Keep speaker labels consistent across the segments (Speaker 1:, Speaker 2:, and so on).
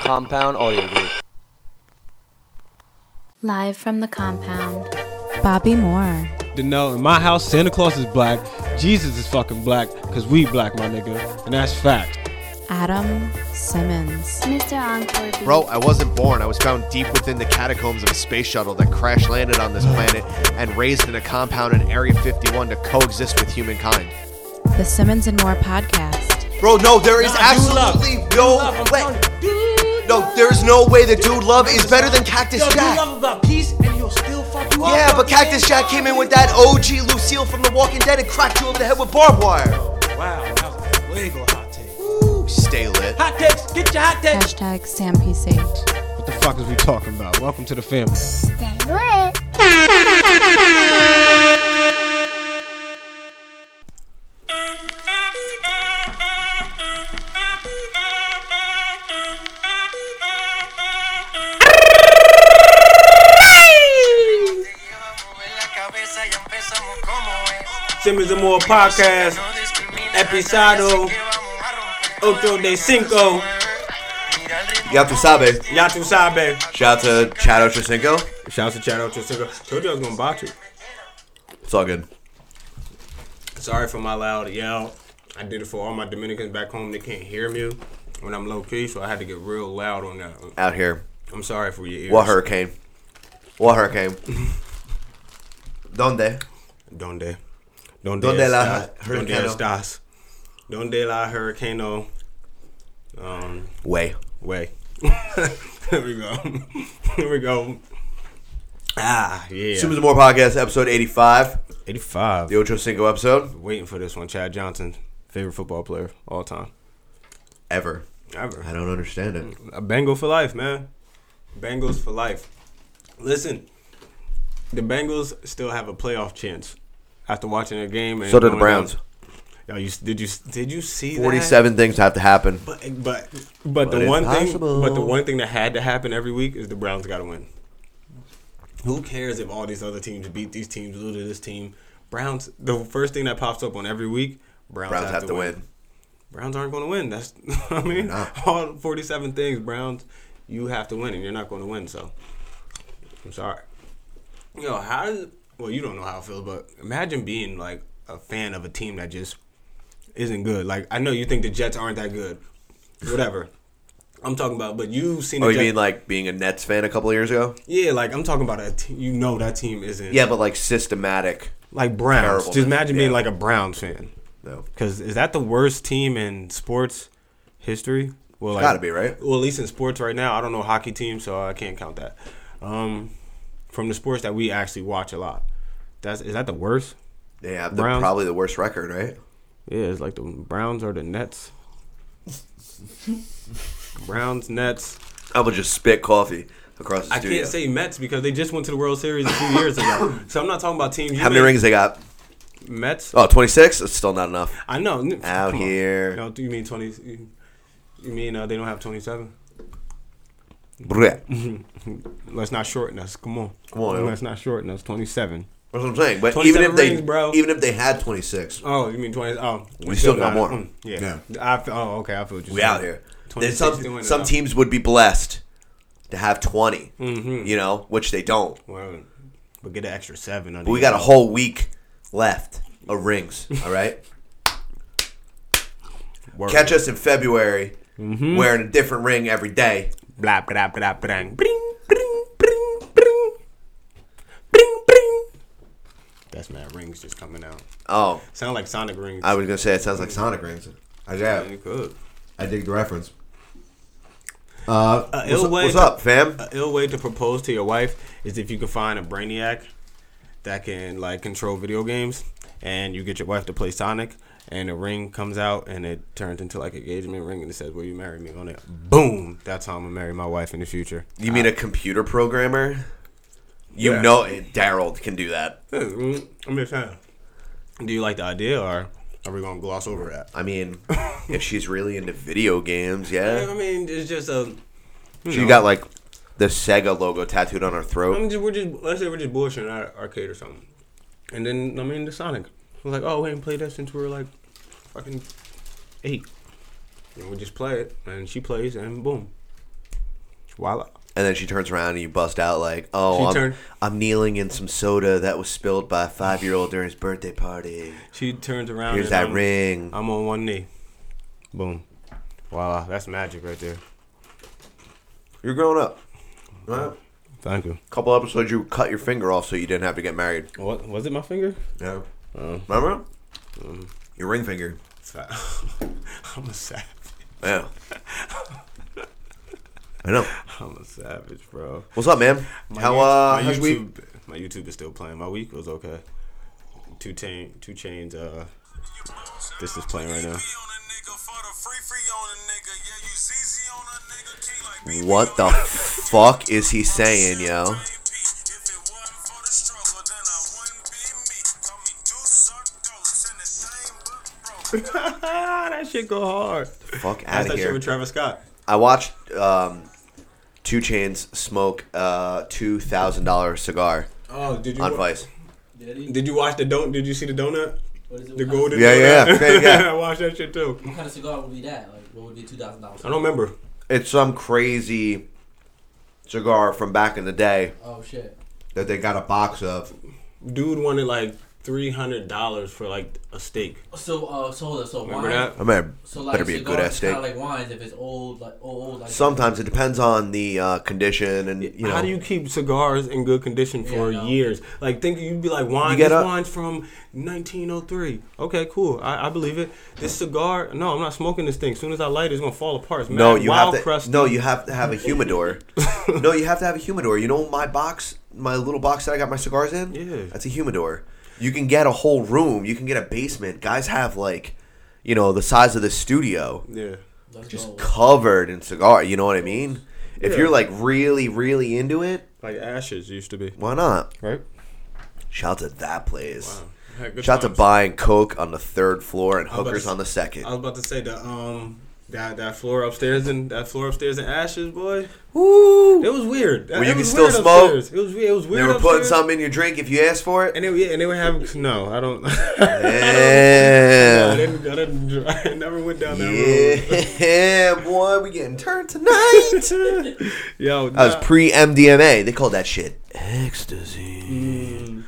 Speaker 1: Compound Audio Group.
Speaker 2: Live from the compound.
Speaker 3: Bobby Moore.
Speaker 4: to know in my house Santa Claus is black, Jesus is fucking black, cause we black, my nigga, and that's fact.
Speaker 3: Adam Simmons.
Speaker 2: Mr. Encore. Beat.
Speaker 5: Bro, I wasn't born. I was found deep within the catacombs of a space shuttle that crash landed on this planet and raised in a compound in Area 51 to coexist with humankind.
Speaker 3: The Simmons and Moore podcast.
Speaker 5: Bro, no, there is absolutely no way. No, there's no way that Dude Love is better than Cactus Jack. Yeah, but Cactus Jack came in with that OG Lucille from The Walking Dead and cracked you over the head with barbed wire.
Speaker 6: Wow, that was a legal hot take.
Speaker 5: Ooh, Stay lit.
Speaker 6: Hot takes, get your hot takes.
Speaker 3: Hashtag Sam PC.
Speaker 4: What the fuck is we talking about? Welcome to the family.
Speaker 6: Simmons and More podcast, episode ocho de cinco.
Speaker 5: Ya tu sabes.
Speaker 6: Ya tu sabes.
Speaker 5: Shout out to Chad Ochocinco.
Speaker 6: Shout out to Chad Ocho Cinco. Told you I was gonna botch you.
Speaker 5: It's all good.
Speaker 6: Sorry for my loud yell. I did it for all my Dominicans back home. They can't hear me when I'm low key, so I had to get real loud on that.
Speaker 5: Out here.
Speaker 6: I'm sorry for your ears.
Speaker 5: What hurricane? What hurricane? Donde?
Speaker 6: Donde? Donde,
Speaker 5: Donde la
Speaker 6: estás? Donde
Speaker 5: hurricano?
Speaker 6: estás? Donde la hurricano? Um,
Speaker 5: Way.
Speaker 6: way. Here we go. Here we go. Ah, yeah.
Speaker 5: Super More Podcast, episode 85,
Speaker 6: 85.
Speaker 5: the Ocho Cinco episode.
Speaker 6: Waiting for this one. Chad Johnson, favorite football player of all time.
Speaker 5: Ever. I
Speaker 6: Ever.
Speaker 5: don't understand it.
Speaker 6: A Bengal for life, man. Bengals for life. Listen, the Bengals still have a playoff chance after watching their game. And
Speaker 5: So did the
Speaker 6: going
Speaker 5: Browns.
Speaker 6: down- Yo, you, did you did you see that?
Speaker 5: 47 things have to happen.
Speaker 6: But but but,
Speaker 5: But
Speaker 6: the
Speaker 5: it's
Speaker 6: one
Speaker 5: possible.
Speaker 6: thing but the one thing that had to happen every week is the Browns got to win. Who cares if all these other teams beat these teams, lose to this team? Browns. The first thing that pops up on every week, Browns,
Speaker 5: Browns have to win.
Speaker 6: Browns aren't going to win. That's I mean, all forty-seven things Browns. You have to win, and you're not going to win. So I'm sorry. Yo, how? does- Well, you don't know how I feel, but imagine being like a fan of a team that just isn't good. Like I know you think the Jets aren't that good, whatever. I'm talking about, but you've seen.
Speaker 5: Oh,
Speaker 6: the
Speaker 5: you
Speaker 6: Jets-
Speaker 5: mean like being a Nets fan a couple of years ago?
Speaker 6: yeah, like I'm talking about a te- you know that team isn't.
Speaker 5: Yeah, but like systematic.
Speaker 6: like Browns.
Speaker 5: terrible,
Speaker 6: Just
Speaker 5: man.
Speaker 6: imagine being
Speaker 5: Yeah.
Speaker 6: like a Browns fan.
Speaker 5: No.
Speaker 6: Because is that the worst team in sports history? Well, like,
Speaker 5: gotta be, right?
Speaker 6: Well, at least in sports right now, I don't know hockey teams, so I can't count that. Um, from the sports that we actually watch a lot, that's is that the worst?
Speaker 5: They have the,
Speaker 6: Browns.
Speaker 5: probably the worst record, right?
Speaker 6: Yeah, it's like the Browns or the Nets. Browns, Nets.
Speaker 5: I would just spit coffee across the
Speaker 6: I
Speaker 5: studio.
Speaker 6: can't say Mets because they just went to the World Series a few years ago. So I'm not talking about teams. You
Speaker 5: How many
Speaker 6: may-
Speaker 5: rings they got?
Speaker 6: Mets.
Speaker 5: Oh, 26? That's still not enough.
Speaker 6: I know. n-
Speaker 5: Out
Speaker 6: come on.
Speaker 5: here.
Speaker 6: No, you mean twenty? You you mean uh, they don't have twenty-seven?
Speaker 5: Bleh. That's
Speaker 6: Let's not shorten us. Come on.
Speaker 5: Come on, yo.
Speaker 6: Let's not shorten us. Twenty-seven.
Speaker 5: what I'm saying. But even if
Speaker 6: 27
Speaker 5: they
Speaker 6: rings, bro.
Speaker 5: even if they had 26,
Speaker 6: Oh, you mean twenty? Oh,
Speaker 5: We still got more.
Speaker 6: Mm, Yeah. I f oh, okay. I feel what you're
Speaker 5: we
Speaker 6: saying.
Speaker 5: out here. Then
Speaker 6: 26
Speaker 5: some
Speaker 6: doing it
Speaker 5: some
Speaker 6: now.
Speaker 5: teams would be blessed to have 20,
Speaker 6: Mm-hmm.
Speaker 5: you know, which they don't.
Speaker 6: Well, but get an extra seven.
Speaker 5: But we got a whole week left of rings. All right. Catch us in February wearing a different ring every day.
Speaker 6: Blah, blah, blah, blah. Bring, bring, bring, bring. Bring, bring. That's mad rings just coming out.
Speaker 5: Oh,
Speaker 6: Sound like Sonic rings.
Speaker 5: I was gonna say it sounds like Sonic rings. I got.
Speaker 6: You could.
Speaker 5: I dig the reference. Uh,
Speaker 6: A
Speaker 5: what's,
Speaker 6: ill way
Speaker 5: what's
Speaker 6: to-
Speaker 5: up, fam?
Speaker 6: A ill way to propose to your wife is if you can find a brainiac that can like control video games, and you get your wife to play Sonic, and a ring comes out, and it turns into like an engagement ring, and it says, "Will you marry me?" On it, boom. That's how I'm gonna marry my wife in the future.
Speaker 5: You mean a computer programmer? You
Speaker 6: Yeah.
Speaker 5: know, Daryl can do that.
Speaker 6: Mm, I'm just saying. Do you like the idea, or are we gonna gloss over that?
Speaker 5: I mean, if she's really into video games,
Speaker 6: I
Speaker 5: yeah.
Speaker 6: mean, it's just a.
Speaker 5: She got like the Sega logo tattooed on her throat.
Speaker 6: I'm just, we're just let's say we're just bullshitting at an arcade or something, and then I mean the Sonic. We're like, oh, we ain't played that since we were like fucking eight, and we just play it, and she plays, and boom, Voila.
Speaker 5: And then she turns around and you bust out like, "Oh,
Speaker 6: She
Speaker 5: I'm,
Speaker 6: turned-
Speaker 5: I'm kneeling in some soda that was spilled by a five year old during his birthday party.
Speaker 6: She turns around.
Speaker 5: Here's
Speaker 6: and
Speaker 5: that
Speaker 6: I'm-
Speaker 5: ring."
Speaker 6: I'm on one knee. Boom. Voila. That's magic right there.
Speaker 5: You're growing up. A
Speaker 6: Thank you.
Speaker 5: couple episodes, you cut your finger off so you didn't have to get married.
Speaker 6: What was it? My finger?
Speaker 5: Yeah. Mm-hmm. Remember? Your ring finger.
Speaker 6: I'm a savage.
Speaker 5: Yeah. I know.
Speaker 6: I'm a savage, bro.
Speaker 5: What's up, man?
Speaker 6: My
Speaker 5: How
Speaker 6: YouTube-
Speaker 5: uh,
Speaker 6: my
Speaker 5: how's
Speaker 6: YouTube,
Speaker 5: week?
Speaker 6: My YouTube is still playing. My week was okay. Two chain, two chains. Uh, this is playing right now.
Speaker 5: What the fuck is he saying, yo?
Speaker 6: that shit go hard.
Speaker 5: Fuck
Speaker 6: That's
Speaker 5: out
Speaker 6: that
Speaker 5: of
Speaker 6: shit
Speaker 5: here.
Speaker 6: with Travis Scott.
Speaker 5: I watched um, Two Chains smoke a two thousand dollar cigar
Speaker 6: Oh, did you
Speaker 5: on Vice.
Speaker 6: did you watch the don't? Did you see the donut? The golden.
Speaker 5: Yeah, yeah,
Speaker 6: donut?
Speaker 5: yeah, yeah.
Speaker 6: I watched that shit too.
Speaker 7: What kind of cigar would be that? Like, what would be two thousand dollars?
Speaker 6: I don't remember.
Speaker 5: It's some crazy cigar from back in the day
Speaker 7: Oh shit!
Speaker 5: that they got a box of.
Speaker 6: Dude wanted like three hundred dollars for like a steak.
Speaker 7: So, uh, so hold up. So
Speaker 6: Remember
Speaker 7: wine.
Speaker 6: that?
Speaker 5: I mean,
Speaker 7: So like,
Speaker 5: better be a good ass steak.
Speaker 7: Kind of like wines if it's old, like old, old, like
Speaker 5: Sometimes it depends on the uh, condition and you know.
Speaker 6: How do you keep cigars in good condition for
Speaker 7: Yeah, I know.
Speaker 6: years? Like, think you'd be like, wine,
Speaker 5: You get
Speaker 6: this
Speaker 5: up-
Speaker 6: wine's from 1903. Okay, cool. I, I believe it. This cigar, no, I'm not smoking this thing. As soon as I light it, it's going to fall apart. It's
Speaker 5: No,
Speaker 6: mad
Speaker 5: you
Speaker 6: wild
Speaker 5: have to.
Speaker 6: crusty.
Speaker 5: No, you have to have a humidor. no, you have to have a humidor. You know my box, my little box that I got my cigars in.
Speaker 6: Yeah.
Speaker 5: that's a humidor. You can get a whole room. You can get a basement. Guys have like, you know, the size of the studio
Speaker 6: Yeah.
Speaker 7: Let's
Speaker 5: just
Speaker 7: go.
Speaker 5: covered in cigar. You know what I mean? If
Speaker 6: Yeah.
Speaker 5: you're like really, really into it,
Speaker 6: Like ashes used to be.
Speaker 5: why not?
Speaker 6: Right?
Speaker 5: Shout out to that place.
Speaker 6: Had good
Speaker 5: Shout out to
Speaker 6: times.
Speaker 5: buying coke on the third floor and
Speaker 6: was about
Speaker 5: hookers
Speaker 6: to s-
Speaker 5: on the second.
Speaker 6: I was about to say the um that that floor upstairs and that floor upstairs in ashes, boy.
Speaker 5: Woo!
Speaker 6: It was weird. That-
Speaker 5: Where you
Speaker 6: it
Speaker 5: can
Speaker 6: was
Speaker 5: still
Speaker 6: weird
Speaker 5: smoke.
Speaker 6: upstairs. It was weird. It was
Speaker 5: They
Speaker 6: weird.
Speaker 5: were putting
Speaker 6: upstairs.
Speaker 5: something in your drink if you asked for it.
Speaker 6: And they, yeah, and they would have no. I don't.
Speaker 5: Yeah.
Speaker 6: I didn't. I didn't. I never went down that road.
Speaker 5: Yeah, boy, we getting turned tonight. Uh, that
Speaker 6: Yo,
Speaker 5: was
Speaker 6: nah.
Speaker 5: pre MDMA. They called that shit ecstasy. Mm.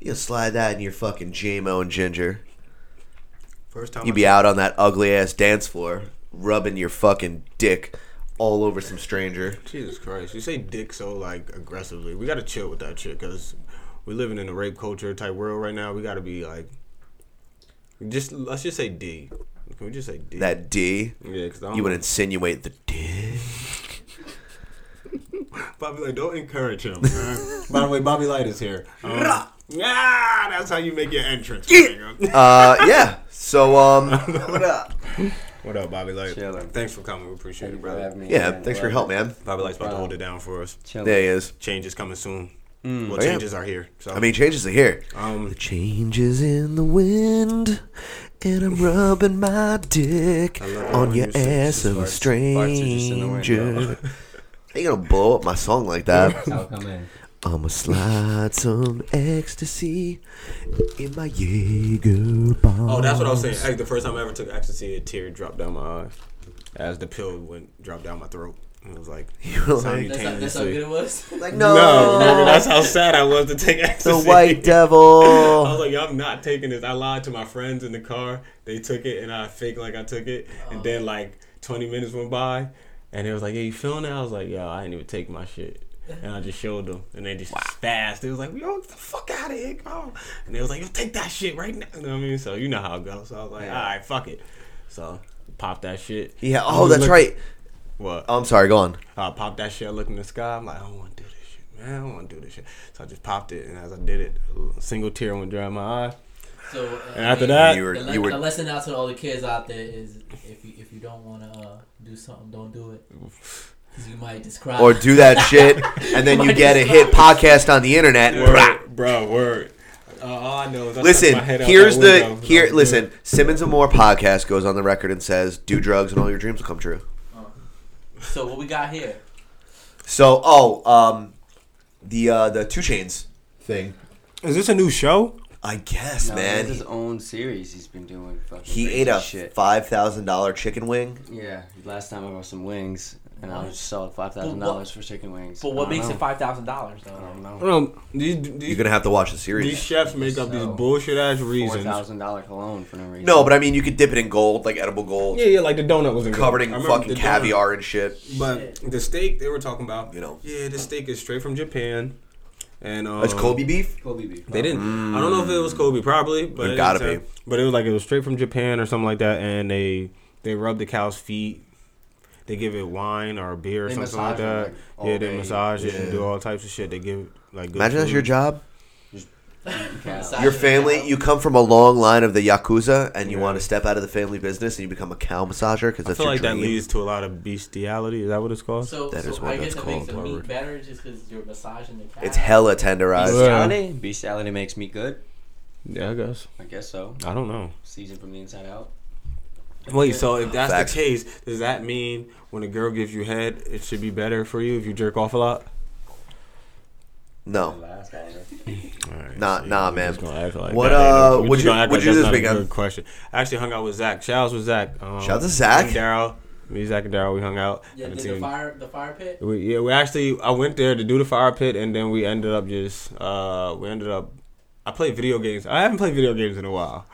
Speaker 5: You'll slide that in your fucking JMO and ginger.
Speaker 6: first time.
Speaker 5: you
Speaker 6: I-
Speaker 5: be out on that ugly ass dance floor, rubbing your fucking dick all over some stranger.
Speaker 6: Jesus Christ! You say dick so like aggressively. We gotta chill with that shit because we're living in a rape culture type world right now. We gotta be like, just let's just say D. Can we just say D?
Speaker 5: That D,
Speaker 6: yeah, because
Speaker 5: you would insinuate the dick.
Speaker 6: Bobby Light, don't encourage him. man. By the way, Bobby Light is here. Um, yeah, that's how you make your entrance. nigga.
Speaker 5: Uh, yeah. So, um, what up?
Speaker 6: what up, Bobby Light?
Speaker 1: Chilling.
Speaker 6: Thanks for Uh, coming. We appreciate it, brother.
Speaker 5: Yeah, thanks for your help, man.
Speaker 6: Bobby Light's about to hold it down for us.
Speaker 5: There he is.
Speaker 6: Changes coming soon. well,
Speaker 5: Oh, yeah.
Speaker 6: changes are here. So
Speaker 5: I mean, changes are here.
Speaker 6: um,
Speaker 5: The changes in the wind, and I'm rubbing my dick
Speaker 6: I love it
Speaker 5: on
Speaker 6: when
Speaker 5: your
Speaker 6: you sing
Speaker 5: ass
Speaker 6: this
Speaker 5: of a
Speaker 6: part. Parts are just in the wind,
Speaker 5: stranger. How you gonna blow up my song like that?
Speaker 1: I'll come in.
Speaker 5: I'ma slide some ecstasy in my Jaeger bomb.
Speaker 6: oh, that's what I was saying. Like, the first time I ever took ecstasy, a tear dropped down my eye as the pill went dropped down my throat. It was like
Speaker 5: were like-
Speaker 7: That's how, that's how
Speaker 6: simultaneously.
Speaker 7: good it was.
Speaker 5: Like
Speaker 6: No,
Speaker 5: no,
Speaker 6: nigga, that's how sad I was to take
Speaker 5: the
Speaker 6: ecstasy.
Speaker 5: white
Speaker 6: I was
Speaker 5: devil.
Speaker 6: like, "Yo, I'm not taking this. I lied to my friends in the car. They took it, and I faked like I took it. And
Speaker 5: Oh.
Speaker 6: then like 20 minutes went by, and it was like, "Yeah, you feeling it?" I was like, "Yo, I didn't even take my shit." And I just showed them, and they just spazzed. It was like, "Yo, get the fuck out of here, bro!" And they was like, "Yo, take that shit right now." You know what I mean? So you know how it goes. So I was like, "All right, fuck it." So pop that shit.
Speaker 5: Yeah.
Speaker 6: I
Speaker 5: Oh,
Speaker 6: was
Speaker 5: that's
Speaker 6: looking-
Speaker 5: right.
Speaker 6: What?
Speaker 5: Oh, I'm sorry. Go on.
Speaker 6: I popped that shit. I looked in the sky. I'm like, I don't want to do this shit, man. I don't want to do this shit. So I just popped it, and as I did it, a single tear went down my eye.
Speaker 7: So uh,
Speaker 6: And after
Speaker 7: I mean,
Speaker 6: that,
Speaker 5: You
Speaker 7: the,
Speaker 5: were.
Speaker 7: le-
Speaker 5: You
Speaker 7: the
Speaker 5: were.
Speaker 7: lesson out to all the kids out there is if you if you don't want to uh, do something, don't do it. 'Cause you might just
Speaker 1: Uh,
Speaker 7: cry.
Speaker 5: Or do that shit, and then you get a hit podcast on the internet. Brah.
Speaker 6: Word, bro, word. Uh, all I know is I stuck
Speaker 5: Listen,
Speaker 6: my head out
Speaker 5: here's
Speaker 6: that
Speaker 5: the
Speaker 6: window.
Speaker 5: here. Listen, Simmons and More podcast goes on the record and says, "Do drugs and all your dreams will come true."
Speaker 7: So what we got here?
Speaker 5: So, oh, um, the uh, the two chains thing.
Speaker 6: Is this a new show?
Speaker 5: I guess,
Speaker 1: No,
Speaker 5: man.
Speaker 1: that's his own series he's been doing. Fucking
Speaker 5: He
Speaker 1: crazy
Speaker 5: ate a
Speaker 1: shit.
Speaker 5: five thousand dollar chicken wing.
Speaker 1: yeah, last time I bought some wings. and I was sold five thousand dollars for chicken wings.
Speaker 7: But
Speaker 1: I
Speaker 7: what
Speaker 1: don't
Speaker 7: makes
Speaker 1: know.
Speaker 7: it five thousand dollars though?
Speaker 1: I don't know.
Speaker 6: Um, these, these,
Speaker 5: You're gonna have to watch the
Speaker 6: these
Speaker 5: series.
Speaker 6: chefs make up these
Speaker 7: So,
Speaker 6: bullshit ass
Speaker 1: Four
Speaker 6: reasons.
Speaker 1: thousand dollar cologne for no reason.
Speaker 5: No, but I mean, you could dip it in gold, like edible gold,
Speaker 6: Yeah, yeah, like the donut was
Speaker 5: covered
Speaker 6: I
Speaker 5: in
Speaker 6: remember
Speaker 5: fucking
Speaker 6: the donut.
Speaker 5: caviar and shit.
Speaker 6: But the steak they were talking about,
Speaker 5: You know.
Speaker 6: yeah, the steak is straight from Japan, and um,
Speaker 5: That's Kobe beef.
Speaker 1: Kobe beef.
Speaker 6: They didn't. I don't know if it was Kobe, probably, but
Speaker 5: Mm. It
Speaker 6: didn't
Speaker 5: gotta
Speaker 6: say-
Speaker 5: be.
Speaker 6: But it was like it was straight from Japan or something like that, and they they rub the cow's feet. They give it wine or beer or
Speaker 1: They
Speaker 6: something like
Speaker 1: massage it,
Speaker 6: that.
Speaker 1: like, all
Speaker 6: yeah, they
Speaker 1: day.
Speaker 6: massage it and
Speaker 5: Yeah.
Speaker 6: do all types of shit. They give like good
Speaker 5: Imagine that's your
Speaker 6: food.
Speaker 5: job.
Speaker 1: Cow.
Speaker 7: Massage
Speaker 5: Your
Speaker 7: it
Speaker 5: family,
Speaker 7: out.
Speaker 5: you come from a long line of the yakuza, and you
Speaker 6: Yeah.
Speaker 5: want to step out of the family business, and you become a cow massager because
Speaker 6: I
Speaker 5: that's
Speaker 6: feel
Speaker 5: your
Speaker 6: like that
Speaker 5: dream.
Speaker 6: leads to a lot of bestiality. Is that what it's called?
Speaker 7: So,
Speaker 5: That
Speaker 7: so
Speaker 5: is what
Speaker 7: I
Speaker 5: that's
Speaker 7: guess it makes
Speaker 5: called,
Speaker 7: the meat
Speaker 6: Robert.
Speaker 7: better just because you're massaging the cow.
Speaker 5: it's hella tenderized.
Speaker 8: Yeah.
Speaker 1: Bestiality. Bestiality makes me good.
Speaker 6: yeah, I guess.
Speaker 1: I guess so.
Speaker 6: I don't know.
Speaker 1: Seasoned from the inside out.
Speaker 6: Wait, so if that's
Speaker 5: Facts.
Speaker 6: the case, does that mean when a girl gives you head, it should be better for you if you jerk off a lot?
Speaker 5: No,
Speaker 1: Last longer.
Speaker 5: Nah- nah, man. What,
Speaker 6: what
Speaker 5: uh,
Speaker 6: uh?
Speaker 5: what'd you- what'd you do this weekend?
Speaker 6: Good question. I actually hung out with Zach. Shout out to Zach. Um,
Speaker 5: Shout out to Zach.
Speaker 6: and Daryl. Me, Zach, and Daryl. We hung out.
Speaker 7: Yeah,
Speaker 6: Haven't
Speaker 7: did the
Speaker 6: seen-
Speaker 7: fire the fire pit?
Speaker 6: we, yeah, we actually I went there to do the fire pit, and then we ended up just uh we ended up I played video games. I haven't played video games in a while.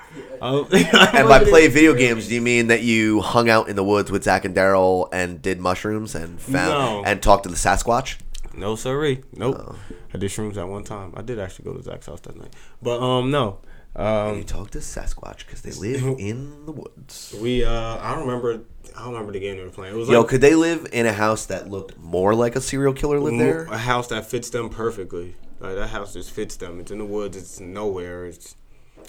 Speaker 6: Um,
Speaker 5: and by play video games, do you mean that you hung out in the woods with Zach and Daryl and did mushrooms and found
Speaker 6: No.
Speaker 5: and talked to the Sasquatch?
Speaker 6: No sorry. Nope.
Speaker 5: Oh.
Speaker 6: I did shrooms at one time. I did actually go to Zach's house that night, but um no.
Speaker 5: you
Speaker 6: Um,
Speaker 5: talked to Sasquatch because they live in the woods.
Speaker 6: we uh I don't remember I don't remember the game they were playing. It was
Speaker 5: Yo,
Speaker 6: like
Speaker 5: could they live in a house that looked more like a serial killer lived there?
Speaker 6: a house that fits them perfectly. Like that house just fits them. It's in the woods. It's nowhere. It's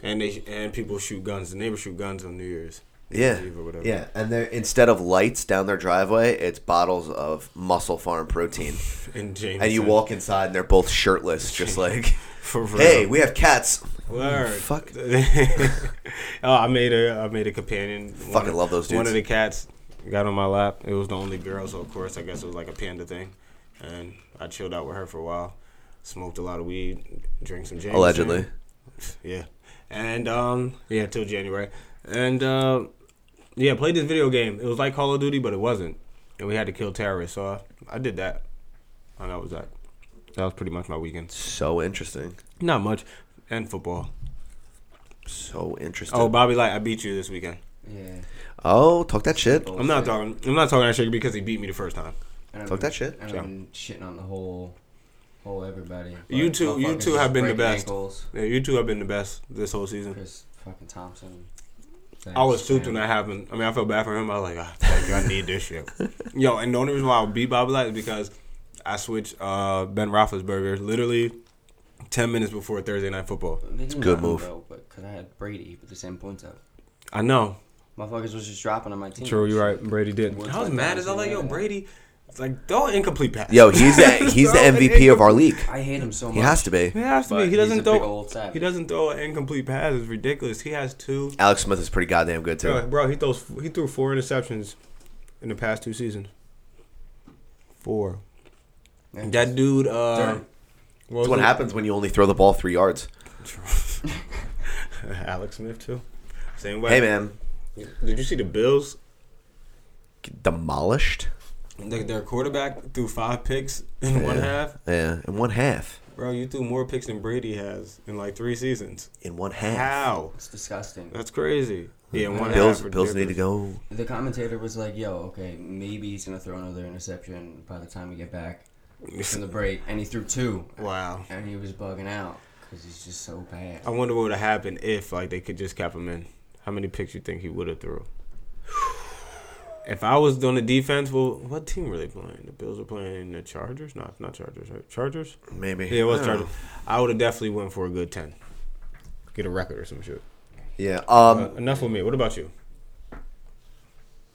Speaker 6: and they and people shoot guns. The neighbors shoot guns on New Year's.
Speaker 5: Yeah,
Speaker 6: Eve or whatever.
Speaker 5: yeah. And they're instead of lights down their driveway, it's bottles of Muscle Farm protein.
Speaker 6: And James
Speaker 5: and you walk inside, and they're both shirtless, just like,
Speaker 6: for real.
Speaker 5: hey, we have cats.
Speaker 6: Word.
Speaker 5: Fuck.
Speaker 6: oh, I made a I made a companion. Fucking
Speaker 5: Fucking love those
Speaker 6: One
Speaker 5: dudes.
Speaker 6: of the cats got on my lap. It was the only girl, so of course I guess it was like a panda thing. And I chilled out with her for a while. Smoked a lot of weed, drank some Jameson.
Speaker 5: Allegedly.
Speaker 6: Yeah. And um yeah, till January. And uh, yeah, played this video game. It was like Call of Duty, but it wasn't. And we had to kill terrorists, so I, I did that. And that was that. That was pretty much my weekend.
Speaker 5: So interesting.
Speaker 6: Not much. And football.
Speaker 5: So interesting.
Speaker 6: Oh,
Speaker 5: Oh,
Speaker 6: Bobby Light, I beat you this weekend.
Speaker 1: Yeah.
Speaker 5: talk that shit.
Speaker 6: I'm not talking. I'm not talking that shit because he beat me the first time.
Speaker 1: And
Speaker 5: Talk
Speaker 1: I'm-
Speaker 5: that shit.
Speaker 1: And I'm shitting on the whole, whole everybody.
Speaker 6: You
Speaker 1: Like,
Speaker 6: two- you
Speaker 1: motherfuckers
Speaker 6: two have
Speaker 1: just
Speaker 6: been the
Speaker 1: breaking
Speaker 6: best.
Speaker 1: ankles.
Speaker 6: Yeah, you two have been the best this whole season.
Speaker 1: Chris fucking Thompson.
Speaker 6: I was
Speaker 1: Zach
Speaker 6: souped when that happened. I mean, I felt bad for him. I was like, ah, fuck, I need this shit. Yo, and the only reason why I beat Bobby Light is because I switched uh, Ben Roethlisberger literally ten minutes before Thursday night football.
Speaker 1: Span. They did
Speaker 5: Good
Speaker 1: nothing,
Speaker 5: move.
Speaker 1: Though, but could I had Brady with the same points up?
Speaker 6: I know.
Speaker 1: Motherfuckers was just dropping on my team.
Speaker 6: True, you're right. Brady did.
Speaker 1: What's
Speaker 6: I was
Speaker 1: like that?
Speaker 6: mad as I was like, yo, Brady. It's like throw an incomplete pass.
Speaker 5: Yo, he's the, he's the
Speaker 6: Throw an
Speaker 5: MVP of our league.
Speaker 1: I hate him so much.
Speaker 5: He has to be.
Speaker 6: It has to
Speaker 1: But
Speaker 6: be. He doesn't
Speaker 1: he's a big
Speaker 6: throw.
Speaker 1: old savage.
Speaker 6: He doesn't throw an incomplete pass. It's ridiculous. He has two.
Speaker 5: Alex Smith is pretty goddamn good
Speaker 6: Bro,
Speaker 5: too.
Speaker 6: bro, he throws. He threw four interceptions in the past two seasons. Four.
Speaker 1: Yeah.
Speaker 6: That dude. Uh,
Speaker 1: Damn.
Speaker 5: That's
Speaker 6: was
Speaker 5: what
Speaker 6: it?
Speaker 5: happens when you only throw the ball three yards.
Speaker 6: Alex Smith too. Same way.
Speaker 5: Hey man,
Speaker 6: Did you see the Bills?
Speaker 5: Get demolished.
Speaker 6: Like their quarterback threw five picks in one
Speaker 5: Yeah.
Speaker 6: half.
Speaker 5: Yeah, in one half.
Speaker 6: Bro, you threw more picks than Brady has in like three seasons.
Speaker 5: In one half.
Speaker 6: How?
Speaker 1: It's disgusting.
Speaker 6: That's crazy. Yeah, in one
Speaker 5: Bills,
Speaker 6: half.
Speaker 5: Bills need to
Speaker 6: ridiculous.
Speaker 5: go.
Speaker 1: The commentator was like, "Yo, okay, maybe he's gonna throw another interception by the time we get back from the break," and he threw two,
Speaker 6: Wow.
Speaker 1: and he was bugging out because he's just so bad.
Speaker 6: I
Speaker 5: Oh,
Speaker 6: wonder what would have happened if like they could just cap him in. How many picks you think he would have threw? If I was on the defense, well, what team were they playing? The Bills were playing the Chargers. No, it's not Chargers. Right? Chargers.
Speaker 5: Maybe.
Speaker 6: Yeah, it was
Speaker 5: I don't
Speaker 6: Chargers. I would have definitely went for a good ten, get a record or some shit.
Speaker 5: know. Yeah.
Speaker 6: Uh,
Speaker 5: Um.
Speaker 6: enough with me. What about you?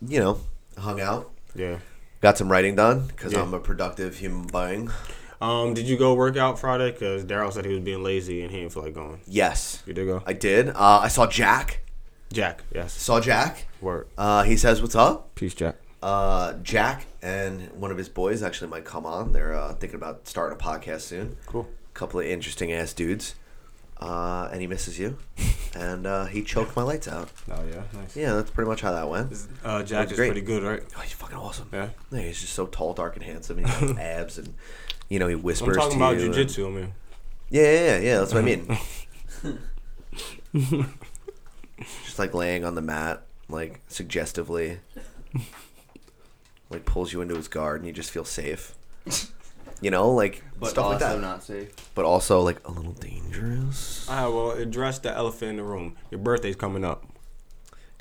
Speaker 5: You know, hung out.
Speaker 6: Yeah.
Speaker 5: Got some writing done because
Speaker 6: Yeah.
Speaker 5: I'm a productive human being.
Speaker 6: Um, did you go work out Friday? Cause Daryl said he was being lazy and he didn't feel like going.
Speaker 5: Yes,
Speaker 6: You did go.
Speaker 5: I did. Uh, I saw Jack.
Speaker 6: Jack. Yes.
Speaker 5: Saw Jack.
Speaker 6: Work.
Speaker 5: Uh, he says, "What's up?"
Speaker 6: Peace, Jack.
Speaker 5: Uh, Jack and one of his boys actually might come on. They're uh, thinking about starting a podcast soon.
Speaker 6: Cool.
Speaker 5: couple of interesting ass dudes. uh, and he misses you, and uh, he choked my lights out.
Speaker 6: Oh yeah, nice.
Speaker 5: Yeah, that's pretty much how that went.
Speaker 6: Uh, Jack
Speaker 5: That's
Speaker 6: is
Speaker 5: great.
Speaker 6: pretty good, right?
Speaker 5: Oh, he's fucking awesome.
Speaker 6: Yeah.
Speaker 5: Yeah, he's just so tall, dark, and handsome. And he has abs, and you know he
Speaker 6: I'm
Speaker 5: whispers.
Speaker 6: talking
Speaker 5: to
Speaker 6: about
Speaker 5: you and-
Speaker 6: jujitsu. I mean,
Speaker 5: Yeah, yeah, yeah, yeah. That's what I mean. Just like laying on the mat, like suggestively, like pulls you into his guard, and you just feel safe. You know, like
Speaker 1: But
Speaker 5: stuff like
Speaker 1: also
Speaker 5: that.
Speaker 1: not safe.
Speaker 5: But also like a little dangerous.
Speaker 6: ah, well, address the elephant in the room. Your birthday's coming up.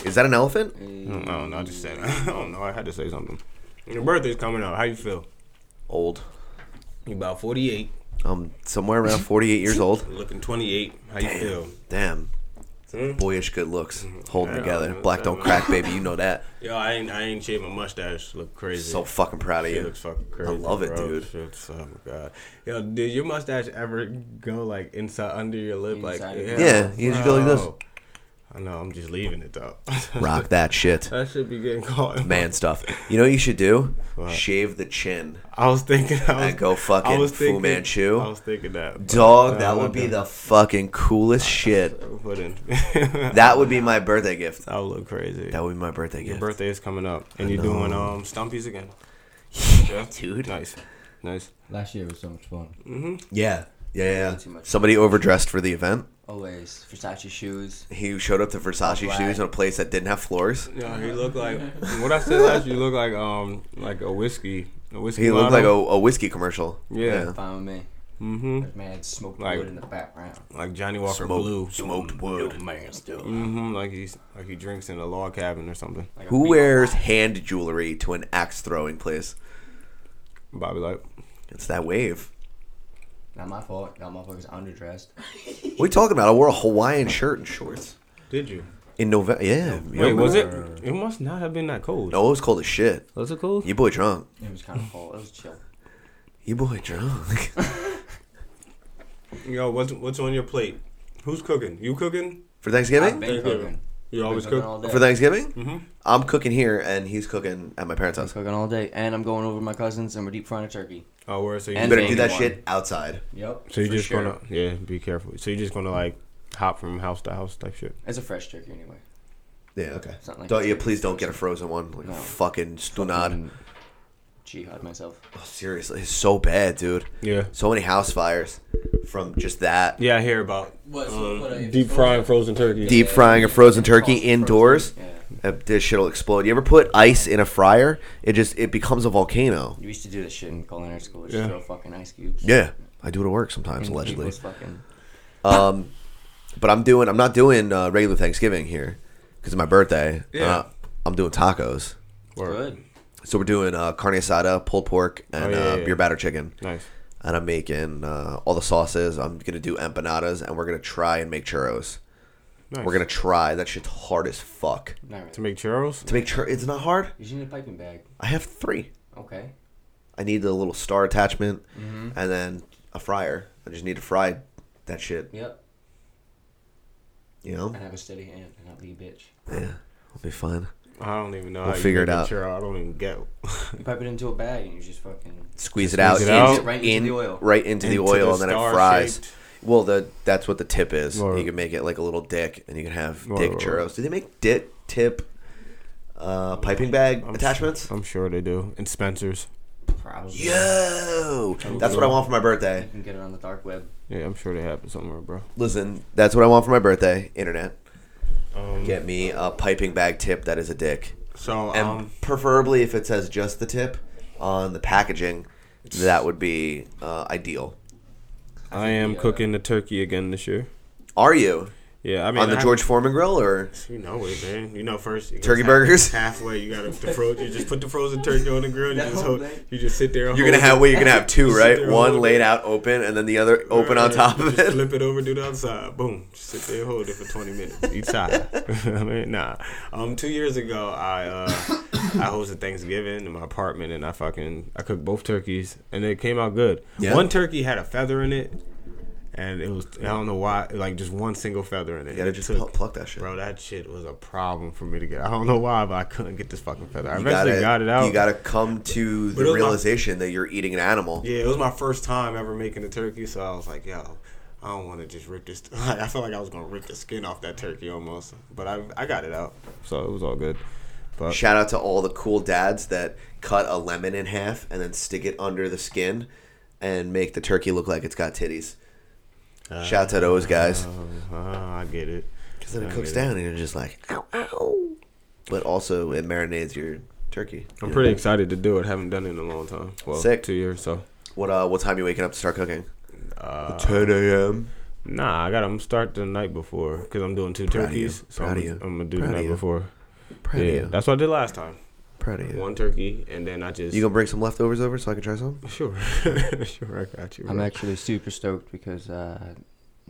Speaker 5: Is that an elephant?
Speaker 6: No, no, I just said. I don't know. I had to say something. Your birthday's coming up. How you feel?
Speaker 5: Old.
Speaker 6: You about 48,
Speaker 5: Um, somewhere around 48 years old.
Speaker 6: looking 28. How you feel?
Speaker 5: Damn.
Speaker 6: Hmm?
Speaker 5: Boyish good looks, holding
Speaker 6: Yeah,
Speaker 5: together.
Speaker 6: I-
Speaker 5: Black don't
Speaker 6: I-
Speaker 5: crack, baby. You know that.
Speaker 6: Yo, I ain't, I ain't shaved my mustache. Look crazy.
Speaker 5: So fucking proud of
Speaker 6: Shit
Speaker 5: you.
Speaker 6: looks fucking crazy.
Speaker 5: love it,
Speaker 6: bro.
Speaker 5: dude.
Speaker 6: Shit's- oh my god. Yo, did your mustache ever go like inside under your lip?
Speaker 1: Inside
Speaker 6: like
Speaker 1: of
Speaker 5: Yeah, you just go like this.
Speaker 6: Wow. I know. I'm just leaving it though.
Speaker 5: Rock that shit.
Speaker 6: That should be getting caught.
Speaker 5: Man stuff. You know what you should do?
Speaker 6: What?
Speaker 5: Shave the chin.
Speaker 6: I was thinking. I was,
Speaker 5: And go fucking
Speaker 6: I was
Speaker 5: Fu
Speaker 6: thinking,
Speaker 5: Manchu.
Speaker 6: I was thinking that.
Speaker 5: Dog,
Speaker 6: Uh,
Speaker 5: that would be the fucking coolest shit.
Speaker 6: Put in.
Speaker 5: That would be my birthday gift.
Speaker 6: I would look crazy.
Speaker 5: That would be my birthday
Speaker 6: Your
Speaker 5: gift.
Speaker 6: birthday is coming up, and
Speaker 5: I
Speaker 6: you're doing
Speaker 5: know.
Speaker 6: um stumpies again. Yeah.
Speaker 5: Dude.
Speaker 6: Nice, nice.
Speaker 1: Last year was so much fun.
Speaker 5: Yeah. Yeah,
Speaker 1: Too
Speaker 5: yeah.
Speaker 1: much.
Speaker 5: Somebody overdressed for the event.
Speaker 1: Always Versace shoes.
Speaker 5: He showed up to Versace
Speaker 1: Black.
Speaker 5: shoes in a place that didn't have floors.
Speaker 6: Yeah, he looked like what I said last. You look like um like a whiskey, a whiskey.
Speaker 5: He looked like a,
Speaker 6: bottle.
Speaker 5: a whiskey commercial.
Speaker 6: Yeah.
Speaker 1: Fine with me.
Speaker 6: mm-hmm
Speaker 1: That man smoked
Speaker 6: Like-
Speaker 1: wood in the background.
Speaker 6: like Johnny Walker
Speaker 5: Smoked-
Speaker 6: Blue.
Speaker 5: smoked wood. Mm.
Speaker 1: man still.
Speaker 6: Mm-hmm. Like he's like he drinks in a log cabin or something.
Speaker 1: Like a
Speaker 5: Who
Speaker 1: beat.
Speaker 5: wears hand jewelry to an axe throwing place?
Speaker 6: Bobby like
Speaker 5: It's that wave.
Speaker 1: Not my fault. Y'all motherfuckers underdressed.
Speaker 5: What are you talking about? I wore a Hawaiian shirt and shorts
Speaker 6: Did you?
Speaker 5: in November. Yeah. you
Speaker 6: Wait, was it?
Speaker 5: remember?
Speaker 6: It must not have been that cold.
Speaker 5: No, it was cold as shit.
Speaker 6: Was it cold?
Speaker 5: You boy drunk.
Speaker 1: It was kind of cold. It was chill.
Speaker 5: You boy drunk.
Speaker 6: Yo, what's what's on your plate? Who's cooking? You cooking?
Speaker 5: For
Speaker 1: I've
Speaker 5: Thanksgiving?
Speaker 1: been cooking.
Speaker 6: You
Speaker 1: Been
Speaker 6: always
Speaker 1: cooking
Speaker 6: cook.
Speaker 1: all day.
Speaker 5: For Thanksgiving?
Speaker 6: Mhm.
Speaker 5: I'm cooking here and he's cooking at my parents'
Speaker 1: I'm
Speaker 5: house.
Speaker 1: cooking all day, and I'm going over to my cousins, and we're deep frying a turkey.
Speaker 6: Oh, where? So you
Speaker 5: You
Speaker 1: And
Speaker 5: better do
Speaker 1: baby
Speaker 5: that
Speaker 1: one.
Speaker 5: shit outside.
Speaker 1: Yep.
Speaker 6: so you
Speaker 1: for
Speaker 6: just
Speaker 1: sure.
Speaker 6: gonna yeah? Be careful. So you just gonna like hop from house to house type shit.
Speaker 1: It's a fresh turkey anyway.
Speaker 5: Yeah, okay.
Speaker 1: Something like
Speaker 5: Don't
Speaker 1: that.
Speaker 5: yeah, please don't get a frozen one. Like
Speaker 1: No.
Speaker 5: fucking stunad.
Speaker 1: Jihad myself.
Speaker 5: Oh, seriously, it's so bad, dude.
Speaker 6: Yeah.
Speaker 5: So many house fires from just that.
Speaker 6: Yeah, I hear about
Speaker 7: What,
Speaker 6: um,
Speaker 7: so what I-
Speaker 9: Uh, Deep frying frozen turkey.
Speaker 5: Deep frying a frozen turkey
Speaker 1: Frozen-
Speaker 5: indoors.
Speaker 1: Yeah.
Speaker 5: Uh, This shit'll explode. You ever put ice in a fryer? It just it becomes a volcano.
Speaker 1: You used to do this shit in culinary school. Just
Speaker 6: Yeah.
Speaker 1: throw fucking ice cubes.
Speaker 5: Yeah, I do it at work sometimes,
Speaker 1: in
Speaker 5: allegedly.
Speaker 1: people's Fucking,
Speaker 5: Um, but I'm doing. I'm not doing uh, regular Thanksgiving here because it's my birthday.
Speaker 6: Yeah.
Speaker 5: Uh, I'm doing tacos.
Speaker 1: good.
Speaker 5: So we're doing uh, carne asada, pulled pork, and
Speaker 6: Oh, yeah,
Speaker 5: uh,
Speaker 6: yeah, yeah.
Speaker 5: beer batter chicken.
Speaker 6: nice.
Speaker 5: And I'm making uh, all the sauces. I'm gonna do empanadas, and we're gonna try and make churros.
Speaker 6: Nice.
Speaker 5: We're gonna try. That shit's hard as fuck
Speaker 1: Not really.
Speaker 6: to make churros.
Speaker 5: to make. Chur- it's not hard.
Speaker 1: You just need a piping bag.
Speaker 5: I have three.
Speaker 1: Okay.
Speaker 5: I need the little star attachment,
Speaker 6: Mm-hmm.
Speaker 5: and then a fryer. I just need to fry that shit.
Speaker 1: Yep.
Speaker 5: You know,
Speaker 1: And have a steady hand and not be a bitch.
Speaker 5: yeah, I'll be fine.
Speaker 6: I don't even know.
Speaker 5: We'll
Speaker 6: how you
Speaker 5: figure
Speaker 6: make
Speaker 5: it
Speaker 6: a
Speaker 5: out.
Speaker 6: Churro. I don't even get.
Speaker 1: You pipe it into a bag and you just fucking.
Speaker 5: Squeeze it out,
Speaker 6: Squeeze it out.
Speaker 5: in-
Speaker 1: Right into
Speaker 5: in-
Speaker 1: the oil.
Speaker 5: right into the
Speaker 6: Into
Speaker 5: oil,
Speaker 6: the
Speaker 5: and then it
Speaker 6: star
Speaker 5: fries.
Speaker 6: shaped-
Speaker 5: Well, the that's what the tip is.
Speaker 6: Right.
Speaker 5: You can make it like a little dick, and you can have
Speaker 6: Right,
Speaker 5: dick
Speaker 6: right,
Speaker 5: churros. Do they make dick tip uh, piping bag
Speaker 6: I'm
Speaker 5: attachments?
Speaker 6: Sure, I'm sure they do. And Spencer's.
Speaker 1: Probably.
Speaker 5: Yo, that's what I want for my
Speaker 1: You
Speaker 5: birthday.
Speaker 1: can get it on the dark web.
Speaker 6: Yeah, I'm sure they have it somewhere, bro.
Speaker 5: Listen, that's what I want for my birthday. Internet,
Speaker 6: Um,
Speaker 5: get me a piping bag tip that is a dick,
Speaker 6: So
Speaker 5: and
Speaker 6: um,
Speaker 5: preferably if it says just the tip on the packaging, that would be uh, ideal.
Speaker 6: I am
Speaker 1: the, uh,
Speaker 6: cooking the turkey again this year.
Speaker 5: Are you
Speaker 6: Yeah, I mean
Speaker 5: on the
Speaker 6: I
Speaker 5: George Foreman grill or?
Speaker 6: haven't- You know it, man. You know first you
Speaker 5: Turkey
Speaker 6: gotta
Speaker 5: burgers?
Speaker 6: half- halfway. You gotta the fro- You just put the frozen turkey on the grill. And you
Speaker 1: That
Speaker 6: just
Speaker 1: whole
Speaker 6: hold,
Speaker 1: thing.
Speaker 6: you just sit there. and
Speaker 5: You're gonna
Speaker 6: hold
Speaker 5: have
Speaker 6: it.
Speaker 5: wait, you're gonna have two,
Speaker 6: Sit
Speaker 5: right?
Speaker 6: there,
Speaker 5: One
Speaker 6: hold
Speaker 5: laid
Speaker 6: it.
Speaker 5: out open, and then the other open on
Speaker 6: Right,
Speaker 5: top of
Speaker 6: just
Speaker 5: it.
Speaker 6: Flip it over to the other side. Boom. Just sit there, hold it for 20 minutes each side. I mean, nah. Um, two years ago, I uh, I hosted Thanksgiving in my apartment, and I fucking I cooked both turkeys, and it came out good.
Speaker 5: Yeah.
Speaker 6: One turkey had a feather in it, and it was I don't know why, like just one single feather in it.
Speaker 5: You gotta
Speaker 6: It
Speaker 5: just
Speaker 6: took-
Speaker 5: pl- pluck that shit.
Speaker 6: Bro, that shit was a problem for me to get. I don't know why, but I couldn't get this fucking feather. I
Speaker 5: you
Speaker 6: eventually
Speaker 5: gotta,
Speaker 6: got it out.
Speaker 5: You gotta come to
Speaker 6: But
Speaker 5: the
Speaker 6: it was my-
Speaker 5: realization that you're eating an animal.
Speaker 6: Yeah, it was my first time ever making a turkey, so I was like, yo, I don't want to just rip this. Like, I felt like I was gonna rip the skin off that turkey almost, but I I got it out, so it was all good. But
Speaker 5: Shout out to all the cool dads that cut a lemon in half and then stick it under the skin and make the turkey look like it's got titties. Shout out to those guys.
Speaker 6: uh, I get it.
Speaker 5: Because then
Speaker 6: I
Speaker 5: it
Speaker 6: get
Speaker 5: cooks down and you're just like, ow, ow. But also, it marinates your turkey.
Speaker 6: I'm pretty excited to do it. Haven't done it in a long time. Well,
Speaker 5: Sick.
Speaker 6: two years. So
Speaker 5: What, uh, what time you waking up to start cooking?
Speaker 6: uh,
Speaker 5: 10 a.m.
Speaker 6: nah, I got to start the night before because I'm doing two
Speaker 5: Proud of
Speaker 6: turkeys.
Speaker 5: you.
Speaker 6: So
Speaker 5: Proud
Speaker 6: I'm,
Speaker 5: of you.
Speaker 6: I'm gonna do
Speaker 5: Proud
Speaker 6: the
Speaker 5: of
Speaker 6: night
Speaker 5: you.
Speaker 6: before.
Speaker 5: Proud
Speaker 6: yeah,
Speaker 5: of you.
Speaker 6: that's what I did last time.
Speaker 5: Proud of you.
Speaker 6: One turkey, and then I just
Speaker 5: You gonna bring some leftovers over so I can try some?
Speaker 6: sure, sure. I got you.
Speaker 1: I'm
Speaker 6: bro.
Speaker 1: actually super stoked because uh,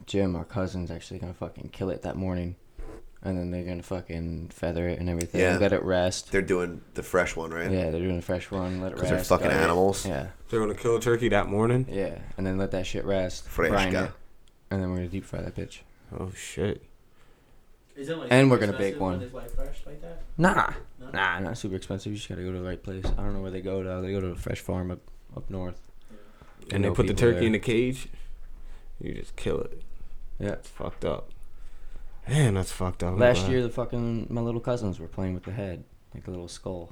Speaker 1: Jim, our cousin's actually gonna fucking kill it that morning, and then they're gonna fucking feather it and everything.
Speaker 5: Yeah.
Speaker 1: Let it rest.
Speaker 5: They're doing the fresh one, right?
Speaker 1: yeah, they're doing a fresh one. Let it
Speaker 5: 'Cause
Speaker 1: rest.
Speaker 5: they're fucking
Speaker 1: gut it.
Speaker 5: animals.
Speaker 1: Yeah,
Speaker 6: They're gonna kill a turkey that morning.
Speaker 1: yeah, and then let that shit rest.
Speaker 5: Fresca.
Speaker 1: Fresca. It, and then we're gonna deep fry that bitch.
Speaker 6: Oh shit.
Speaker 7: Is it like
Speaker 1: And we're
Speaker 7: super
Speaker 1: gonna bake
Speaker 7: expensive
Speaker 1: one.
Speaker 7: when it's, like, fresh like that?
Speaker 1: Nah,
Speaker 7: No?
Speaker 1: nah, not super expensive. You just gotta go to the right place. I don't know where they go though. They go to a fresh farm up up north.
Speaker 6: And they
Speaker 1: know
Speaker 6: put the
Speaker 1: people
Speaker 6: turkey in the cage. You just kill it.
Speaker 1: there. Yeah.
Speaker 6: It's fucked up. Man, that's fucked
Speaker 5: Oh,
Speaker 6: up. I'm
Speaker 1: Last
Speaker 6: glad.
Speaker 1: year, the fucking my little cousins were playing with the head, like a little skull,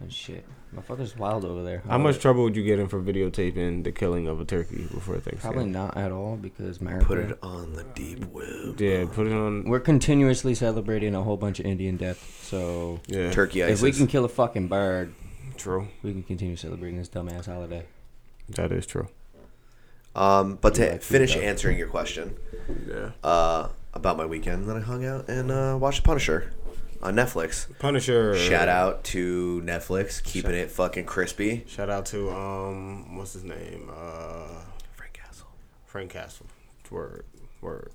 Speaker 1: and shit. My fucker's wild over there.
Speaker 6: How much trouble would you get in for videotaping the killing of a turkey before
Speaker 1: Probably
Speaker 6: Thanksgiving?
Speaker 1: not at all because America.
Speaker 5: Put it on the deep web.
Speaker 6: Yeah, put it on.
Speaker 1: We're continuously celebrating a whole bunch of Indian death, so
Speaker 6: Yeah,
Speaker 5: Turkey
Speaker 1: if
Speaker 5: ice.
Speaker 1: we can kill a fucking bird,
Speaker 6: true.
Speaker 1: we can continue celebrating this dumbass holiday.
Speaker 6: That is true.
Speaker 5: Um, but
Speaker 1: Yeah, I
Speaker 5: to
Speaker 1: think
Speaker 5: finish
Speaker 1: that-
Speaker 5: answering your question
Speaker 6: Yeah.
Speaker 5: uh, about my weekend, then I hung out and uh, watched The Punisher on Netflix.
Speaker 6: Punisher.
Speaker 5: Shout out to Netflix, keeping it fucking crispy.
Speaker 6: Shout out to um, what's his name? Uh,
Speaker 5: Frank Castle.
Speaker 6: Frank Castle. Word, word.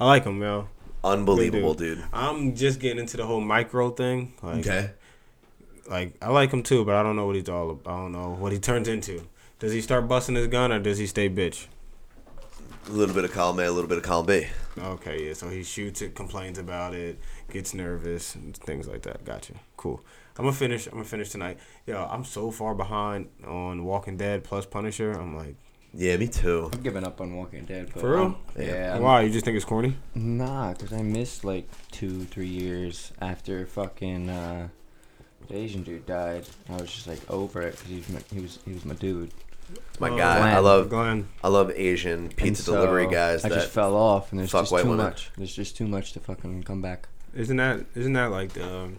Speaker 6: I like him, yo.
Speaker 5: Unbelievable, dude.
Speaker 6: I'm just getting into the whole micro thing. Like,
Speaker 5: Okay.
Speaker 6: like I like him too, but I don't know what he's all. About. I don't know what he turns into. Does he start busting his gun or does he stay bitch?
Speaker 5: A little bit of column A, a little bit of column B.
Speaker 6: Okay, yeah. So he shoots it, complains about it, gets nervous, and things like that. Gotcha. Cool. I'm gonna finish. I'm gonna finish tonight. Yo, I'm so far behind on Walking Dead plus Punisher. I'm like,
Speaker 5: Yeah, me too.
Speaker 1: I'm giving up on Walking Dead. But
Speaker 6: For real?
Speaker 1: I'm- yeah. I'm-
Speaker 6: why? You just think it's corny?
Speaker 1: Nah, because I missed like two, three years after fucking uh, the Asian dude died. I was just like over it because he was my, he was he was my dude.
Speaker 5: My
Speaker 6: Oh,
Speaker 5: guy, I
Speaker 1: Glenn.
Speaker 5: love,
Speaker 6: Glenn.
Speaker 5: I love Asian
Speaker 1: And
Speaker 5: pizza
Speaker 1: so
Speaker 5: delivery guys.
Speaker 1: I
Speaker 5: That
Speaker 1: just fell off, and there's
Speaker 5: fuck
Speaker 1: just
Speaker 5: white
Speaker 1: too
Speaker 5: women.
Speaker 1: much. There's just too much to fucking come back.
Speaker 6: Isn't that isn't that like the um,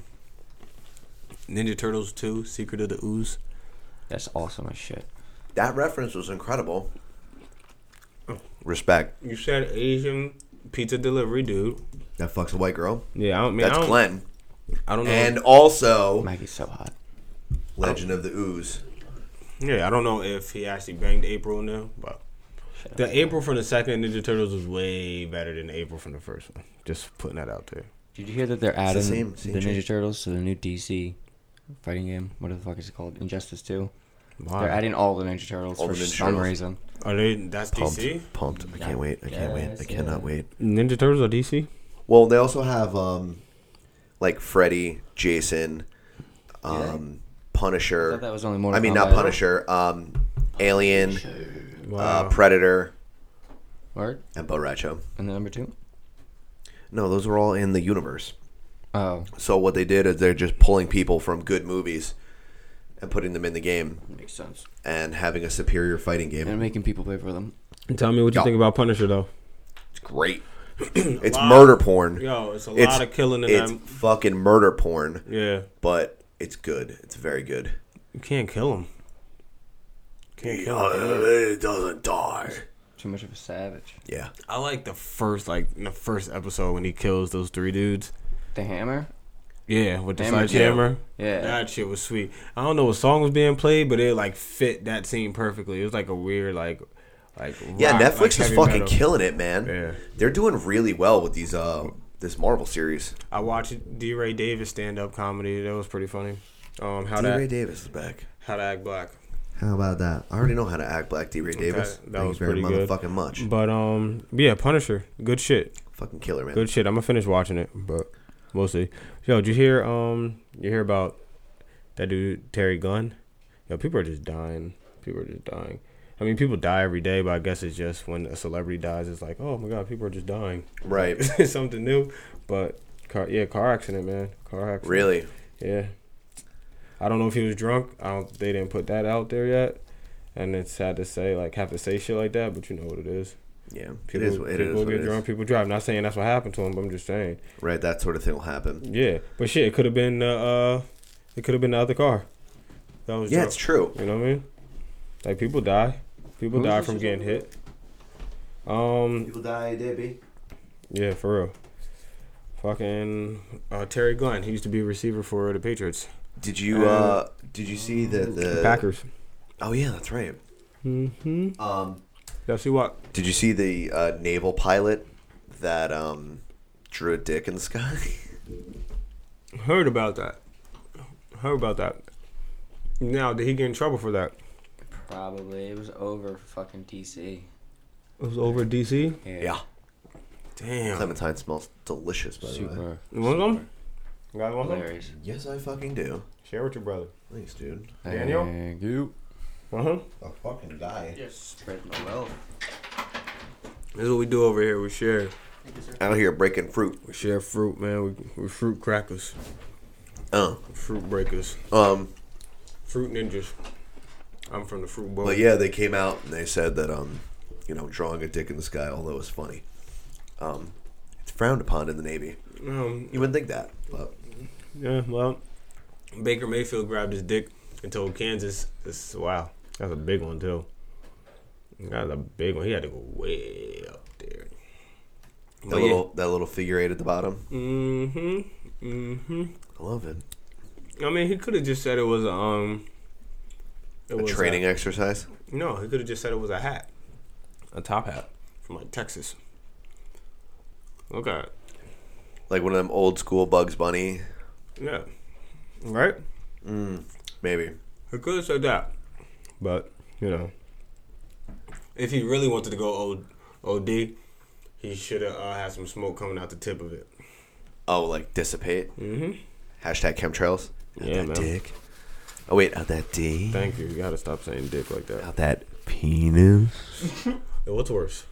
Speaker 6: Ninja Turtles two Secret of the Ooze?
Speaker 1: That's awesome as shit.
Speaker 5: that reference was incredible. Respect.
Speaker 6: You said Asian pizza delivery dude.
Speaker 5: That fucks a white girl.
Speaker 6: Yeah, I don't mean I
Speaker 5: That's
Speaker 6: don't,
Speaker 5: Glenn.
Speaker 6: I don't know.
Speaker 5: And also,
Speaker 1: Maggie's so hot.
Speaker 5: Legend of the Ooze.
Speaker 6: yeah, I don't know if he actually banged April in there, but
Speaker 1: Shut
Speaker 6: the
Speaker 1: up.
Speaker 6: April from the second Ninja Turtles was way better than the April from the first one. Just putting that out there.
Speaker 1: Did you hear that they're
Speaker 5: the
Speaker 1: adding the,
Speaker 5: same- same
Speaker 1: Ninja
Speaker 5: change.
Speaker 1: Turtles to the new DC fighting game? What the fuck is it called? Injustice Two.
Speaker 6: Wow.
Speaker 1: They're adding all the Ninja Turtles
Speaker 5: All
Speaker 1: for
Speaker 5: the Ninja
Speaker 1: some
Speaker 5: Turtles.
Speaker 1: reason.
Speaker 6: Are they? That's
Speaker 5: Pumped.
Speaker 6: DC.
Speaker 5: Pumped. I can't wait. I can't wait. I
Speaker 7: Yes,
Speaker 5: cannot
Speaker 7: yeah.
Speaker 5: wait.
Speaker 6: Ninja Turtles are DC.
Speaker 5: Well, they also have um, like Freddy, Jason, um,
Speaker 1: I
Speaker 5: Punisher.
Speaker 1: thought that was only Mortal
Speaker 5: I mean,
Speaker 1: Kombat.
Speaker 5: not Punisher. Um, Alien, uh,
Speaker 6: Wow.
Speaker 5: Predator,
Speaker 1: Word.
Speaker 5: and Bo Racho.
Speaker 1: And then number two.
Speaker 5: No, those were all in the universe.
Speaker 1: Oh,
Speaker 5: So what they did is they're just pulling people from good movies and putting them in the game
Speaker 1: makes sense.
Speaker 5: and having a superior fighting
Speaker 1: And
Speaker 5: game.
Speaker 1: making people pay for them.
Speaker 6: Tell me what you
Speaker 5: Yo.
Speaker 6: think about Punisher though.
Speaker 5: It's great. it's
Speaker 6: Wow.
Speaker 5: murder porn.
Speaker 6: Yo, it's a
Speaker 5: It's-
Speaker 6: lot of killing in
Speaker 5: It's
Speaker 6: them.
Speaker 5: fucking murder porn,
Speaker 6: Yeah,
Speaker 5: but it's good. It's very good.
Speaker 6: you can't kill him. Can't kill him.
Speaker 5: It doesn't die.
Speaker 1: Too much of a savage.
Speaker 5: Yeah.
Speaker 6: I like the first like in the first episode when he kills those three dudes.
Speaker 1: The hammer.
Speaker 6: Yeah, with the
Speaker 1: Hammer
Speaker 6: sledgehammer.
Speaker 1: Yeah.
Speaker 6: That shit was sweet. I don't know what song was being played, but it like fit that scene perfectly. It was like a weird like like
Speaker 5: Yeah,
Speaker 6: rock,
Speaker 5: Netflix
Speaker 6: like,
Speaker 5: is
Speaker 6: heavy
Speaker 5: fucking
Speaker 6: metal.
Speaker 5: killing it, man.
Speaker 6: Yeah.
Speaker 5: They're doing really well with these uh this Marvel series.
Speaker 6: I watched D. Ray Davis stand up comedy. That was pretty funny. Um, how to
Speaker 5: D. Ray
Speaker 6: act,
Speaker 5: Davis is back.
Speaker 6: how to act black.
Speaker 5: How about that? I already know how to act black, D. Ray Davis.
Speaker 6: that
Speaker 5: Thank
Speaker 6: was
Speaker 5: you very
Speaker 6: pretty good.
Speaker 5: motherfucking much.
Speaker 6: But um, yeah, Punisher, good shit,
Speaker 5: Fucking killer, man.
Speaker 6: good shit. I'm gonna finish watching it, but we'll see. Yo, did you hear um, you hear about that dude Terry Gunn? Yo, people are just dying. People are just dying. I mean, people die every day, but I guess it's just when a celebrity dies, it's like, oh my god, people are just dying.
Speaker 5: Right.
Speaker 6: It's something new, but car, yeah, car accident, man, car accident.
Speaker 5: Really?
Speaker 6: Yeah. I don't know if he was drunk. I don't, they didn't put that out there yet, and it's sad to say, like, have to say shit like that, but you know what it is.
Speaker 5: Yeah. it
Speaker 6: People,
Speaker 5: is. It is.
Speaker 6: people
Speaker 5: What
Speaker 6: get
Speaker 5: it
Speaker 6: drunk,
Speaker 5: is.
Speaker 6: people drive. Not saying that's what happened to him, but I'm just saying,
Speaker 5: Right. That sort of thing will happen.
Speaker 6: yeah. But shit, it could have been, uh, uh, it could have been the other car. That was
Speaker 5: Yeah,
Speaker 6: drunk.
Speaker 5: it's true.
Speaker 6: You know what I mean? Like people die. People
Speaker 1: Who's
Speaker 6: die
Speaker 1: this
Speaker 6: from
Speaker 1: you're
Speaker 6: getting
Speaker 1: talking
Speaker 6: hit. Um.
Speaker 5: People die, Debbie.
Speaker 6: Yeah, for real. Fucking uh, Terry Glenn. He used to be a receiver for the Patriots.
Speaker 5: Did you uh did you see the, the
Speaker 6: Packers.
Speaker 5: Oh yeah, that's right.
Speaker 6: Mm-hmm.
Speaker 5: Um
Speaker 6: That's who what?
Speaker 5: did you see the uh, naval pilot that um drew a dick in the sky?
Speaker 6: Heard about that. Heard about that. Now, did he get in trouble for that?
Speaker 1: Probably it was over fucking DC.
Speaker 6: It was over DC.
Speaker 5: yeah.
Speaker 6: Damn.
Speaker 5: Clementine smells delicious by the way.
Speaker 1: Super.
Speaker 6: You want some? You guys want some?
Speaker 1: Hilarious.
Speaker 5: Yes, I fucking do.
Speaker 6: Share with your brother.
Speaker 5: Thanks, dude.
Speaker 6: Daniel?
Speaker 1: Thank you.
Speaker 6: Uh huh.
Speaker 5: I'll fucking die.
Speaker 1: Spread my wealth.
Speaker 6: This is what we do over here. We share.
Speaker 5: Out here breaking fruit.
Speaker 6: We share fruit, man. We we fruit crackers,
Speaker 5: Uh.
Speaker 6: fruit breakers,
Speaker 5: Um
Speaker 6: fruit ninjas. I'm from the fruit bowl.
Speaker 5: But yeah, they came out and they said that um, you know, drawing a dick in the sky, although it's funny, um, it's frowned upon in the Navy.
Speaker 6: Um,
Speaker 5: You wouldn't think that, but
Speaker 6: Yeah, well, Baker Mayfield grabbed his dick and told Kansas, this, wow, that's a big one, too. That's a big one. He had to go way up there.
Speaker 5: that little that little figure eight at the bottom,
Speaker 6: Mm hmm. Mm hmm.
Speaker 5: I love it.
Speaker 6: I mean, he could have just said it was a, um, it
Speaker 5: A
Speaker 6: was
Speaker 5: training exercise.
Speaker 6: no, he could have just said it was a hat. A top hat. From like Texas. Look at it.
Speaker 5: Like one of them old school Bugs Bunny,
Speaker 6: Yeah. Right?
Speaker 5: maybe.
Speaker 6: He could have said that. But, you know. If he really wanted to go O- OD, he should have uh, had some smoke coming out the tip of it.
Speaker 5: Oh, like dissipate.
Speaker 6: Mm-hmm.
Speaker 5: Hashtag chemtrails. Out
Speaker 6: Yeah,
Speaker 5: that
Speaker 6: man.
Speaker 5: dick. Oh wait, out that D.
Speaker 6: Thank you. You gotta stop saying dick like that.
Speaker 5: Out that penis.
Speaker 6: Yo, what's worse?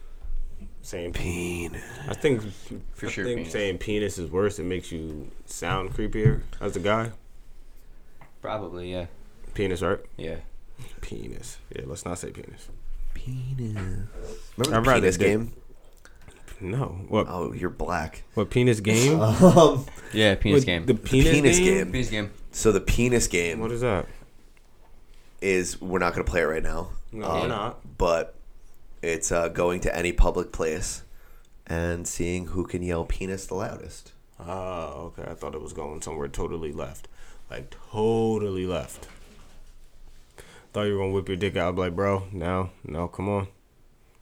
Speaker 6: Saying penis.
Speaker 5: Penis.
Speaker 6: I think,
Speaker 1: For
Speaker 6: I
Speaker 1: sure
Speaker 6: think
Speaker 1: penis.
Speaker 6: saying penis is worse. It makes you sound creepier as a guy.
Speaker 1: Probably yeah.
Speaker 6: Penis, right?
Speaker 1: Yeah.
Speaker 6: Penis. Yeah, let's not say penis.
Speaker 5: Penis. Remember
Speaker 6: I'd
Speaker 5: the
Speaker 6: rather
Speaker 5: penis
Speaker 6: dick.
Speaker 5: game?
Speaker 6: No. What?
Speaker 5: Oh, you're black.
Speaker 6: What penis game?
Speaker 5: Um,
Speaker 1: Yeah. Penis
Speaker 6: What,
Speaker 1: game.
Speaker 6: The penis,
Speaker 5: penis
Speaker 6: game?
Speaker 1: penis game.
Speaker 5: so the penis game.
Speaker 6: What is that?
Speaker 5: is we're not going to play it right now.
Speaker 6: No,
Speaker 5: Um,
Speaker 6: we're not.
Speaker 5: But it's uh, going to any public place and seeing who can yell penis the loudest.
Speaker 6: Oh, okay. I thought it was going somewhere totally left. Like, totally left. Thought you were going to whip your dick out. I'd be like, bro, no, no, come on.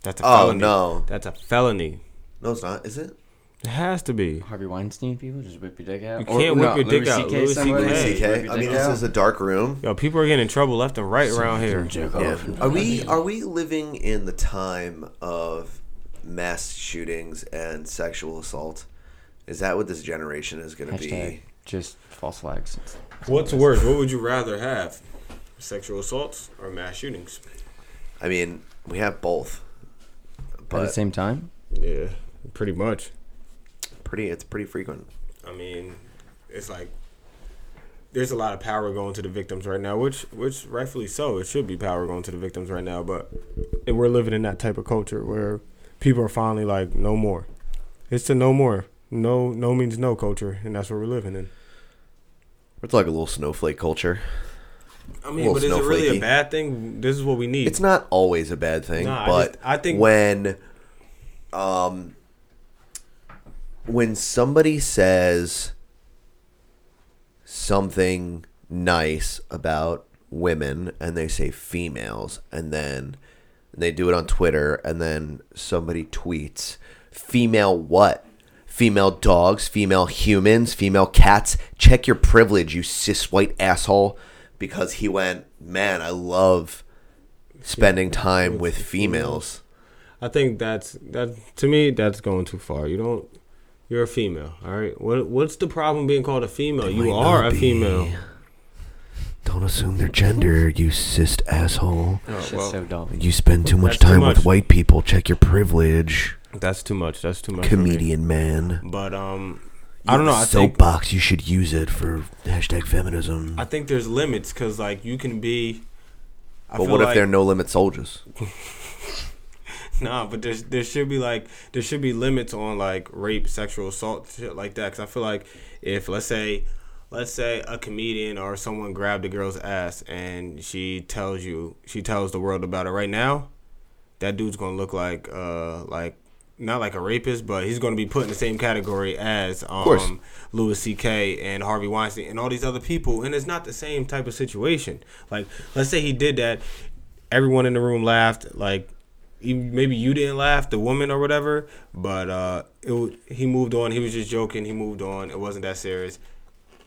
Speaker 6: That's a
Speaker 5: Oh,
Speaker 6: felony.
Speaker 5: no.
Speaker 6: That's a felony.
Speaker 5: No, it's not. Is it?
Speaker 6: It has to be.
Speaker 1: Harvey Weinstein people just whip your dick out.
Speaker 6: You can't whip your dick out. Louis
Speaker 1: somebody,
Speaker 6: CK.
Speaker 1: whip your
Speaker 5: CK. I
Speaker 1: dick
Speaker 5: mean, this
Speaker 1: out.
Speaker 5: is a dark room.
Speaker 6: Yo, people are getting in trouble left and right around here.
Speaker 5: Yeah. Are we are we living in the time of mass shootings and sexual assault? Is that what this generation is going to
Speaker 1: Hashtag
Speaker 5: be?
Speaker 1: just false flags.
Speaker 6: What's worse? What would you rather have? Sexual assaults or mass shootings?
Speaker 5: I mean, we have both.
Speaker 1: At the
Speaker 5: But
Speaker 1: same time,
Speaker 6: Yeah, pretty much.
Speaker 5: pretty it's pretty frequent.
Speaker 6: I mean, it's like there's a lot of power going to the victims right now, which which rightfully so. It should be power going to the victims right now, but and we're living in that type of culture where people are finally like, no more. It's the no more. No, no means no culture, and that's what we're living in.
Speaker 5: It's like a little snowflake culture.
Speaker 6: I
Speaker 5: Well,
Speaker 6: mean, but is it really
Speaker 5: snowflakey.
Speaker 6: a bad thing? This is what we need.
Speaker 5: it's not always a bad thing,
Speaker 6: Nah, I
Speaker 5: but
Speaker 6: just- I think-
Speaker 5: when um when somebody says something nice about women and they say females and then they do it on Twitter and then somebody tweets female what? Female dogs, female humans, female cats. Check your privilege, you cis white asshole. Because he went, man, I love spending time with females.
Speaker 6: I think that's that to me that's going too far. You don't you're a female, all right? What what's the problem being called a female? You
Speaker 5: might not
Speaker 6: are a
Speaker 5: be.
Speaker 6: female.
Speaker 5: Don't assume their gender, you cyst asshole.
Speaker 6: Oh,
Speaker 1: Shit's so dumb.
Speaker 5: You spend too much
Speaker 6: That's too
Speaker 5: time with
Speaker 6: much.
Speaker 5: white people. Check your privilege,
Speaker 6: That's too much. That's too much. for me.
Speaker 5: comedian man.
Speaker 6: But um, I don't know. I think
Speaker 5: Soapbox, you should use it for hashtag feminism.
Speaker 6: I think there's limits because like you can be. I
Speaker 5: but
Speaker 6: feel
Speaker 5: what if
Speaker 6: like-
Speaker 5: they're no limit soldiers?
Speaker 6: Nah, but there's there should be like there should be limits on like rape, sexual assault, shit like that. Because I feel like if let's say let's say a comedian or someone grabbed a girl's ass and she tells you she tells the world about it right now, that dude's gonna look like uh like not like a rapist, but he's gonna be put in the same category as
Speaker 5: course.
Speaker 6: um Louis C.K. and Harvey Weinstein and all these other people, and it's not the same type of situation. Like let's say he did that, everyone in the room laughed like you- maybe you didn't laugh the woman or whatever but uh it w- he moved on he was just joking he moved on it wasn't that serious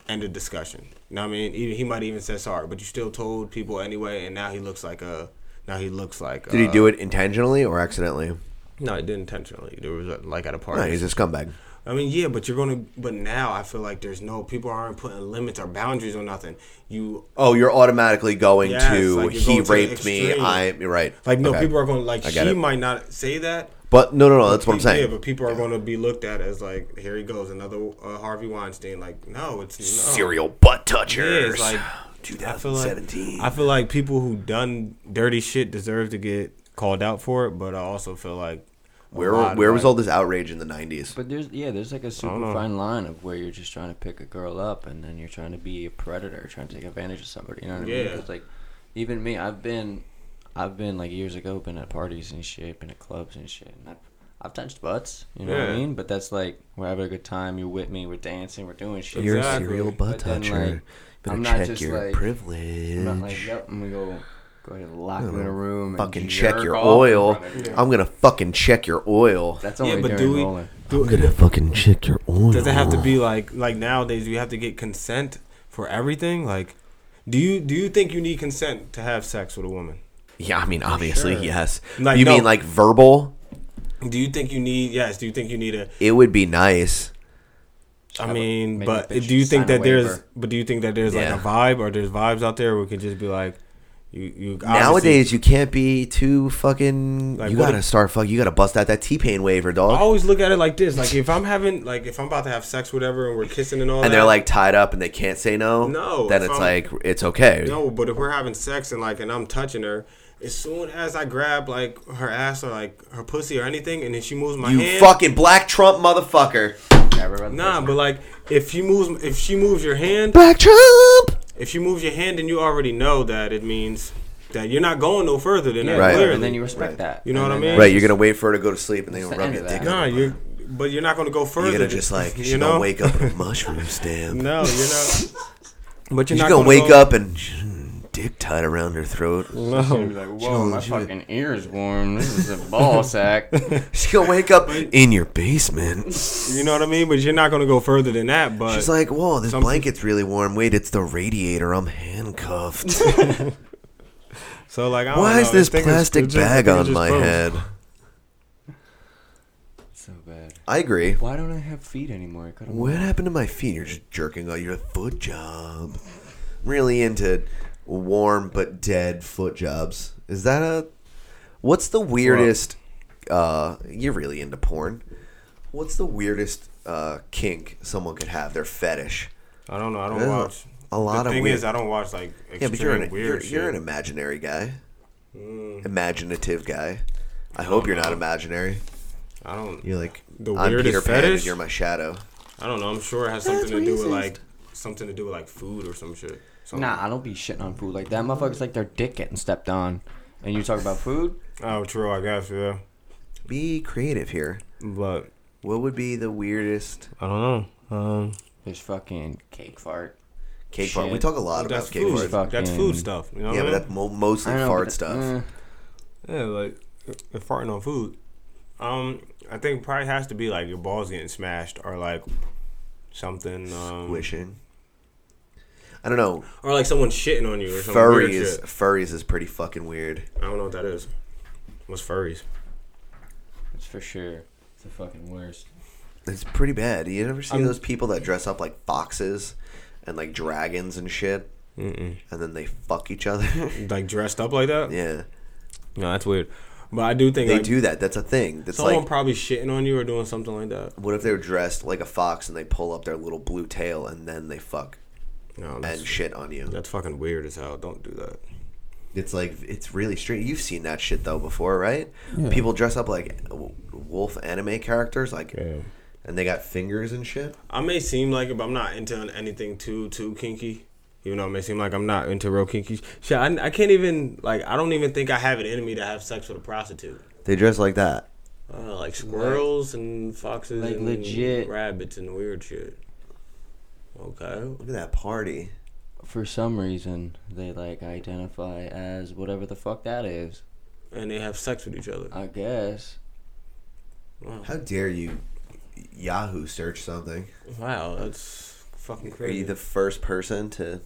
Speaker 6: end of discussion you know what i mean even, he might even said sorry but you still told people anyway and now he looks like a now he looks like
Speaker 5: Did he do it intentionally or accidentally?
Speaker 6: no he did intentionally there was uh, like at a party
Speaker 5: No, he's a scumbag.
Speaker 6: I mean, yeah, but you're gonna. But now I feel like there's no people aren't putting limits or boundaries or nothing. You
Speaker 5: Oh, you're automatically going
Speaker 6: Yes,
Speaker 5: to
Speaker 6: like you're
Speaker 5: he
Speaker 6: going to the
Speaker 5: raped me.
Speaker 6: extreme.
Speaker 5: I you're right.
Speaker 6: like no
Speaker 5: Okay.
Speaker 6: people are going to like
Speaker 5: I get
Speaker 6: she
Speaker 5: it.
Speaker 6: might not say that,
Speaker 5: But no, no, no. That's what I'm
Speaker 6: Pe-
Speaker 5: saying.
Speaker 6: Yeah, but people are going to be looked at as like, here he goes, another uh, Harvey Weinstein. Like, no, it's no.
Speaker 5: Serial butt
Speaker 6: Yeah,
Speaker 5: touchers.
Speaker 6: it's like I feel like
Speaker 5: 2017.
Speaker 6: I feel like people who done dirty shit deserve to get called out for it, but I also feel like a
Speaker 5: where
Speaker 6: lot of,
Speaker 5: where was
Speaker 6: like-
Speaker 5: all this outrage in the 90s?
Speaker 1: But there's yeah, there's like a super fine line of where you're just trying to pick a girl up and then you're trying to be a predator, trying to take advantage of somebody. You know what I mean?
Speaker 6: Yeah.
Speaker 1: Because like, even me, I've been, I've been like years ago, been at parties and shit, been at clubs and shit, and I've, I've touched butts. You know what I
Speaker 6: Yeah.
Speaker 1: mean? But that's like we're having a good time. You're with me. We're dancing. We're doing shit.
Speaker 5: You're
Speaker 6: Exactly.
Speaker 5: a serial butt
Speaker 1: But then,
Speaker 5: toucher.
Speaker 1: like,
Speaker 5: Better
Speaker 1: I'm not
Speaker 5: check
Speaker 1: just,
Speaker 5: your
Speaker 1: like-
Speaker 5: privilege.
Speaker 1: I'm not like, yep, I'm gonna go. Go ahead and lock them in a room. And
Speaker 5: fucking
Speaker 1: jerk
Speaker 5: check your
Speaker 1: off in
Speaker 5: oil.
Speaker 1: front of you.
Speaker 5: I'm gonna fucking check your oil.
Speaker 1: That's
Speaker 6: Yeah,
Speaker 1: only
Speaker 6: but
Speaker 1: during
Speaker 6: do we-
Speaker 1: rolling.
Speaker 5: I'm gonna fucking check your oil.
Speaker 6: Does it have to be like like nowadays? You have to get consent for everything. Like, do you do you think you need consent to have sex with a woman?
Speaker 5: Yeah, I mean, obviously,
Speaker 6: sure.
Speaker 5: yes.
Speaker 6: Like,
Speaker 5: you
Speaker 6: no.
Speaker 5: mean like verbal?
Speaker 6: Do you think you need yes? Do you think you need a
Speaker 5: It would be nice.
Speaker 6: I
Speaker 1: Have a-
Speaker 6: mean,
Speaker 1: make a
Speaker 6: but
Speaker 1: bitch
Speaker 6: do you think
Speaker 1: sign a
Speaker 6: that there's
Speaker 1: waiver.
Speaker 6: but do you think that there's
Speaker 5: Yeah.
Speaker 6: like a vibe or there's vibes out there where we could just be like, you you obviously-
Speaker 5: Nowadays, you can't be too fucking.
Speaker 6: Like,
Speaker 5: you
Speaker 6: what
Speaker 5: gotta
Speaker 6: if- Oh,
Speaker 5: start fuck. You gotta bust out that T Pain waiver,
Speaker 6: I
Speaker 5: dog.
Speaker 6: always look at it like this: like if I'm having like if I'm about to have sex, whatever, and we're kissing and all,
Speaker 5: and
Speaker 6: that,
Speaker 5: they're like tied up and they can't say no.
Speaker 6: No,
Speaker 5: Then
Speaker 6: if
Speaker 5: it's
Speaker 6: I'm-
Speaker 5: like it's okay.
Speaker 6: no. But if we're having sex and like and I'm touching her, as soon as I grab like her ass or like her pussy or anything, and then she moves my
Speaker 5: you
Speaker 6: hand,
Speaker 5: fucking black Trump motherfucker.
Speaker 6: nah. But like if she moves if she moves your hand,
Speaker 5: Black Trump.
Speaker 6: if she moves your hand, then you already know that it means that you're not going no further than that.
Speaker 5: Right.
Speaker 6: Clearly.
Speaker 1: And then you respect that.
Speaker 6: You know
Speaker 1: And
Speaker 6: what I
Speaker 1: then
Speaker 6: mean?
Speaker 1: that's-
Speaker 5: Right, you're gonna wait for her to go to sleep and then you'll
Speaker 1: the
Speaker 5: rub
Speaker 1: end
Speaker 5: your
Speaker 1: of
Speaker 5: dick.
Speaker 1: that.
Speaker 5: up.
Speaker 6: Nah, you're, but you're not gonna go further.
Speaker 5: You're gonna
Speaker 6: than-
Speaker 5: just like
Speaker 6: you
Speaker 5: she's
Speaker 6: know?
Speaker 5: gonna wake up in a mushroom stand.
Speaker 6: No, you're not. But you're
Speaker 5: She's gonna,
Speaker 6: not gonna,
Speaker 5: wake
Speaker 6: go-
Speaker 5: up and dick tied around her throat.
Speaker 1: You'd be like, whoa, my fucking ears warm. This is a ball sack.
Speaker 5: She's gonna wake up in your basement.
Speaker 6: You know what I mean? But you're not gonna go further than that. But
Speaker 5: She's like, "Whoa, this
Speaker 6: Some-
Speaker 5: blanket's really warm. Wait, it's the radiator. I'm handcuffed.
Speaker 6: so like, I don't
Speaker 5: Why
Speaker 6: know.
Speaker 5: is this
Speaker 6: I think it's-
Speaker 5: plastic
Speaker 6: it's just- I
Speaker 5: bag
Speaker 6: think it's
Speaker 5: on
Speaker 6: just
Speaker 5: my
Speaker 6: both.
Speaker 5: head?"
Speaker 1: so bad.
Speaker 5: I agree.
Speaker 1: Why don't I have feet anymore? I cut 'em
Speaker 5: What
Speaker 1: off.
Speaker 5: happened to my feet? You're just jerking off. You're a foot job. I'm really into warm but dead foot jobs. Is that a? What's the weirdest? Uh, you're really into porn. What's the weirdest uh, kink someone could have? Their fetish.
Speaker 6: I don't know. I
Speaker 5: There's
Speaker 6: don't
Speaker 5: a-
Speaker 6: watch.
Speaker 5: a lot
Speaker 6: the
Speaker 5: of
Speaker 6: thing
Speaker 5: weird-
Speaker 6: is, I don't watch like extreme
Speaker 5: Yeah, but you're an
Speaker 6: weird
Speaker 5: you're,
Speaker 6: shit. Mm.
Speaker 5: you're an imaginary guy, imaginative guy. I hope you're not imaginary.
Speaker 6: I don't.
Speaker 5: You're like
Speaker 6: The
Speaker 5: I'm
Speaker 6: weirdest
Speaker 5: Peter Pan and
Speaker 6: fetish?
Speaker 5: you're my shadow.
Speaker 6: I don't know. I'm sure it has something to do with like something to do with like food or some shit. Something.
Speaker 1: Nah, I don't be shitting on food like that. Motherfuckers like their dick getting stepped on. And you talk about food?
Speaker 6: Oh, true. I guess yeah.
Speaker 5: Be creative here.
Speaker 6: But
Speaker 5: What would be the weirdest
Speaker 6: I don't know. Um,
Speaker 1: There's fucking cake fart.
Speaker 5: cake fart? We
Speaker 1: Shit.
Speaker 5: talk a lot
Speaker 6: that's
Speaker 5: about cake fart.
Speaker 6: food.
Speaker 1: farts.
Speaker 6: That's
Speaker 1: Fucking-
Speaker 6: food stuff. You know what
Speaker 5: Yeah,
Speaker 6: I
Speaker 5: but
Speaker 6: mean?
Speaker 5: that's mo- mostly
Speaker 1: I don't know,
Speaker 5: fart
Speaker 1: but-
Speaker 5: stuff.
Speaker 1: eh.
Speaker 6: Yeah, like uh, farting on food. Um, I think probably has to be like your balls getting smashed or like something. Um,
Speaker 5: Wishing. I don't know.
Speaker 6: or like someone shitting on you or something.
Speaker 5: Furries,
Speaker 6: Furries. Weird shit.
Speaker 5: furries is pretty fucking weird.
Speaker 6: I don't know what that is. What's furries?
Speaker 1: It's for sure. It's the fucking worst.
Speaker 5: It's pretty bad. You ever see
Speaker 6: I'm-
Speaker 5: those people that dress up like foxes and like dragons and shit?
Speaker 6: Mm-mm.
Speaker 5: and then they fuck each other.
Speaker 6: Like dressed up like that?
Speaker 5: yeah,
Speaker 6: No, that's weird. But I do think
Speaker 5: they
Speaker 6: like,
Speaker 5: do that. That's a thing. That's
Speaker 6: someone
Speaker 5: like,
Speaker 6: probably shitting on you or doing something like that.
Speaker 5: what if they're dressed like a fox and they pull up their little blue tail and then they fuck
Speaker 6: No, Oh, that's,
Speaker 5: and shit on you?
Speaker 6: that's fucking weird as hell. Don't do that.
Speaker 5: It's like it's really strange. You've seen that shit though before, right? People dress up like w- wolf anime characters, like, and they got fingers and shit.
Speaker 6: I may seem like it, but I'm not into anything too too kinky. Even though it may seem like I'm not into real kinky sh- shit, I, I can't even like. I don't even think I have it in me to have sex with a prostitute.
Speaker 5: They dress like that.
Speaker 6: Uh, like squirrels and foxes
Speaker 1: like
Speaker 6: and
Speaker 1: legit.
Speaker 6: rabbits and weird shit. Okay.
Speaker 5: Look at that party.
Speaker 1: For some reason, they like identify as whatever the fuck that is.
Speaker 6: And they have sex with each other.
Speaker 1: I guess.
Speaker 6: Wow.
Speaker 5: How dare you, Yahoo search something?
Speaker 6: Wow, that's fucking
Speaker 5: Are
Speaker 6: crazy.
Speaker 5: you the first person to?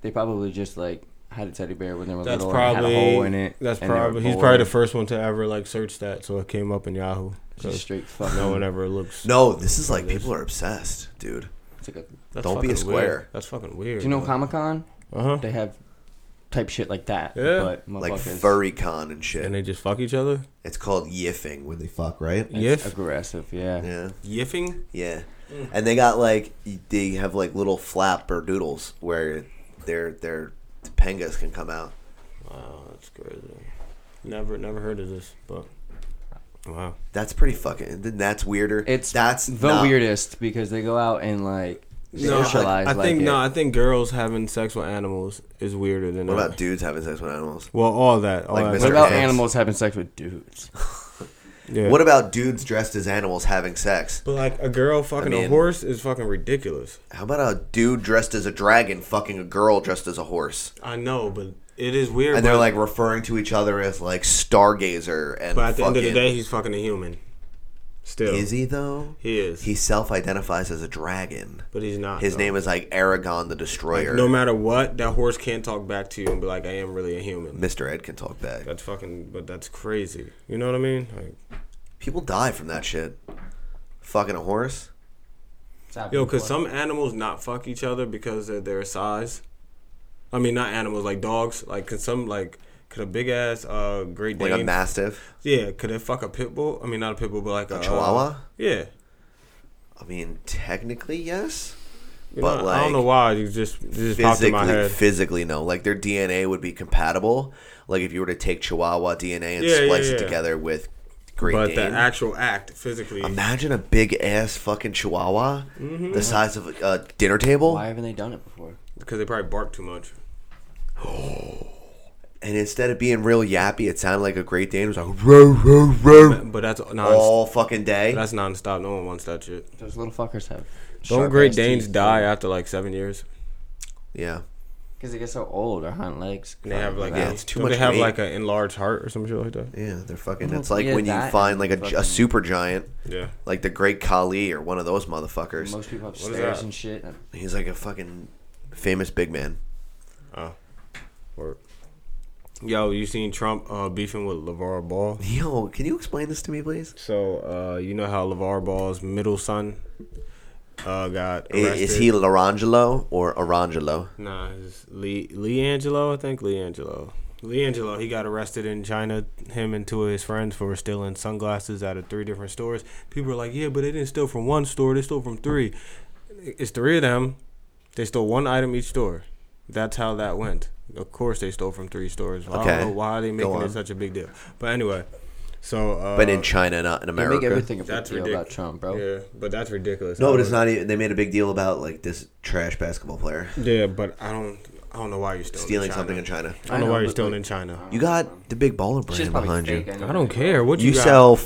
Speaker 1: They probably just like had a teddy bear when they were
Speaker 6: that's
Speaker 1: little
Speaker 6: probably
Speaker 1: and had a hole in it.
Speaker 6: That's
Speaker 1: and they were
Speaker 6: probably he's
Speaker 1: bored.
Speaker 6: probably the first one to ever like search that, so it came up in Yahoo.
Speaker 1: It's just
Speaker 6: 'Cause
Speaker 1: straight fucking.
Speaker 6: no one ever looks.
Speaker 5: No, this is like people are obsessed, dude.
Speaker 1: It's like a, do
Speaker 6: That's
Speaker 5: don't be a
Speaker 6: fucking
Speaker 5: square.
Speaker 6: weird. That's fucking weird.
Speaker 1: you know Comic Con?
Speaker 6: Uh huh.
Speaker 1: They have type shit like that.
Speaker 6: Yeah.
Speaker 1: But
Speaker 5: Like
Speaker 1: motherfuckers-
Speaker 5: furry con and shit.
Speaker 6: And they just fuck each other.
Speaker 5: It's called yiffing when they fuck, right?
Speaker 1: It's
Speaker 6: Yiff.
Speaker 1: aggressive. Yeah.
Speaker 5: Yeah,
Speaker 6: Yiffing.
Speaker 5: yeah.
Speaker 6: Mm.
Speaker 5: And they got like they have like little flap or doodles where their their pangas can come out.
Speaker 6: Wow, Oh, that's crazy. Never, never heard of this, but wow.
Speaker 5: That's pretty fucking. Then that's weirder.
Speaker 1: It's
Speaker 5: that's
Speaker 1: the
Speaker 5: not-
Speaker 1: weirdest because they go out and like
Speaker 6: No,
Speaker 1: socialize.
Speaker 6: I, I
Speaker 1: like
Speaker 6: think
Speaker 1: it.
Speaker 6: no. I think girls having sex with animals is weirder than
Speaker 5: What
Speaker 6: that.
Speaker 5: about dudes having sex with animals?
Speaker 6: Well, all that. All
Speaker 5: Like
Speaker 6: that
Speaker 5: Mr.
Speaker 1: What about
Speaker 5: Hanks?
Speaker 1: animals having sex with dudes?
Speaker 6: Yeah.
Speaker 5: What about dudes dressed as animals having sex?
Speaker 6: But like a girl fucking
Speaker 5: mean-
Speaker 6: a horse is fucking ridiculous.
Speaker 5: How about a dude dressed as a dragon fucking a girl dressed as a horse?
Speaker 6: I know, but it is weird.
Speaker 5: And they're
Speaker 6: but-
Speaker 5: like referring to each other as like stargazer and
Speaker 6: but at the end of the
Speaker 5: fucking-
Speaker 6: day, he's fucking a human. Still,
Speaker 5: Is he though?
Speaker 6: He is.
Speaker 5: He self-identifies as a dragon.
Speaker 6: but he's not.
Speaker 5: His
Speaker 6: though.
Speaker 5: name is like Aragon the Destroyer.
Speaker 6: No matter what, that horse can't talk back to you and be like, "I am really a human."
Speaker 5: Mr. Ed can talk back.
Speaker 6: That's fucking. But that's crazy. You know what I mean? Like,
Speaker 5: People die from that shit. Fucking a horse.
Speaker 6: Yo, because some animals not fuck each other because of their size. I mean, not animals like dogs. Like, could some like could a big ass uh Great Dane?
Speaker 5: Like a mastiff.
Speaker 6: yeah, could it fuck a pit bull? I mean, not a pit bull, but like a, uh,
Speaker 5: Chihuahua?
Speaker 6: Yeah,
Speaker 5: I mean, technically, yes.
Speaker 6: You
Speaker 5: But,
Speaker 6: know, I don't know
Speaker 5: like,
Speaker 6: why you just it just popped in my
Speaker 5: Physically,
Speaker 6: head.
Speaker 5: physically, no. Like their DNA would be compatible. Like if you were to take Chihuahua DNA and
Speaker 6: Yeah, yeah,
Speaker 5: splice it
Speaker 6: yeah.
Speaker 5: together with Great
Speaker 6: but
Speaker 5: Dane.
Speaker 6: the actual act physically.
Speaker 5: Imagine a big ass fucking Chihuahua,
Speaker 6: Mm-hmm.
Speaker 5: the size of a, a dinner table,
Speaker 1: Why haven't they done it before?
Speaker 6: because they probably bark too much.
Speaker 5: and instead of being real yappy, it sounded like a Great Dane was like row row row
Speaker 6: But that's non.
Speaker 5: all fucking day.
Speaker 6: That's nonstop. No one wants that shit.
Speaker 1: Those little fuckers have.
Speaker 6: Don't
Speaker 1: sharp
Speaker 6: Great
Speaker 1: ass
Speaker 6: Danes
Speaker 1: teeth,
Speaker 6: die after like seven years?
Speaker 5: Yeah.
Speaker 1: Because they get so old or hunt legs.
Speaker 6: And they have like
Speaker 5: Yeah,
Speaker 6: a-
Speaker 5: it's too
Speaker 6: don't
Speaker 5: much
Speaker 6: They have
Speaker 5: weight.
Speaker 6: like an enlarged heart or some shit like that.
Speaker 5: Yeah, they're fucking. It's like
Speaker 1: Yeah,
Speaker 5: when you
Speaker 1: that
Speaker 5: find
Speaker 1: and
Speaker 5: like a,
Speaker 1: fucking-
Speaker 5: a super giant,
Speaker 6: Yeah.
Speaker 5: like the Great Khali or one of those motherfuckers.
Speaker 1: most people have
Speaker 6: What is
Speaker 1: stairs
Speaker 6: that?
Speaker 1: and shit. and-
Speaker 5: He's like a fucking famous big man.
Speaker 6: Or, yo, you seen Trump uh, beefing with LeVar Ball?
Speaker 5: Yo, can you explain this to me, please?
Speaker 6: So uh, you know how LeVar Ball's middle son uh, got
Speaker 5: I-
Speaker 6: arrested?
Speaker 5: Is he Larangelo or Orangelo?
Speaker 6: Nah, it's Lee Lee Angelo, I think Lee Angelo. Lee Angelo, he got arrested in China. Him and two of his friends for stealing sunglasses out of three different stores. People are like, yeah, but they didn't steal from one store; they stole from three. It's three of them. They stole one item each store. That's how that went. Of course, they stole from three stores. I
Speaker 5: Okay.
Speaker 6: don't know why are they making
Speaker 5: on.
Speaker 6: it such a big deal. But anyway, so uh,
Speaker 5: But in China, not in
Speaker 1: They make
Speaker 5: America.
Speaker 1: everything a big
Speaker 6: That's
Speaker 1: deal
Speaker 6: ridic-
Speaker 1: about Trump, bro.
Speaker 6: yeah, but that's ridiculous.
Speaker 5: No,
Speaker 6: I
Speaker 5: but it's
Speaker 6: don't-
Speaker 5: not even. They made a big deal about like this trash basketball player
Speaker 6: Yeah, but I don't. I don't know why you're stealing,
Speaker 5: stealing
Speaker 6: Oh, China.
Speaker 5: something in China.
Speaker 6: I don't know,
Speaker 1: I know,
Speaker 6: why you're
Speaker 1: but,
Speaker 6: stealing
Speaker 1: like,
Speaker 6: in China.
Speaker 5: You got the big baller
Speaker 1: It's just
Speaker 5: brand
Speaker 1: probably
Speaker 5: behind
Speaker 1: fake.
Speaker 5: you.
Speaker 1: know
Speaker 6: I don't
Speaker 1: they-
Speaker 6: care what you,
Speaker 5: You
Speaker 6: got.
Speaker 5: sell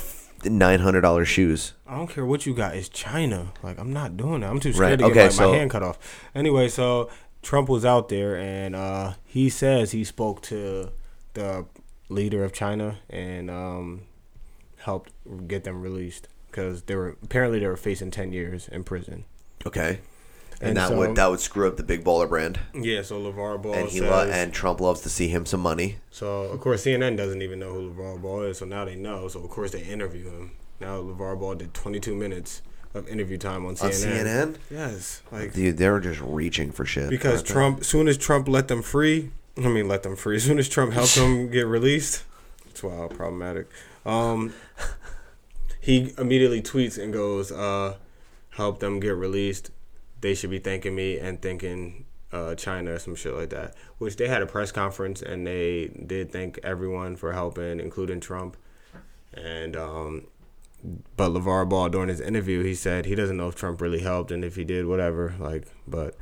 Speaker 5: nine hundred dollars shoes.
Speaker 6: I don't care what you got. It's China. Like I'm not doing that. I'm too
Speaker 5: Right,
Speaker 6: scared to
Speaker 5: okay,
Speaker 6: get my,
Speaker 5: so-
Speaker 6: my hand cut off. Anyway, so Trump was out there and uh, he says he spoke to the leader of China and um, helped get them released because they were apparently they were facing 10 years in prison.
Speaker 5: Okay, and,
Speaker 6: And
Speaker 5: that
Speaker 6: so-
Speaker 5: would that would screw up the big baller brand.
Speaker 6: Yeah. So Levar Ball
Speaker 5: and he
Speaker 6: says,
Speaker 5: lo- and Trump loves to see him some money.
Speaker 6: So of course CNN doesn't even know who LeVar Ball is, so now they know. So of course they interview him. Now LeVar Ball did 22 minutes of interview time on CNN.
Speaker 5: on CNN.
Speaker 6: Yes, like
Speaker 5: Dude, they were just reaching for shit.
Speaker 6: because
Speaker 5: aren't they?
Speaker 6: Trump, soon as Trump let them free, I mean, let them free. As soon as Trump helped them get released, it's wild, problematic. Um, he immediately tweets and goes, uh, "Help them get released. They should be thanking me and thanking uh, China or some shit like that." Which they had a press conference and they did thank everyone for helping, including Trump. And um, but LeVar Ball during his interview, he said he doesn't know if Trump really helped and if he did, whatever. Like, but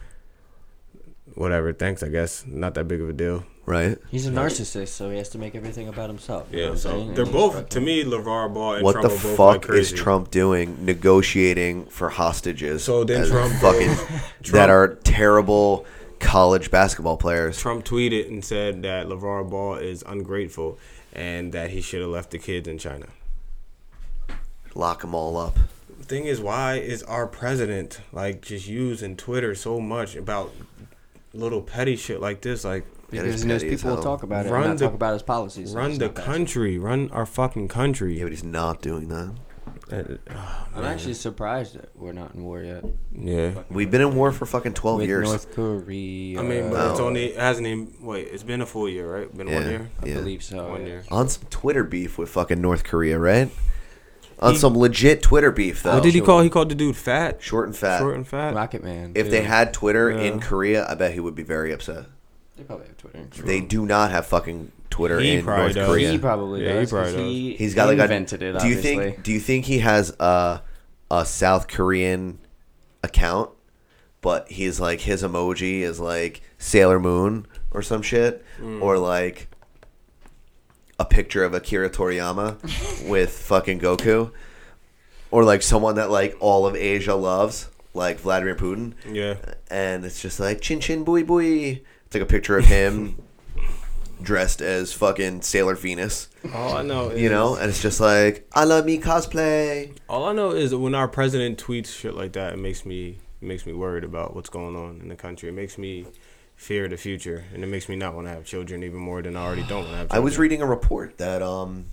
Speaker 6: whatever. Thanks, I guess. Not that big of a deal.
Speaker 5: right?
Speaker 1: He's a narcissist, so he has to make everything about himself. you know what
Speaker 6: Yeah.
Speaker 1: I'm
Speaker 6: So
Speaker 1: saying?
Speaker 6: they're
Speaker 1: And he's
Speaker 6: both
Speaker 1: fucking-
Speaker 6: to me, LeVar Ball and
Speaker 5: What
Speaker 6: Trump
Speaker 5: the
Speaker 6: are both like
Speaker 5: fuck is
Speaker 6: crazy.
Speaker 5: Trump doing? Negotiating for hostages?
Speaker 6: So then
Speaker 5: as
Speaker 6: Trump
Speaker 5: fucking
Speaker 6: goes-
Speaker 5: that are terrible college basketball players.
Speaker 6: Trump tweeted and said that LeVar Ball is ungrateful and that he should have left the kids in China.
Speaker 5: Lock them all up.
Speaker 6: thing is, why is our president like just using Twitter so much about little petty shit like this? Like,
Speaker 5: That
Speaker 1: Because
Speaker 5: is
Speaker 1: he knows
Speaker 5: petty as
Speaker 1: people will
Speaker 5: hell.
Speaker 1: talk about it
Speaker 6: Run
Speaker 1: and not
Speaker 6: the-
Speaker 1: talk about his policies. so
Speaker 6: run
Speaker 1: it's
Speaker 6: the
Speaker 1: not bad.
Speaker 6: country, run our fucking country. Uh,
Speaker 5: Yeah, uh, but he's not doing that.
Speaker 1: I'm actually surprised that we're not in war yet.
Speaker 6: Yeah.
Speaker 5: We've been in war for fucking twelve
Speaker 1: With
Speaker 5: years.
Speaker 1: North Korea.
Speaker 6: I mean, but it's
Speaker 5: Wow.
Speaker 6: only it hasn't even wait. It's been a full year, right? Been one
Speaker 5: Yeah, Oh,
Speaker 6: year.
Speaker 1: I
Speaker 5: yeah.
Speaker 1: believe so.
Speaker 6: One
Speaker 1: yeah.
Speaker 6: year.
Speaker 5: On some Twitter beef with fucking North Korea, right? On some legit Twitter beef though.
Speaker 6: What did he call? He called the dude fat.
Speaker 5: Short and fat.
Speaker 6: Short and fat.
Speaker 1: Rocket Man.
Speaker 5: if they
Speaker 1: too.
Speaker 5: had Twitter
Speaker 6: Yeah.
Speaker 5: in Korea, I bet he would be very upset.
Speaker 1: they probably have Twitter.
Speaker 5: They do not have fucking Twitter
Speaker 6: He
Speaker 5: in
Speaker 6: probably
Speaker 5: North
Speaker 6: does.
Speaker 5: Korea.
Speaker 1: He probably
Speaker 6: Yeah, he
Speaker 1: does. 'cause
Speaker 6: probably does.
Speaker 1: He
Speaker 5: He's got like a
Speaker 1: invented it.
Speaker 5: Do you
Speaker 1: obviously.
Speaker 5: think? Do you think he has a a South Korean account, but he's like his emoji is like Sailor Moon or some shit, or like a picture of Akira Toriyama with fucking Goku, or like someone that like all of Asia loves, like Vladimir Putin,
Speaker 6: Yeah.
Speaker 5: and it's just like chin chin bui bui. It's like a picture of him dressed as fucking Sailor Venus
Speaker 6: All I know, is,
Speaker 5: you know, and it's just like I love me cosplay.
Speaker 6: All I know is that when our president tweets shit like that, it makes me it makes me worried about what's going on in the country. It makes me fear the future, and it makes me not want to have children even more than I already don't want to have.
Speaker 5: I
Speaker 6: Children.
Speaker 5: was reading a report that um,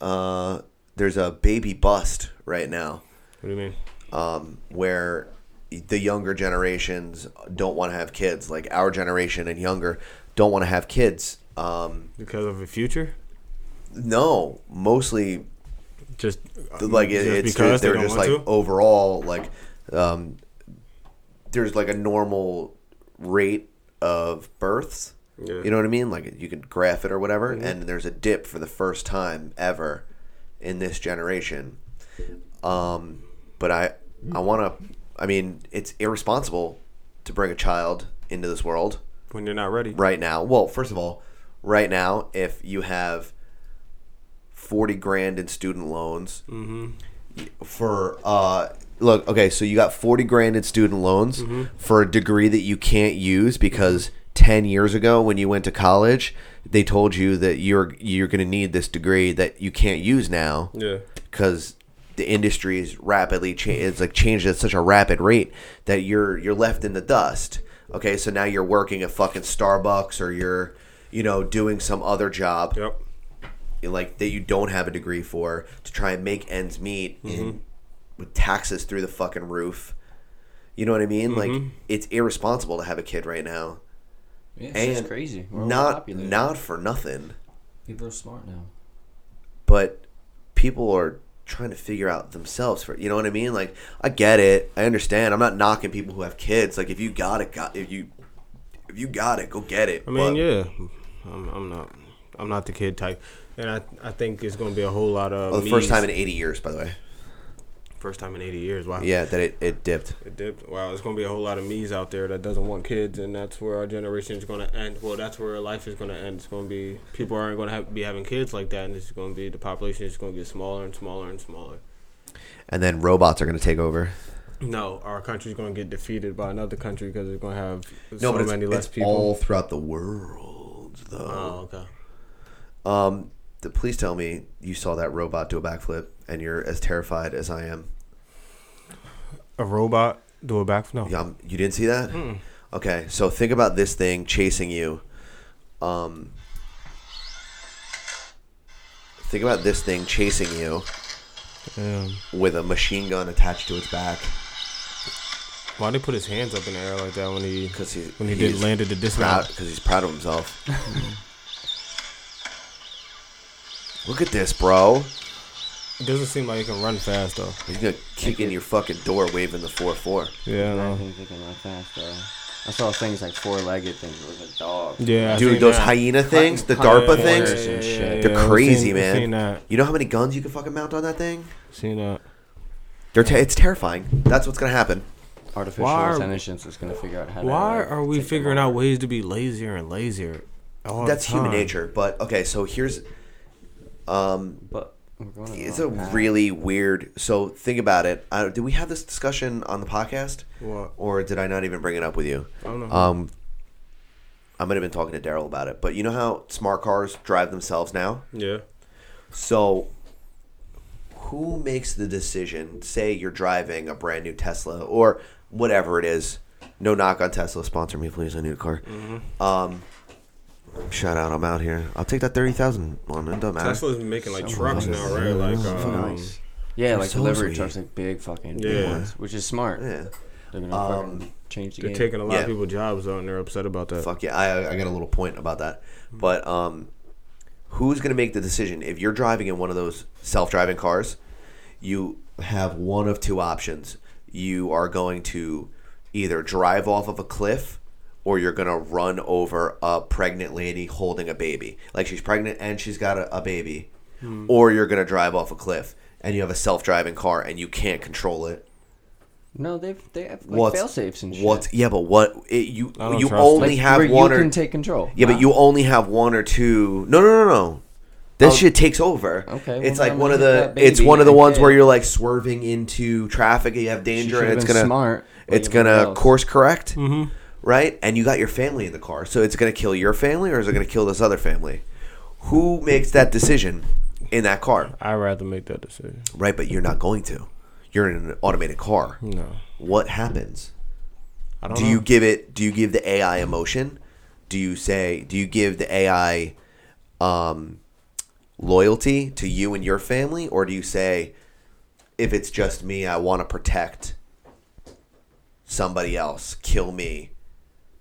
Speaker 5: uh, there's a baby bust right now
Speaker 6: What do you mean?
Speaker 5: um, where the younger generations don't want to have kids, like our generation and younger don't want to have kids. Um,
Speaker 6: Because of the future?
Speaker 5: no, mostly
Speaker 6: Just
Speaker 5: like it,
Speaker 6: just
Speaker 5: it's
Speaker 6: because they
Speaker 5: they're
Speaker 6: don't
Speaker 5: just like oh.
Speaker 6: want to?
Speaker 5: overall like um, there's like a normal rate of births.
Speaker 6: Yeah.
Speaker 5: You know what I mean? Like you can graph it or whatever, and there's a dip for the first time ever in this generation. Um, but I I want to. I mean, it's irresponsible to bring a child into this world
Speaker 6: when you're not ready.
Speaker 5: right now. Well, first of all, right now, if you have forty grand in student loans
Speaker 6: Mm-hmm.
Speaker 5: for uh, look, okay, so you got forty grand in student loans
Speaker 6: Mm-hmm.
Speaker 5: for a degree that you can't use because ten years ago when you went to college, they told you that you're you're going to need this degree that you can't use now
Speaker 6: Yeah.
Speaker 5: because the industry is rapidly cha- it's like changed at such a rapid rate that you're you're left in the dust. Okay, so now you're working at fucking Starbucks or you're you know doing some other job
Speaker 6: Yep.
Speaker 5: like that you don't have a degree for to try and make ends meet in, with taxes through the fucking roof. You know what I mean? Like it's irresponsible to have a kid right now.
Speaker 1: Yeah, it's just
Speaker 5: And
Speaker 1: crazy. We're
Speaker 5: not
Speaker 1: overpopulated.
Speaker 5: not for nothing,
Speaker 1: People are smart now.
Speaker 5: but people are trying to figure out themselves for you know what I mean? Like I get it. I understand. I'm not knocking people who have kids. Like if you got it, got if you if you got it, go get it.
Speaker 6: I mean,
Speaker 5: But
Speaker 6: yeah. I'm, I'm not. I'm not the kid type, and I I think it's gonna be a whole lot of
Speaker 5: Oh, the first
Speaker 6: me's-
Speaker 5: time in 80 years, by the way.
Speaker 6: first time in 80 years. Wow.
Speaker 5: Yeah, that it, it dipped.
Speaker 6: It dipped. Wow, there's gonna be a whole lot of me's out there that doesn't want kids, and that's where our generation is gonna end. Well, that's where life is gonna end. It's gonna be people aren't gonna have, be having kids like that, and it's gonna be the population is gonna get smaller and smaller and smaller.
Speaker 5: And then robots are going to take over.
Speaker 6: No, our country's gonna get defeated by another country because it's gonna have
Speaker 5: No,
Speaker 6: so
Speaker 5: but it's,
Speaker 6: many less
Speaker 5: it's
Speaker 6: people.
Speaker 5: all throughout the world,
Speaker 6: oh,
Speaker 5: though.
Speaker 6: okay.
Speaker 5: Um, th- please tell me you saw that robot do a backflip and you're as terrified as I am.
Speaker 6: A robot do a back? No.
Speaker 5: Um, you didn't see that?
Speaker 6: Hmm.
Speaker 5: Okay, so think about this thing chasing you. Um, think about this thing chasing you with a machine gun attached to its back
Speaker 6: Why did he put his hands up in the air like that when he
Speaker 5: because he
Speaker 6: when he did landed the dismount?
Speaker 5: because he's proud of himself.
Speaker 6: Hmm.
Speaker 5: Look at this, bro.
Speaker 6: It doesn't seem like he can run fast though.
Speaker 5: He's gonna kick in your fucking door, waving the four four.
Speaker 6: Yeah,
Speaker 1: I
Speaker 6: no.
Speaker 1: didn't think it went fast though. I saw things like four-legged things. It was a dog.
Speaker 6: yeah. I
Speaker 5: Dude,
Speaker 6: seen
Speaker 5: those
Speaker 6: that.
Speaker 5: hyena things, the
Speaker 1: cutting
Speaker 5: DARPA
Speaker 1: corners
Speaker 5: things,
Speaker 1: and shit.
Speaker 5: they're
Speaker 6: I've
Speaker 5: crazy,
Speaker 6: seen-
Speaker 5: man.
Speaker 6: Seen that.
Speaker 5: You know how many guns you can fucking mount on that thing?
Speaker 6: Seen that.
Speaker 5: They're te- it's terrifying. That's what's gonna happen.
Speaker 1: Artificial
Speaker 6: Why are-
Speaker 1: intelligence is gonna figure out how. to,
Speaker 6: Why
Speaker 1: like,
Speaker 6: are we
Speaker 1: take them
Speaker 6: figuring
Speaker 1: over.
Speaker 6: out ways to be lazier and lazier? all the
Speaker 5: That's human
Speaker 6: time?
Speaker 5: nature. But okay, so here's, um,
Speaker 1: But we're going on
Speaker 5: it's a
Speaker 1: path.
Speaker 5: really weird. So think about it. Uh, did we have this discussion on the podcast?
Speaker 6: What?
Speaker 5: Or did I not even bring it up with you?
Speaker 6: I don't know.
Speaker 5: Um, I might have been talking to Daryl about it, but you know how smart cars drive themselves now.
Speaker 6: yeah.
Speaker 5: So, who makes the decision? Say you're driving a brand new Tesla or whatever it is. No knock on Tesla. Sponsor me, please. I need a car. Um, shout out. I'm out here. I'll take that thirty thousand one. It doesn't matter.
Speaker 6: Tesla's making like
Speaker 5: So
Speaker 6: trucks
Speaker 5: nice.
Speaker 6: now, right? Like
Speaker 5: So
Speaker 6: um,
Speaker 5: nice.
Speaker 1: Yeah,
Speaker 5: They're
Speaker 1: like
Speaker 5: so
Speaker 1: delivery
Speaker 5: sweet.
Speaker 1: trucks, like big fucking
Speaker 6: Yeah.
Speaker 1: big ones, which is smart.
Speaker 5: Yeah.
Speaker 1: They're gonna
Speaker 5: Um,
Speaker 1: fucking change the
Speaker 6: they're
Speaker 1: game.
Speaker 6: taking a lot
Speaker 5: Yeah.
Speaker 6: of people jobs though, and they're upset about that.
Speaker 5: Fuck yeah. I, I got a little point about that. But um, who's going to make the decision? If you're driving in one of those self driving cars, you have one of two options. You are going to either drive off of a cliff or you're going to run over a pregnant lady holding a baby. Like she's pregnant and she's got a, a baby.
Speaker 6: Hmm.
Speaker 5: Or you're going to drive off a cliff and you have a self driving car and you can't control it.
Speaker 1: No, they've they have like
Speaker 5: What's-
Speaker 1: fail safes and shit.
Speaker 5: What's yeah, but what it, you
Speaker 6: I don't
Speaker 5: you
Speaker 6: trust it.
Speaker 5: only
Speaker 1: Like,
Speaker 5: have
Speaker 1: where
Speaker 5: one
Speaker 1: you
Speaker 5: or
Speaker 1: can take control.
Speaker 5: yeah, but you only have one or two. No, no, no, no. This shit takes over.
Speaker 1: Oh. Okay,
Speaker 5: it's
Speaker 1: well,
Speaker 5: like
Speaker 1: then
Speaker 5: one of
Speaker 1: look at
Speaker 5: the.
Speaker 1: that
Speaker 5: It's
Speaker 1: baby
Speaker 5: one of the
Speaker 1: and
Speaker 5: ones
Speaker 1: kid.
Speaker 5: where you're like swerving into traffic. and You have
Speaker 1: She
Speaker 5: danger,
Speaker 1: should've
Speaker 5: and it's
Speaker 1: been
Speaker 5: gonna.
Speaker 1: smart. like
Speaker 5: It's
Speaker 1: everyone
Speaker 5: gonna
Speaker 1: else.
Speaker 5: course correct,
Speaker 1: Mm-hmm.
Speaker 5: right? And you got your family in the car, so it's gonna kill your family, or is it gonna kill this other family? Who makes that decision in that car,
Speaker 6: I'd rather make that decision.
Speaker 5: right? But you're not going to. You're in an automated car.
Speaker 6: No,
Speaker 5: What happens?
Speaker 6: I don't.
Speaker 5: do
Speaker 6: know.
Speaker 5: you give it do you give the ai emotion do you say do you give the ai um loyalty to you and your family or do you say if it's just me i want to protect somebody else kill me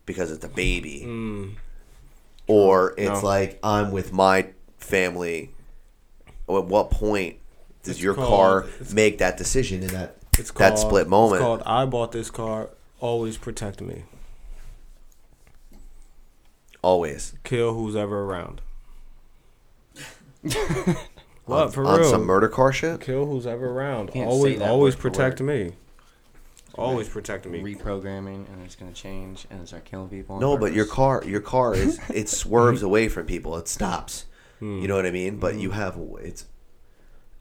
Speaker 5: because it's a baby or it's
Speaker 6: Hmm. No.
Speaker 5: like i'm with my family at what point does
Speaker 6: It's
Speaker 5: your
Speaker 6: called-
Speaker 5: car
Speaker 6: it's-
Speaker 5: make that decision in that
Speaker 6: It's
Speaker 5: that split moment
Speaker 6: It's called I bought this car. Always protect me.
Speaker 5: always
Speaker 6: Kill who's ever around. what
Speaker 5: on,
Speaker 6: for
Speaker 5: on
Speaker 6: real?
Speaker 5: some murder car shit
Speaker 6: Kill who's ever around.
Speaker 1: can't
Speaker 6: Always,
Speaker 1: say that
Speaker 6: always
Speaker 1: word for
Speaker 6: protect
Speaker 1: word.
Speaker 6: me. Always protect me.
Speaker 1: reprogramming and it's gonna change and start killing people. on
Speaker 5: No, but your
Speaker 1: purpose.
Speaker 5: car, your car is it swerves away from people. It stops.
Speaker 6: Hmm.
Speaker 5: You know what I mean? But you have it's.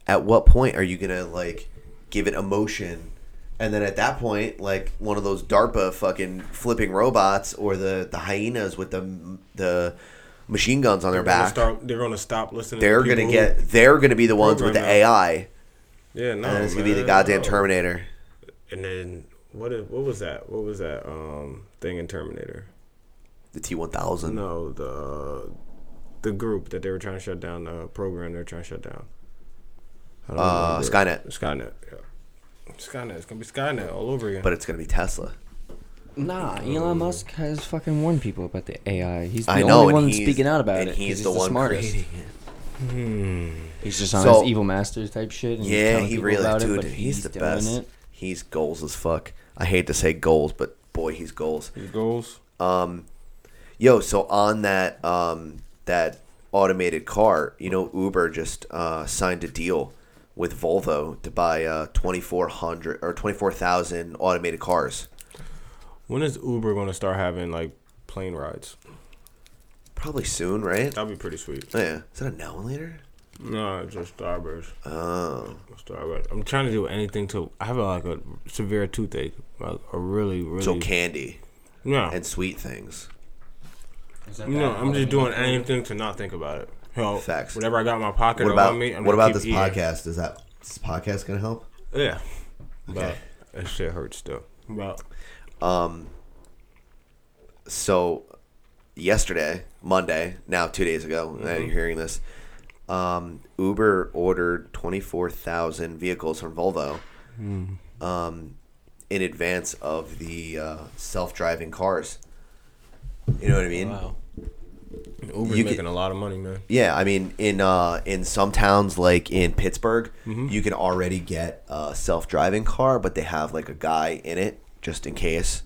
Speaker 5: At what point are you gonna like give it emotion, and then at that point, like one of those DARPA fucking flipping robots or the the hyenas with the the machine guns on their
Speaker 6: They're gonna
Speaker 5: back,
Speaker 6: start- they're gonna stop listening.
Speaker 5: they're
Speaker 6: to people
Speaker 5: gonna
Speaker 6: who-
Speaker 5: get they're gonna be the ones with the
Speaker 6: program that.
Speaker 5: AI,
Speaker 6: Yeah, no.
Speaker 5: and then it's gonna be the
Speaker 6: man,
Speaker 5: goddamn
Speaker 6: no.
Speaker 5: Terminator.
Speaker 6: And then what? Is, what was that? What was that um thing in Terminator?
Speaker 5: The T one thousand.
Speaker 6: No, the the group that they were trying to shut down, the program they were trying to shut down. I don't
Speaker 5: Uh,
Speaker 6: remember.
Speaker 5: Skynet.
Speaker 6: Skynet. Yeah. Skynet. It's gonna be Skynet all over again.
Speaker 5: But it's gonna be Tesla.
Speaker 1: Nah, Elon Musk has fucking warned people about the AI. He's the
Speaker 5: I know,
Speaker 1: only
Speaker 5: and
Speaker 1: one
Speaker 5: he's-
Speaker 1: speaking out about
Speaker 5: and
Speaker 1: it. 'cause
Speaker 5: he's the one
Speaker 1: smartest.
Speaker 5: creating it.
Speaker 1: He's just on
Speaker 5: So-
Speaker 1: his evil master type shit. And he's
Speaker 5: Yeah,
Speaker 1: telling
Speaker 5: he
Speaker 1: people
Speaker 5: really,
Speaker 1: about it,
Speaker 5: dude,
Speaker 1: but
Speaker 5: he's, the
Speaker 1: doing
Speaker 5: best.
Speaker 1: It.
Speaker 5: He's goals as fuck. I hate to say goals, but boy, he's goals.
Speaker 6: His goals.
Speaker 5: Um, yo, so on that um, that automated car, you know, Uber just uh, signed a deal with Volvo to buy uh, twenty four hundred or twenty four thousand automated cars.
Speaker 6: When is Uber gonna start having like plane rides?
Speaker 5: Probably soon, right?
Speaker 6: That'd be pretty sweet.
Speaker 5: Yeah, is that a now and later?
Speaker 6: No, just Starburst.
Speaker 5: Oh,
Speaker 6: Starburst. I'm trying to do anything to. I have like a severe toothache, like a really, really.
Speaker 5: so candy
Speaker 6: No,
Speaker 5: and sweet things.
Speaker 1: Is that
Speaker 6: no.
Speaker 1: bad?
Speaker 6: I'm just doing anything to not think about it. Hell,
Speaker 5: Facts.
Speaker 6: Whatever I got in my pocket,
Speaker 5: What
Speaker 6: around
Speaker 5: about
Speaker 6: me, I'm
Speaker 5: what
Speaker 6: gonna
Speaker 5: about
Speaker 6: keep
Speaker 5: this
Speaker 6: eating.
Speaker 5: podcast? Is that this podcast gonna help?
Speaker 6: Yeah.
Speaker 5: Okay.
Speaker 6: But that shit hurts still. But
Speaker 5: Um.
Speaker 6: Mm-hmm.
Speaker 5: So, yesterday, Monday, now two days ago, now you're hearing this. Um, Uber ordered 24,000 vehicles from Volvo
Speaker 6: Hmm.
Speaker 5: um, in advance of the uh, self driving cars. You know what I mean?
Speaker 6: Uber's
Speaker 5: You
Speaker 6: making
Speaker 5: could-
Speaker 6: a lot of money, man.
Speaker 5: Yeah, I mean, in uh, in some towns like in Pittsburgh, you can already get a self driving car, but they have like a guy in it just in case.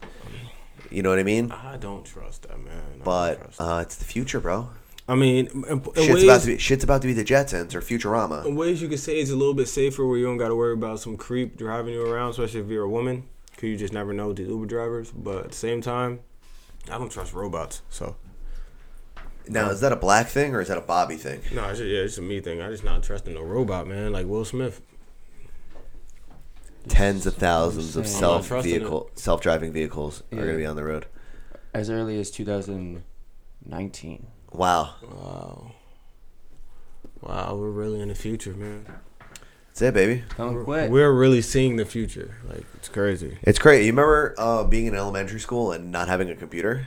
Speaker 5: You know what I mean?
Speaker 6: I don't trust that, man. I don't
Speaker 5: But
Speaker 6: trust that.
Speaker 5: uh, it's the future, bro.
Speaker 6: I mean, in- in
Speaker 5: Shit's
Speaker 6: ways-
Speaker 5: about to be shit's about to be the Jetsons or
Speaker 6: in
Speaker 5: Futurama.
Speaker 6: ways you could say it's a little bit safer where you don't got to worry about some creep driving you around, especially if you're a woman. Because you just never know with these Uber drivers. But at the same time, I don't trust robots. So,
Speaker 5: Now, is that a black thing or is that a Bobby thing?
Speaker 6: no, it's just, yeah, it's a me thing. I just not trusting no robot, man. Like Will Smith.
Speaker 5: Tens of thousands of
Speaker 1: I'm not
Speaker 5: self
Speaker 6: trusting
Speaker 5: vehicle self driving vehicles are
Speaker 1: Yeah.
Speaker 5: going to be on the road.
Speaker 1: As early as 2019.
Speaker 5: Wow,
Speaker 6: Wow. Wow, we're really in the future, man.
Speaker 5: that's it, baby.
Speaker 1: Don't quit.
Speaker 6: We're really seeing the future. Like, it's crazy.
Speaker 5: It's great. You remember uh, being in elementary school and not having a computer,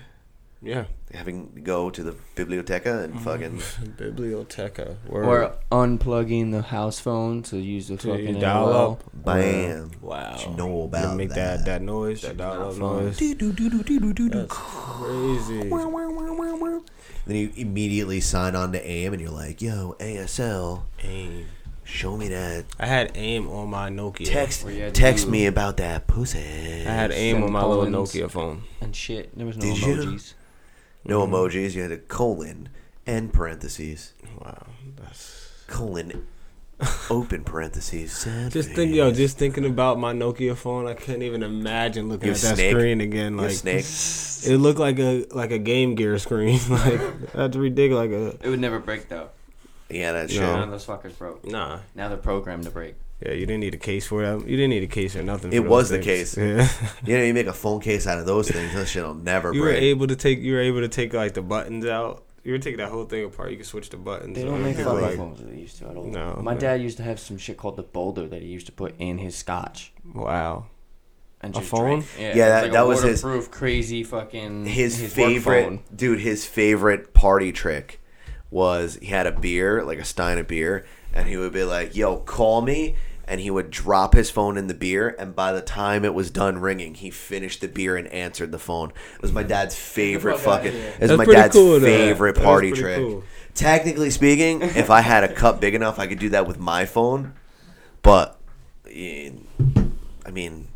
Speaker 6: Yeah.
Speaker 5: having to go to the biblioteca and fucking
Speaker 6: Biblioteca.
Speaker 1: Or unplugging the house phone to use the fucking
Speaker 6: dial
Speaker 1: AOL.
Speaker 6: up.
Speaker 5: bam.
Speaker 6: Wow.
Speaker 5: Did you know
Speaker 6: You
Speaker 5: about
Speaker 6: make that that, noise, that dial up
Speaker 1: phone.
Speaker 6: noise. That's crazy.
Speaker 5: Then you immediately sign on to AIM and you're like, yo, ASL,
Speaker 6: AIM.
Speaker 5: show me that.
Speaker 6: I had AIM on my Nokia.
Speaker 5: Text
Speaker 1: Or you had to
Speaker 5: text
Speaker 1: do-
Speaker 5: me about that pussy.
Speaker 6: I had AIM
Speaker 1: Send
Speaker 6: on my little
Speaker 1: Collins.
Speaker 6: Nokia phone.
Speaker 1: and shit. There was no
Speaker 5: Did you?
Speaker 1: emojis.
Speaker 5: No emojis. You had a colon and parentheses.
Speaker 6: Wow, that's
Speaker 5: Colon, open parentheses. Sad
Speaker 6: just think,
Speaker 5: face.
Speaker 6: yo, just thinking about my Nokia phone, I couldn't even imagine looking
Speaker 5: You
Speaker 6: at
Speaker 5: a
Speaker 6: that
Speaker 5: snake?
Speaker 6: screen again.
Speaker 5: You a
Speaker 6: Like
Speaker 5: snake.
Speaker 6: it looked like a like a Game Gear screen. like that's ridiculous. Like a
Speaker 1: It would never break though.
Speaker 5: Yeah, that's
Speaker 6: No.
Speaker 1: None
Speaker 5: true.
Speaker 1: of those fuckers broke.
Speaker 6: nah,
Speaker 1: Now they're programmed to break.
Speaker 6: yeah, you didn't need a case for that. You didn't need a case or nothing.
Speaker 5: It
Speaker 6: for those
Speaker 5: was the
Speaker 6: things.
Speaker 5: case.
Speaker 6: Yeah.
Speaker 5: You know, you make a phone case out of those things. That shit'll never
Speaker 6: you were
Speaker 5: break.
Speaker 6: able to take you were able to take like the buttons out. You were taking that whole thing apart. You could switch the buttons.
Speaker 1: They
Speaker 6: and
Speaker 1: don't make
Speaker 6: people,
Speaker 1: flip
Speaker 6: like,
Speaker 1: phones that they used to at all.
Speaker 6: No,
Speaker 1: My
Speaker 6: no.
Speaker 1: dad used to have some shit called the boulder that he used to put in his scotch.
Speaker 6: Wow.
Speaker 1: And
Speaker 6: A
Speaker 1: just
Speaker 6: phone?
Speaker 1: Drink. Yeah,
Speaker 5: Yeah,
Speaker 1: it
Speaker 5: that-
Speaker 1: like a
Speaker 5: that was his-
Speaker 1: waterproof, crazy
Speaker 6: Mm,
Speaker 1: fucking
Speaker 5: his,
Speaker 1: work
Speaker 5: favorite
Speaker 1: phone.
Speaker 5: dude his favorite party trick was he had a beer like a stein of beer and he would be like yo call me and he would drop his phone in the beer and by the time it was done ringing he finished the beer and answered the phone it was my dad's favorite
Speaker 7: Fuck outta
Speaker 5: fucking
Speaker 7: here.
Speaker 5: it was
Speaker 6: That's
Speaker 5: my
Speaker 6: pretty
Speaker 5: dad's
Speaker 6: cool, though.
Speaker 5: favorite
Speaker 6: That's
Speaker 5: party
Speaker 6: pretty
Speaker 5: trick
Speaker 6: cool.
Speaker 5: technically speaking if i had a cup big enough i could do that with my phone but eh, i mean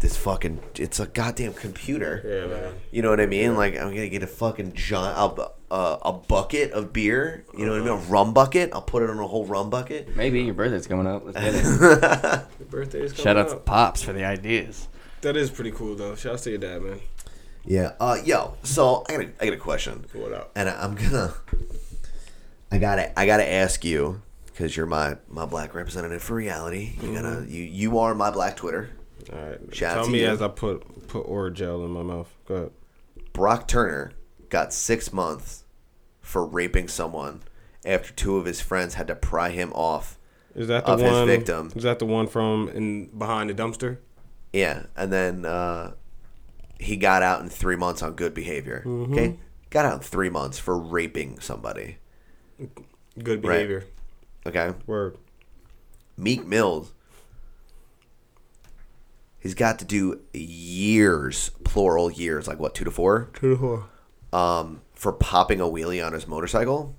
Speaker 5: this fucking it's a goddamn computer
Speaker 6: Yeah, man.
Speaker 5: you know what I mean? Like I'm gonna get a fucking giant a, a, a bucket of beer. You know what I
Speaker 6: Uh-huh.
Speaker 5: mean? A rum bucket. I'll put it on a whole rum bucket.
Speaker 1: Maybe your birthday's coming up. Let's get it.
Speaker 6: Your birthday is coming
Speaker 1: Shout out to
Speaker 6: up.
Speaker 1: Pops for the ideas.
Speaker 6: That is pretty cool though. Shout out to your dad, man.
Speaker 5: Yeah. Uh, yo. So I got a, I got a question,
Speaker 6: What up?
Speaker 5: and I, I'm gonna I gotta I gotta ask you because you're my my black representative for reality. You gotta you you are my black Twitter.
Speaker 6: All right.
Speaker 5: Shout out
Speaker 6: Mm-hmm. Tell
Speaker 5: to
Speaker 6: me
Speaker 5: you.
Speaker 6: as I put put Orgel in my mouth. Go ahead.
Speaker 5: Brock Turner got six months for raping someone after two of his friends had to pry him off
Speaker 6: Is that the
Speaker 5: Of his
Speaker 6: one?
Speaker 5: victim.
Speaker 6: Is that the one from in behind the dumpster?
Speaker 5: Yeah, and then uh, he got out in three months on good behavior. Okay, got out in three months for raping somebody.
Speaker 6: Good
Speaker 5: Right.
Speaker 6: behavior.
Speaker 5: Okay,
Speaker 6: Word.
Speaker 5: Meek Mills. He's got to do years, plural years, like what two to four,
Speaker 6: True whore.
Speaker 5: um, for popping a wheelie on his motorcycle.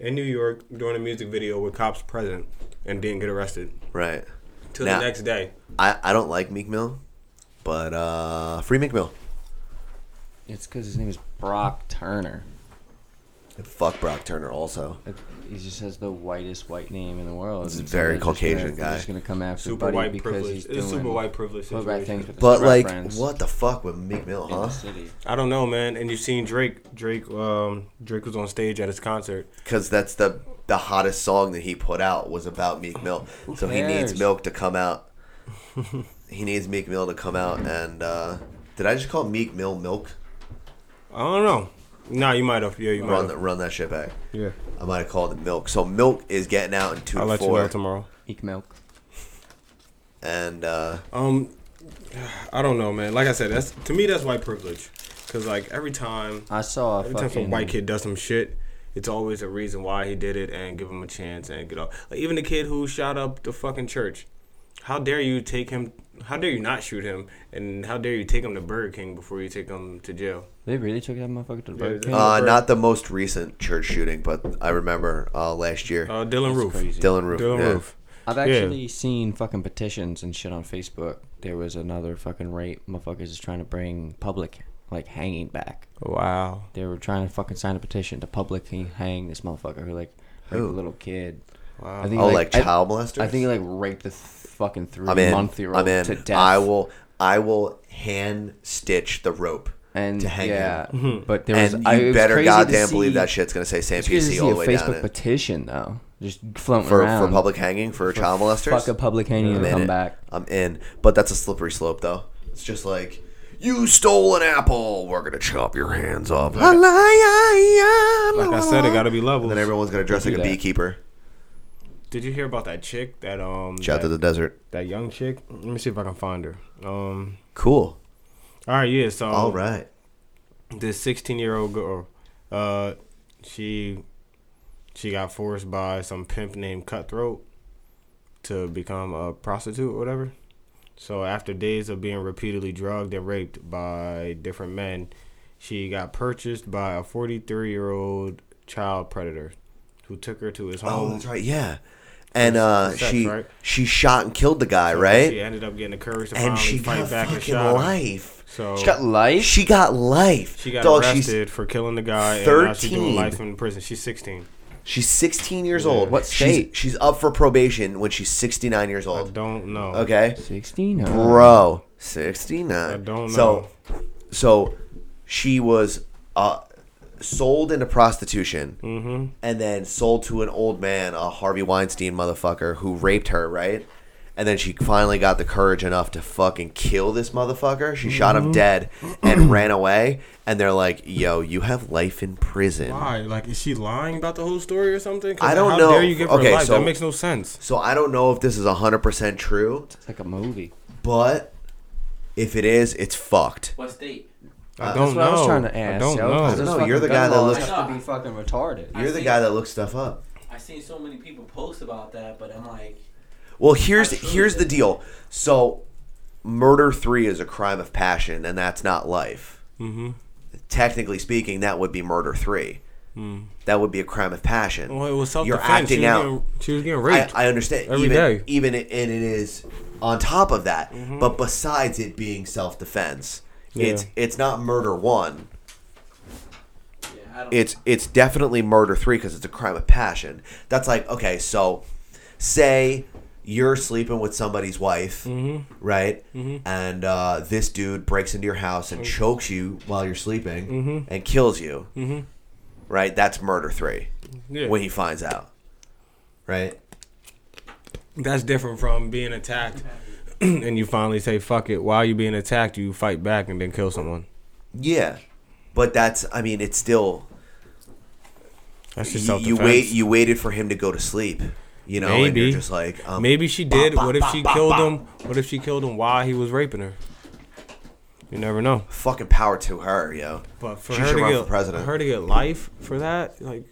Speaker 6: In New York, doing a music video with cops present, and didn't get arrested
Speaker 5: Right.
Speaker 6: till
Speaker 5: Now-
Speaker 6: the next day.
Speaker 5: I, I don't like Meek Mill, but uh, free Meek Mill.
Speaker 1: It's because his name is Brock Turner.
Speaker 5: And fuck Brock Turner also.
Speaker 1: It- He just has the whitest white name in the world.
Speaker 5: This
Speaker 1: and
Speaker 5: is
Speaker 1: so they're
Speaker 5: very
Speaker 1: just gonna-
Speaker 5: Caucasian
Speaker 1: they're
Speaker 5: guy.
Speaker 1: Just gonna come after
Speaker 6: Super
Speaker 1: Buddy
Speaker 6: white
Speaker 1: because
Speaker 6: privilege.
Speaker 1: he's
Speaker 6: It's super
Speaker 1: doing
Speaker 6: white privilege
Speaker 1: put bad things
Speaker 6: situation.
Speaker 1: with his
Speaker 5: But
Speaker 1: rap
Speaker 5: like,
Speaker 1: friends
Speaker 5: what the fuck with Meek Mill,
Speaker 1: in the
Speaker 5: huh?
Speaker 1: city.
Speaker 6: I don't know, man. And you've seen Drake. Drake. Um, Drake was on stage at his concert.
Speaker 5: because that's the the hottest song that he put out was about Meek Mill. So he needs
Speaker 1: cares?
Speaker 5: Milk to come out. he needs Meek Mill to come out and uh, did I just call Meek Mill Milk?
Speaker 6: I don't know. Nah, you might have. Yeah, you might
Speaker 5: Run that
Speaker 6: have.
Speaker 5: run that shit back.
Speaker 6: Yeah,
Speaker 5: I might have called it Milk. So Milk is getting out in two
Speaker 6: I'll
Speaker 5: to
Speaker 6: let you
Speaker 5: four,
Speaker 6: know tomorrow.
Speaker 1: Eek milk.
Speaker 5: and uh,
Speaker 6: Um, I don't know, man. Like I said, that's to me that's white privilege. Cause like every time,
Speaker 1: I saw a
Speaker 6: every time
Speaker 1: fucking
Speaker 6: some white kid does some shit,
Speaker 10: It's always a reason why he did it, and give him a chance and get off. Like even the kid who shot up the fucking church. How dare you take him? How dare you not shoot him? And how dare you take him to Burger King before you take him to jail?
Speaker 1: They really took that motherfucker to the Burger King.
Speaker 5: Uh, not the most recent church shooting, but I remember uh, last year.
Speaker 10: Uh, Dylan Roof.
Speaker 1: crazy.
Speaker 5: Dylan Roof.
Speaker 10: Dylan
Speaker 5: yeah.
Speaker 10: Roof.
Speaker 1: I've
Speaker 10: Yeah.
Speaker 1: actually seen fucking petitions and shit on Facebook. There was another fucking rape. Motherfuckers is trying to bring public like hanging back.
Speaker 6: Wow.
Speaker 1: They were trying to fucking sign a petition to publicly hang this motherfucker who like raped a
Speaker 5: Who?
Speaker 1: little kid. Wow. I
Speaker 5: Oh, like,
Speaker 1: I-
Speaker 5: child molesters.
Speaker 1: I think he like raped the th- fucking three
Speaker 5: I'm in.
Speaker 1: month year old
Speaker 5: I'm in.
Speaker 1: to death.
Speaker 5: I will. I will hand stitch the rope
Speaker 1: and
Speaker 5: to hang
Speaker 1: yeah,
Speaker 5: him.
Speaker 6: Mm-hmm.
Speaker 1: but there was
Speaker 5: And
Speaker 1: I, it
Speaker 5: you
Speaker 1: was
Speaker 5: better
Speaker 1: crazy to
Speaker 5: goddamn believe
Speaker 1: see-
Speaker 5: that shit's gonna say Sam
Speaker 1: It's crazy to
Speaker 5: PC
Speaker 1: see
Speaker 5: all
Speaker 1: a
Speaker 5: the way down
Speaker 1: Facebook
Speaker 5: it.
Speaker 1: petition though, just floating
Speaker 5: for
Speaker 1: around
Speaker 5: for public hanging for, child molesters.
Speaker 1: Fuck a public hanging
Speaker 5: I'm
Speaker 1: to
Speaker 5: in
Speaker 1: come
Speaker 5: it.
Speaker 1: back.
Speaker 5: I'm in, but that's a slippery slope though. It's just like you stole an apple. We're gonna chop your hands off. Like
Speaker 6: Like I
Speaker 5: I
Speaker 6: said, it gotta be
Speaker 5: And
Speaker 6: levels.
Speaker 5: then everyone's gonna dress
Speaker 1: do
Speaker 5: like a
Speaker 1: that.
Speaker 5: beekeeper.
Speaker 6: Did you hear about that chick? That um.
Speaker 5: Shout out to
Speaker 6: that,
Speaker 5: the desert.
Speaker 6: that young chick. Let me see if I can find her. Um.
Speaker 5: Cool.
Speaker 6: All right. Yeah.
Speaker 1: Oh.
Speaker 6: So.
Speaker 5: All right.
Speaker 6: this 16 year old girl uh she she got forced by some pimp named cutthroat to become a prostitute or whatever so after days of being repeatedly drugged and raped by different men she got purchased by a 43 year old child predator who took her to his
Speaker 5: Oh,
Speaker 6: home
Speaker 5: that's right. Yeah. And uh,
Speaker 6: Sex,
Speaker 5: she
Speaker 6: right?
Speaker 5: she shot and killed the guy,
Speaker 6: she
Speaker 5: right?
Speaker 6: ended up getting the courage to
Speaker 5: And
Speaker 6: finally
Speaker 5: she
Speaker 6: fight
Speaker 5: got
Speaker 6: back and
Speaker 5: fucking
Speaker 6: shot him.
Speaker 5: life.
Speaker 6: so
Speaker 5: She got
Speaker 1: Life?
Speaker 5: She got life.
Speaker 6: she got
Speaker 5: Dog, she's
Speaker 6: arrested for killing the guy and now she's
Speaker 5: 13.
Speaker 6: doing life in prison she's 16
Speaker 5: she's 16 years old.
Speaker 1: What state?
Speaker 5: She's, she's up for probation when she's 69 years
Speaker 6: i
Speaker 5: old.
Speaker 6: don't know
Speaker 5: Okay.
Speaker 1: Sixteen, huh?
Speaker 5: Bro, 69.
Speaker 6: I don't know.
Speaker 5: So, so she was uh, sold into prostitution
Speaker 6: Mm-hmm.
Speaker 5: and then sold to an old man, a Harvey Weinstein motherfucker who raped her, right? And then she finally got the courage enough to fucking kill this motherfucker. She shot
Speaker 6: Mm-hmm.
Speaker 5: him dead and ran away. And they're like, yo, you have life in prison.
Speaker 6: Why? Like, is she lying about the whole story or something? 'Cause
Speaker 5: I don't
Speaker 6: how
Speaker 5: know.
Speaker 6: Dare you give her
Speaker 5: Okay,
Speaker 6: life?
Speaker 5: so-
Speaker 6: that makes no sense.
Speaker 5: So I don't know if this is 100% true,
Speaker 1: It's like a movie.
Speaker 5: but if it is, it's fucked.
Speaker 7: What state?
Speaker 6: I
Speaker 1: Uh, That's
Speaker 6: don't
Speaker 1: what
Speaker 6: know.
Speaker 1: I was trying to ask.
Speaker 6: I don't
Speaker 1: yo.
Speaker 6: know.
Speaker 1: Those
Speaker 5: I don't know.
Speaker 1: fucking
Speaker 5: You're the
Speaker 1: gun
Speaker 5: guy that
Speaker 1: laws
Speaker 5: looks-
Speaker 1: have to be fucking retarded.
Speaker 5: You're the guy that looks stuff up.
Speaker 7: I seen so many people post about that, but I'm like,
Speaker 5: Well, here's
Speaker 7: Absolutely.
Speaker 5: here's the deal. So, murder three is a crime of passion, and that's not life. Mm-hmm. Technically speaking, that would be murder three. That would be a crime of passion.
Speaker 6: Mm. Well, it was self
Speaker 5: You're
Speaker 6: defense.
Speaker 5: acting
Speaker 6: she was
Speaker 5: out.
Speaker 6: Getting, she was getting
Speaker 5: I,
Speaker 6: raped.
Speaker 5: I understand.
Speaker 6: Every
Speaker 5: even,
Speaker 6: day. Mm-hmm.
Speaker 5: even it, and it is on top of that. But besides it being self defense, it's it's not murder one.
Speaker 7: yeah, I don't.
Speaker 5: it's it's definitely murder three because it's a crime of passion. That's like okay, so say you're sleeping with somebody's wife,
Speaker 6: Mm-hmm.
Speaker 5: right? And uh, this dude breaks into your house and
Speaker 6: Mm-hmm.
Speaker 5: chokes you while you're sleeping and kills you, right? That's murder three
Speaker 6: Mm-hmm. yeah.
Speaker 5: when he finds out, right?
Speaker 6: That's different from being attacked, and you finally say "fuck it." While you're being attacked, you fight back and then kill someone.
Speaker 5: Yeah, but that's I mean it's still
Speaker 6: That's just
Speaker 5: you,
Speaker 6: self
Speaker 5: you
Speaker 6: defense.
Speaker 5: wait you waited for him to go to sleep, you know, and you're
Speaker 6: Maybe.
Speaker 5: just like um,
Speaker 6: Maybe she did.
Speaker 5: bah,
Speaker 6: what if
Speaker 5: bah,
Speaker 6: she
Speaker 5: bah,
Speaker 6: killed
Speaker 5: bah.
Speaker 6: him? What if she killed him while he was raping her? You never know.
Speaker 5: fucking power to her, yo.
Speaker 6: But for
Speaker 5: She
Speaker 6: her
Speaker 5: should
Speaker 6: to
Speaker 5: run
Speaker 6: get
Speaker 5: for president.
Speaker 6: her to get life for that, like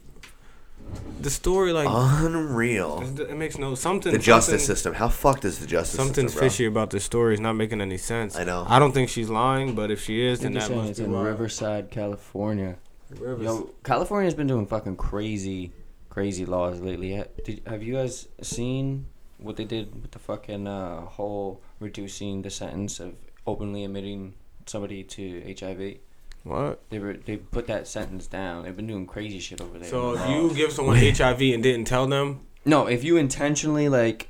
Speaker 6: the story, like
Speaker 5: Unreal.
Speaker 6: it makes no something.
Speaker 5: Uh. the justice
Speaker 6: something-
Speaker 5: system. How fucked is the justice
Speaker 6: Something's
Speaker 5: system? bro?
Speaker 6: fishy about this story. It's not making any sense.
Speaker 5: I know.
Speaker 6: I don't think she's lying, but if she is, then
Speaker 1: They're
Speaker 6: that
Speaker 1: saying
Speaker 6: must
Speaker 1: it's
Speaker 6: be
Speaker 1: in
Speaker 6: why.
Speaker 1: Riverside, California.
Speaker 6: Rivers.
Speaker 1: Yo, California's been doing fucking crazy, crazy laws lately. Ha- Did, have you guys seen what they did with the fucking uh, whole reducing the sentence of openly admitting somebody to HIV?
Speaker 6: What?
Speaker 1: They were they put that sentence down. They've been doing crazy shit over there.
Speaker 6: So
Speaker 1: with
Speaker 6: if
Speaker 1: laws.
Speaker 6: you give someone HIV and didn't tell them,
Speaker 1: No, if you intentionally like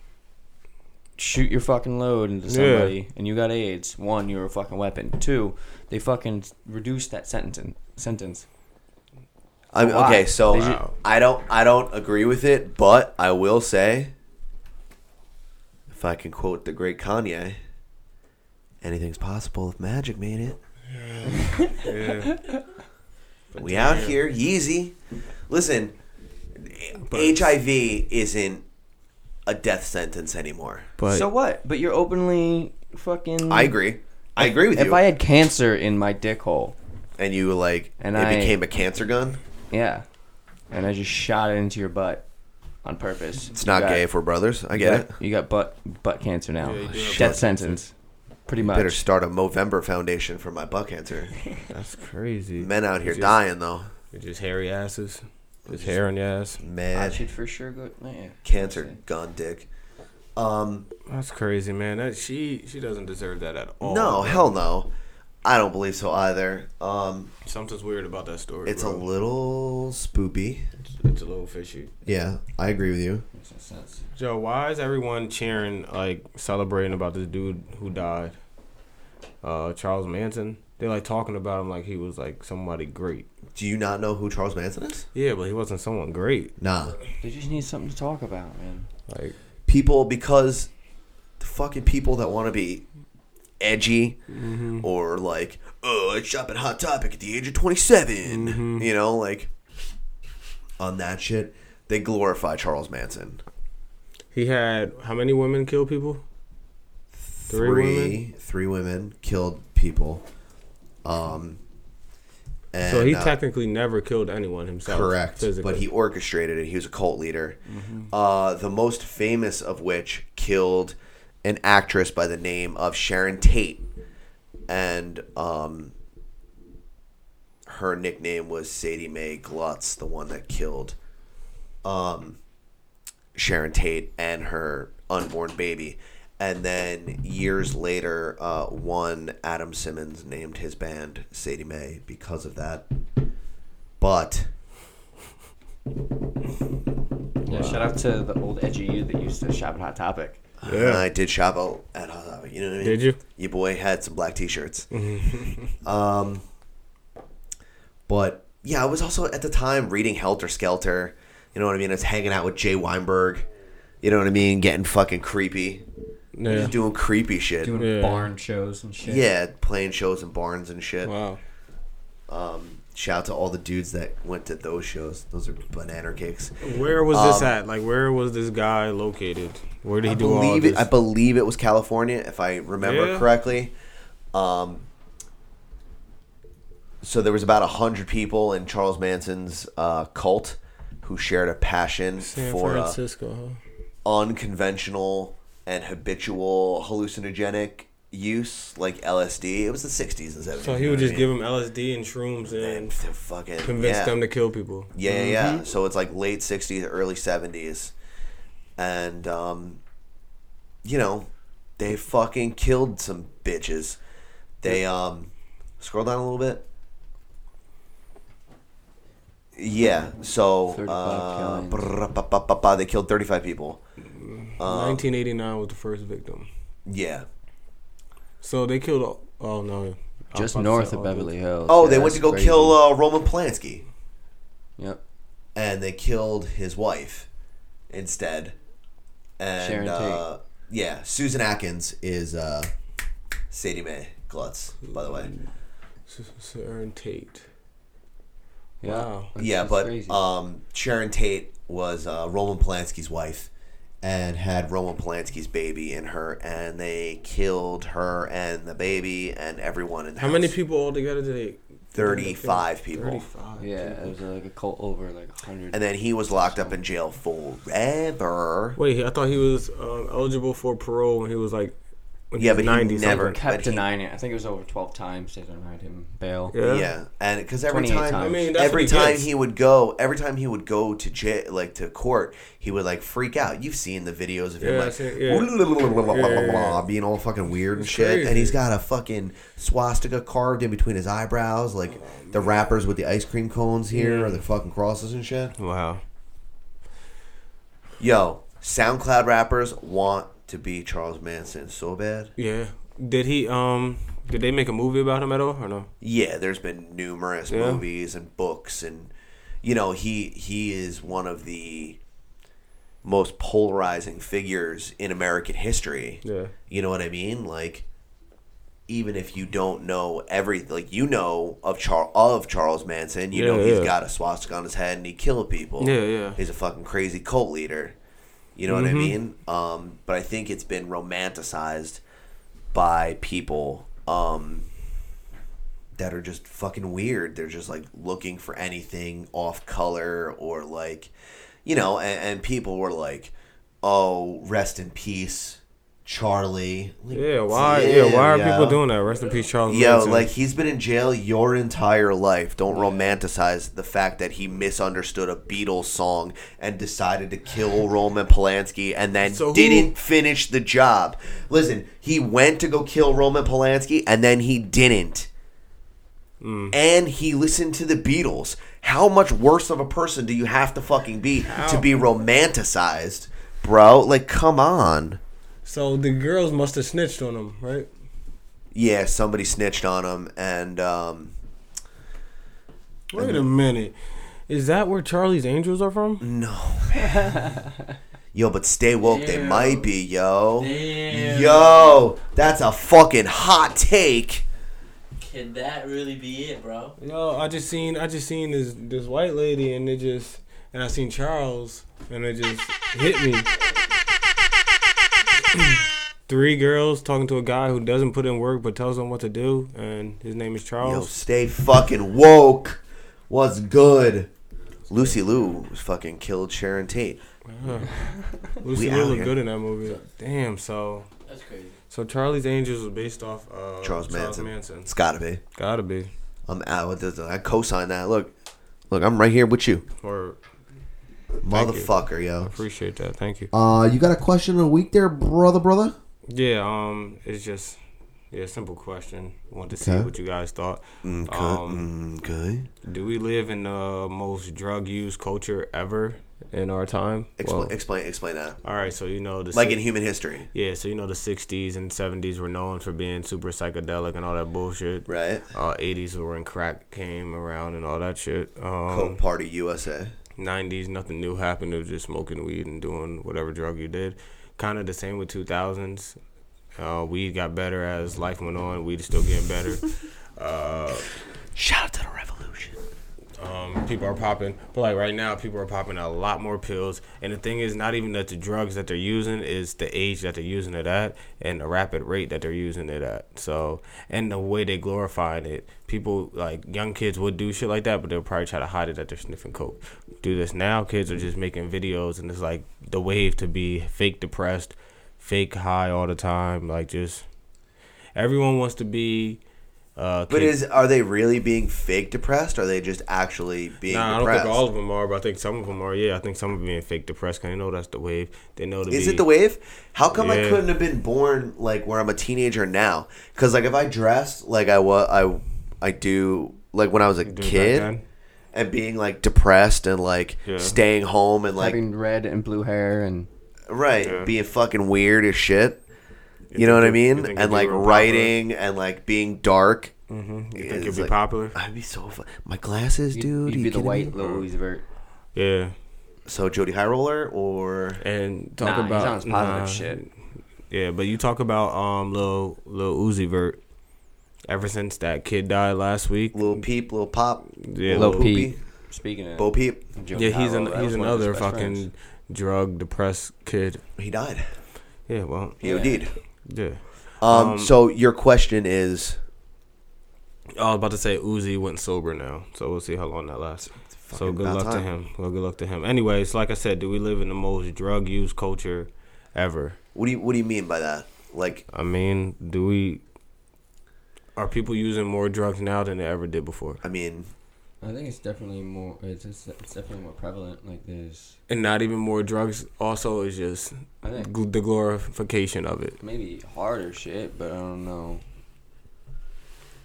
Speaker 1: shoot your fucking load into somebody and you got AIDS, one, you're a fucking weapon. Two, they fucking reduce that sentence. Sentence.
Speaker 5: I'm,
Speaker 1: Why?
Speaker 5: okay, so
Speaker 1: They ju-
Speaker 5: I don't I don't agree with it, but I will say, if I can quote the great Kanye, anything's possible if magic made it.
Speaker 6: yeah.
Speaker 5: we out here, Yeezy. Listen, HIV isn't a death sentence anymore.
Speaker 6: but
Speaker 1: so what? But you're openly fucking.
Speaker 5: I agree. I agree with
Speaker 1: If
Speaker 5: you.
Speaker 1: I had cancer in my dick hole,
Speaker 5: and you like,
Speaker 1: And
Speaker 5: it
Speaker 1: I-
Speaker 5: became a cancer gun.
Speaker 1: yeah, and I just shot it into your butt on purpose.
Speaker 5: It's not gay if we're brothers. I get it.
Speaker 1: You got butt butt cancer now.
Speaker 6: Yeah, you do have butt
Speaker 1: Death sentence. Pretty much.
Speaker 5: Better start a Movember Foundation for my butt cancer.
Speaker 6: That's crazy.
Speaker 5: Men out here
Speaker 6: Just-
Speaker 5: dying though.
Speaker 6: Just hairy asses. Just hair on your ass.
Speaker 1: I
Speaker 5: Mad
Speaker 1: should for sure go. Yeah.
Speaker 5: cancer gun dick. Um,
Speaker 6: That's crazy, man. That she she doesn't deserve that at all.
Speaker 5: no, hell no. I don't believe so either. Um,
Speaker 6: Something's weird about that story.
Speaker 5: it's a
Speaker 6: bro.
Speaker 5: little spoopy.
Speaker 6: it's a little fishy.
Speaker 5: Yeah, I agree with you.
Speaker 1: Makes no sense.
Speaker 6: Joe, why is everyone cheering like celebrating about this dude who died? Uh, Charles Manson. They like talking about him like he was like somebody great.
Speaker 5: Do you not know who Charles Manson is?
Speaker 6: Yeah, but he wasn't someone great.
Speaker 5: Nah.
Speaker 1: They just need something to talk about, man.
Speaker 6: Like
Speaker 5: People, because the fucking people that want to be edgy
Speaker 6: Mm-hmm.
Speaker 5: or like, oh, I shop at Hot Topic at the age of 27,
Speaker 6: Mm-hmm.
Speaker 5: you know, like on that shit, they glorify Charles Manson.
Speaker 6: he had how many women kill people? Three women?
Speaker 5: three women killed people. Um, and,
Speaker 6: So he
Speaker 5: uh,
Speaker 6: technically never killed anyone himself.
Speaker 5: correct,
Speaker 6: Physically.
Speaker 5: but he orchestrated it. He was a cult leader. Uh, the most famous of which killed an actress by the name of Sharon Tate, and um, her nickname was Sadie Mae Glutz, the one that killed um, Sharon Tate and her unborn baby. And then years later, uh, one Adam Simmons named his band Sadie Mae because of that. But
Speaker 1: Yeah, shout out to the old edgy you that used to shop at Hot Topic.
Speaker 5: And I did shop out at Hot Topic. You know what I mean?
Speaker 6: Did you?
Speaker 5: Your boy had some black T-shirts. um,
Speaker 6: Um,
Speaker 5: but yeah, I was also at the time reading Helter Skelter. You know what I mean? I was hanging out with Jay Weinberg. You know what I mean? Getting fucking creepy.
Speaker 6: Yeah.
Speaker 5: Just doing creepy shit.
Speaker 7: Doing
Speaker 6: Yeah.
Speaker 7: barn shows and shit.
Speaker 5: yeah, playing shows in barns and shit.
Speaker 6: Wow.
Speaker 5: Shout out to all the dudes that went to those shows. Those are banana cakes.
Speaker 6: Where was this at? Like, where was this guy located? Where did he
Speaker 5: Um, I
Speaker 6: do all
Speaker 5: believe
Speaker 6: this?
Speaker 5: it, I believe it was California, if I remember
Speaker 6: Yeah.
Speaker 5: correctly. Um, so there was about a hundred people in Charles Manson's uh, cult who shared a passion
Speaker 6: San
Speaker 5: for uh,
Speaker 6: Francisco. huh?
Speaker 5: unconventional and habitual hallucinogenic use, like LSD. It was the '60s and '70s.
Speaker 6: So he would just give him LSD and shrooms
Speaker 5: and
Speaker 6: and
Speaker 5: to fucking
Speaker 6: convince
Speaker 5: yeah.
Speaker 6: them to kill people.
Speaker 5: Yeah, yeah, yeah.
Speaker 1: Mm-hmm.
Speaker 5: So it's like late '60s, early '70s, and um, you know, they fucking killed some bitches. They um, scroll down a little bit. Yeah, so
Speaker 1: 35
Speaker 5: uh,
Speaker 1: killings.
Speaker 5: brr, ba, ba, ba, ba, they killed 35 people. um,
Speaker 6: 1989 was the first victim.
Speaker 5: Yeah.
Speaker 6: So they killed. All, oh no. I was
Speaker 1: Just
Speaker 6: about to
Speaker 1: north
Speaker 6: say
Speaker 1: of
Speaker 6: all
Speaker 1: Beverly Hills.
Speaker 5: Oh,
Speaker 1: Yeah,
Speaker 5: they went
Speaker 1: that's
Speaker 5: to go
Speaker 1: crazy.
Speaker 5: kill uh, Roman Polanski,
Speaker 1: Yep.
Speaker 5: and they killed his wife instead. And
Speaker 1: Sharon Tate.
Speaker 5: uh, yeah, Susan Atkins is uh, Sadie Mae Glutz, by the way.
Speaker 6: this. Sharon Tate.
Speaker 1: Yeah.
Speaker 6: Wow.
Speaker 1: That's-
Speaker 5: Yeah,
Speaker 1: that's
Speaker 5: but
Speaker 1: crazy.
Speaker 5: um, Sharon Tate was uh, Roman Polanski's wife and had Roman Polanski's baby in her, and they killed her and the baby and everyone in the
Speaker 6: How many
Speaker 5: house.
Speaker 6: people altogether did they?
Speaker 5: 35 people.
Speaker 6: Thirty-five.
Speaker 1: yeah, it was like a cult over like a hundred.
Speaker 5: And then he was locked up in jail forever.
Speaker 6: Wait, I thought he was um, eligible for parole when he was like. When
Speaker 5: Yeah,
Speaker 6: he
Speaker 5: but
Speaker 6: was
Speaker 5: he
Speaker 6: 90
Speaker 5: never-
Speaker 6: something.
Speaker 5: but
Speaker 1: kept
Speaker 5: he-
Speaker 1: denying it. I think it was over twelve times they denied him bail.
Speaker 6: Yeah.
Speaker 5: Yeah, and because every
Speaker 1: 28
Speaker 5: time,
Speaker 1: times. I
Speaker 6: mean, that's
Speaker 5: every
Speaker 6: what he
Speaker 5: time
Speaker 6: gets.
Speaker 5: he would go, every time he would go to jail, like to court, he would like freak out. You've seen the videos of him
Speaker 6: Yeah,
Speaker 5: like
Speaker 6: I've seen- yeah. Yeah, yeah, yeah.
Speaker 5: being all fucking weird and shit,
Speaker 6: crazy.
Speaker 5: and he's got a fucking swastika carved in between his eyebrows, like the
Speaker 6: Oh,
Speaker 5: rappers with the ice cream cones here or the fucking crosses and shit.
Speaker 6: Wow.
Speaker 5: Yo, SoundCloud rappers want to be Charles Manson so bad.
Speaker 6: Yeah. Did he? Um. Did they make a movie about him at all or no?
Speaker 5: Yeah, there's been numerous
Speaker 6: Yeah.
Speaker 5: movies and books and you know, he he is one of the most polarizing figures in American history.
Speaker 6: Yeah.
Speaker 5: You know what I mean? Like even if you don't know every like you know of Char- of Charles Manson, you know
Speaker 6: Yeah,
Speaker 5: he's
Speaker 6: yeah.
Speaker 5: got a swastika on his head and he killed people.
Speaker 6: Yeah, yeah. Mm-hmm.
Speaker 5: He's a fucking crazy cult leader. You know what I mean? Um, but I think it's been romanticized by people um, that are just fucking weird. They're just like looking for anything off color or like, you know, and, and people were like, "Oh, rest in peace, Charlie." Like,
Speaker 6: Yeah, why? Yeah, why are
Speaker 5: damn,
Speaker 6: people
Speaker 5: yo.
Speaker 6: doing that? Rest in peace, Charles.
Speaker 5: Yo,
Speaker 6: Manson.
Speaker 5: like he's been in jail your entire life. Don't romanticize the fact that he misunderstood a Beatles song and decided to kill Roman Polanski and then
Speaker 6: So who-
Speaker 5: didn't finish the job. Listen, he went to go kill Roman Polanski and then he didn't.
Speaker 6: Hmm.
Speaker 5: And he listened to the Beatles. How much worse of a person do you have to fucking be to be romanticized, bro? Like, come on.
Speaker 6: so the girls must have snitched on him, right?
Speaker 5: Yeah, somebody snitched on him, and um,
Speaker 6: Wait a minute. Is that where Charlie's Angels are from?
Speaker 5: No, man. yo, but stay woke. They
Speaker 7: Damn.
Speaker 5: might be, yo.
Speaker 7: Damn.
Speaker 5: Yo, that's a fucking hot take.
Speaker 7: Can that really be it, bro?
Speaker 6: No, I just seen I just seen this this white lady and it just and I seen Charles and it just hit me. Three girls talking to a guy who doesn't put in work but tells them what to do, and his name is
Speaker 5: Yo,
Speaker 6: Charles.
Speaker 5: stay fucking woke. What's good? Lucy Liu fucking killed Sharon Tate.
Speaker 6: Lucy
Speaker 5: we
Speaker 6: Liu
Speaker 5: out
Speaker 6: looked
Speaker 5: here.
Speaker 6: good in that movie. Damn, so
Speaker 7: That's crazy.
Speaker 6: so Charlie's Angels was based off uh,
Speaker 5: Charles Manson.
Speaker 6: Manson.
Speaker 5: It's gotta be.
Speaker 6: Gotta be.
Speaker 5: I'm out with this. I co-sign that. Look, look, I'm right here with you,
Speaker 6: Or you.
Speaker 5: motherfucker, yo.
Speaker 6: appreciate that. Thank you.
Speaker 5: Uh, you got a question of the week there, brother, brother?
Speaker 6: Yeah, um, it's just yeah, simple question. Want to see
Speaker 5: Okay.
Speaker 6: what you guys thought.
Speaker 5: Okay.
Speaker 6: Um,
Speaker 5: okay.
Speaker 6: Do we live in the most drug used culture ever in our time?
Speaker 5: Explain,
Speaker 6: Well,
Speaker 5: explain, explain that.
Speaker 6: all right, so you know the
Speaker 5: Like
Speaker 6: si-
Speaker 5: in human history,
Speaker 6: yeah, so you know the '60s and '70s were known for being super psychedelic and all that bullshit.
Speaker 5: right?
Speaker 6: Uh, '80s were when crack came around and all that shit.
Speaker 5: Coke
Speaker 6: Um,
Speaker 5: Party USA.
Speaker 6: '90s, nothing new happened. It was just smoking weed and doing whatever drug you did. Kind of the same with 2000s. Uh, weed got better as life went on. Weed is still getting better. uh,
Speaker 5: Shout out to the revolution.
Speaker 6: um, people are popping, but like right now, people are popping a lot more pills. And the thing is, not even that the drugs that they're using is the age that they're using it at, and the rapid rate that they're using it at. So, and the way they glorifying it, people like young kids would do shit like that, but they'll probably try to hide it that they're sniffing coke. Do this now, kids are just making videos, and it's like the wave to be fake depressed, fake high all the time. Like just everyone wants to be. Uh,
Speaker 5: But
Speaker 6: kid-
Speaker 5: is are they really being fake depressed? are they just actually being
Speaker 6: Nah, I don't
Speaker 5: depressed?
Speaker 6: think all of them are, but I think some of them are. Yeah, I think some of them being fake depressed. Cause they know that's the wave. They know to
Speaker 5: is
Speaker 6: be.
Speaker 5: it the wave? How come I
Speaker 6: Yeah.
Speaker 5: couldn't have been born like where I'm a teenager now? Because like if I dressed like I was, I I do like when I was a
Speaker 6: back
Speaker 5: kid
Speaker 6: then?
Speaker 5: and being like depressed and like
Speaker 6: Yeah.
Speaker 5: staying home and like
Speaker 1: having red and blue hair and
Speaker 5: right
Speaker 6: Yeah.
Speaker 5: being fucking weird as shit. You know what I
Speaker 6: think you- you
Speaker 5: mean?
Speaker 6: think
Speaker 5: And
Speaker 6: you'd be
Speaker 5: like
Speaker 6: real popular?
Speaker 5: writing and like being dark.
Speaker 6: Mm-hmm. You think
Speaker 5: It's
Speaker 6: you'll be
Speaker 5: like- Ah.
Speaker 6: popular?
Speaker 5: I'd be so fu- my glasses,
Speaker 1: you'd,
Speaker 5: dude.
Speaker 1: you'd
Speaker 5: are you
Speaker 1: be the
Speaker 5: kidding me?
Speaker 1: white Lil Uzi Vert.
Speaker 6: Yeah,
Speaker 5: So Jody High Roller or
Speaker 6: and
Speaker 1: Nah,
Speaker 6: talk
Speaker 1: he's
Speaker 6: about
Speaker 1: on his positive
Speaker 6: nah.
Speaker 1: shit.
Speaker 6: Yeah, but you talk about um little little Uzi Vert. Ever since that kid died last week,
Speaker 5: Little Peep, Little Pop,
Speaker 6: yeah,
Speaker 1: Lil
Speaker 6: Lil-
Speaker 5: Poopy.
Speaker 1: Peep. Speaking of
Speaker 5: Bo Peep.
Speaker 1: Joey
Speaker 6: yeah, he's
Speaker 1: Cairo,
Speaker 6: an,
Speaker 1: that
Speaker 6: he's
Speaker 1: was one of his
Speaker 6: another
Speaker 1: best
Speaker 6: fucking
Speaker 1: friends.
Speaker 6: drug depressed kid.
Speaker 5: He died.
Speaker 6: Yeah, well,
Speaker 5: He OD'd.
Speaker 6: yeah.
Speaker 5: Um,
Speaker 6: Um,
Speaker 5: so your question is
Speaker 6: I was about to say Uzi went sober now, so we'll see how long that lasts. So
Speaker 5: fucking
Speaker 6: good
Speaker 5: about
Speaker 6: luck to
Speaker 5: time.
Speaker 6: him. Well, good luck to him. Anyways, like I said, do we live in the most drug use culture ever?
Speaker 5: what do you what do you mean by that? Like
Speaker 6: I mean, do we? Are people using more drugs now than they ever did before?
Speaker 5: I mean
Speaker 1: I think it's definitely more. It's, it's, it's definitely more prevalent. Like there's,
Speaker 6: And not even more drugs. Also, is just
Speaker 1: I think
Speaker 6: gl- the glorification of it.
Speaker 1: maybe harder shit, but I don't know.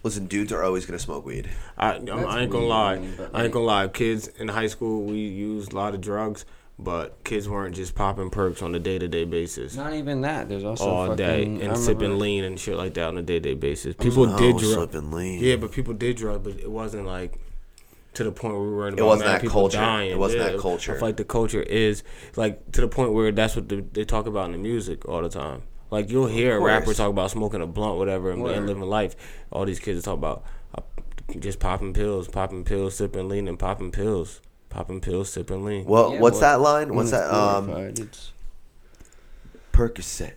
Speaker 5: listen, dudes are always gonna smoke weed.
Speaker 6: I, I'm-
Speaker 1: That's
Speaker 6: I ain't gonna
Speaker 1: weird,
Speaker 6: lie.
Speaker 1: man, but
Speaker 6: I ain't
Speaker 1: like-
Speaker 6: gonna lie. Kids in high school, we used a lot of drugs, but kids weren't just popping perks on a day to day basis.
Speaker 1: It's not even that. There's also
Speaker 6: all
Speaker 1: fucking,
Speaker 6: day
Speaker 1: I
Speaker 6: and
Speaker 1: remember-
Speaker 6: sipping lean and shit like that on a day to day basis. People did
Speaker 5: No,
Speaker 6: drug.
Speaker 5: slipping lean.
Speaker 6: Yeah, but people did drug, but it wasn't like to the point where we were
Speaker 5: It wasn't that culture.
Speaker 6: Dying.
Speaker 5: It wasn't
Speaker 6: Yeah,
Speaker 5: that culture.
Speaker 6: I feel like the culture is like to the point where that's what the, they talk about in the music all the time. Like you'll hear a
Speaker 5: course.
Speaker 6: rapper talk about smoking a blunt, whatever, and, and
Speaker 1: Word.
Speaker 6: living life. All these kids talk about uh, just popping pills, popping pills, sipping lean, and popping pills, popping pills, sipping lean.
Speaker 5: Well,
Speaker 1: Yeah,
Speaker 5: what's
Speaker 1: well,
Speaker 5: that line? What's
Speaker 1: When
Speaker 5: that?
Speaker 1: it's
Speaker 5: Um,
Speaker 1: glorified, it's-
Speaker 5: Percocet.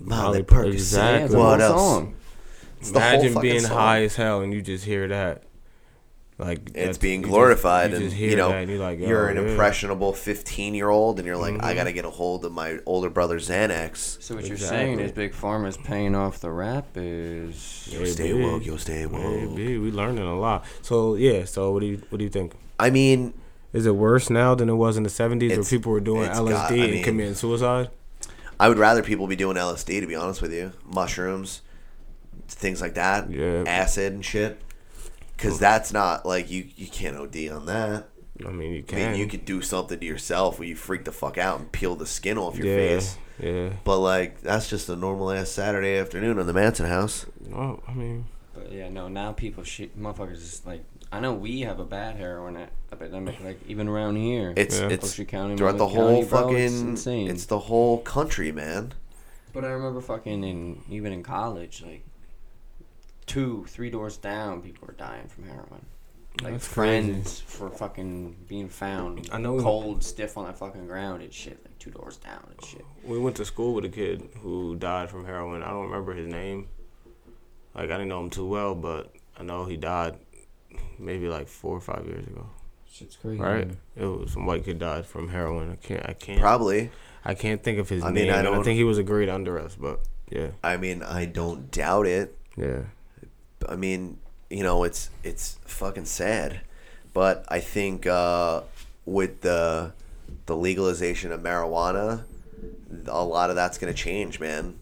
Speaker 5: Molly
Speaker 6: Molly-
Speaker 5: Percocet.
Speaker 6: exactly.
Speaker 1: Yeah, it's a
Speaker 5: What
Speaker 1: whole
Speaker 5: else?
Speaker 1: song.
Speaker 5: It's the whole
Speaker 6: Imagine
Speaker 5: fucking
Speaker 6: being
Speaker 5: song.
Speaker 6: high as hell and you just hear that. Like that's-
Speaker 5: It's being
Speaker 6: you just-
Speaker 5: glorified,
Speaker 6: just
Speaker 5: and
Speaker 6: hear
Speaker 5: you know
Speaker 6: that and you're, like,
Speaker 5: you're
Speaker 6: oh,
Speaker 5: an
Speaker 6: yeah. Mm-hmm.
Speaker 5: impressionable 15 year old, and you're like, I gotta get a hold of my older brother Xanax.
Speaker 1: So what you're
Speaker 6: Exactly.
Speaker 1: saying is Big Pharma's paying off the rappers.
Speaker 5: Yo, stay
Speaker 6: Maybe.
Speaker 5: woke. Yo, stay woke.
Speaker 6: Maybe we learning a lot. So yeah. So what do you what do you think?
Speaker 5: I mean,
Speaker 6: Is it worse now than it was in the '70s, where
Speaker 5: It's-
Speaker 6: people were doing
Speaker 5: it's
Speaker 6: LSD
Speaker 5: got- I mean-
Speaker 6: and committing suicide?
Speaker 5: I would rather people be doing LSD to be honest with you, mushrooms, things like that,
Speaker 6: Yeah.
Speaker 5: acid and shit. Because that's not like you you can't OD on that.
Speaker 6: I mean, you
Speaker 5: I
Speaker 6: can.
Speaker 5: mean, you could do something to yourself where you freak the fuck out and peel the skin off your
Speaker 6: yeah,
Speaker 5: face.
Speaker 6: yeah.
Speaker 5: But like, that's just a normal ass Saturday afternoon on the Manson house.
Speaker 6: Oh, I mean,
Speaker 1: But yeah, no, now people shit motherfuckers is like I know we have a bad heroin e- epidemic, like even around here.
Speaker 5: It's
Speaker 6: Yeah.
Speaker 5: it's
Speaker 1: Ocean County,
Speaker 5: throughout the
Speaker 1: Monmouth
Speaker 5: whole
Speaker 1: County, bro,
Speaker 5: fucking.
Speaker 1: it's
Speaker 5: it's,
Speaker 1: insane.
Speaker 5: the whole country, man.
Speaker 1: but I remember fucking in even in college, like two, three doors down, people were dying from heroin. Like
Speaker 6: That's crazy.
Speaker 1: friends for fucking being found
Speaker 6: I know-
Speaker 1: cold, stiff on the fucking ground and shit, like two doors down and shit.
Speaker 6: we went to school with a kid who died from heroin. I don't remember his name. Like I didn't know him too well, but I know he died maybe like four or five years ago.
Speaker 7: Shit's crazy.
Speaker 6: Right? It was some white kid died from heroin. I can't. I can't.
Speaker 5: Probably.
Speaker 6: I can't think of his
Speaker 5: I mean,
Speaker 6: name.
Speaker 5: I
Speaker 6: and I
Speaker 5: don't-
Speaker 6: think he was a grade under us, but yeah,
Speaker 5: I mean, I don't doubt it.
Speaker 6: yeah.
Speaker 5: I mean, you know, it's it's fucking sad, but I think uh, with the the legalization of marijuana, a lot of that's gonna change, man.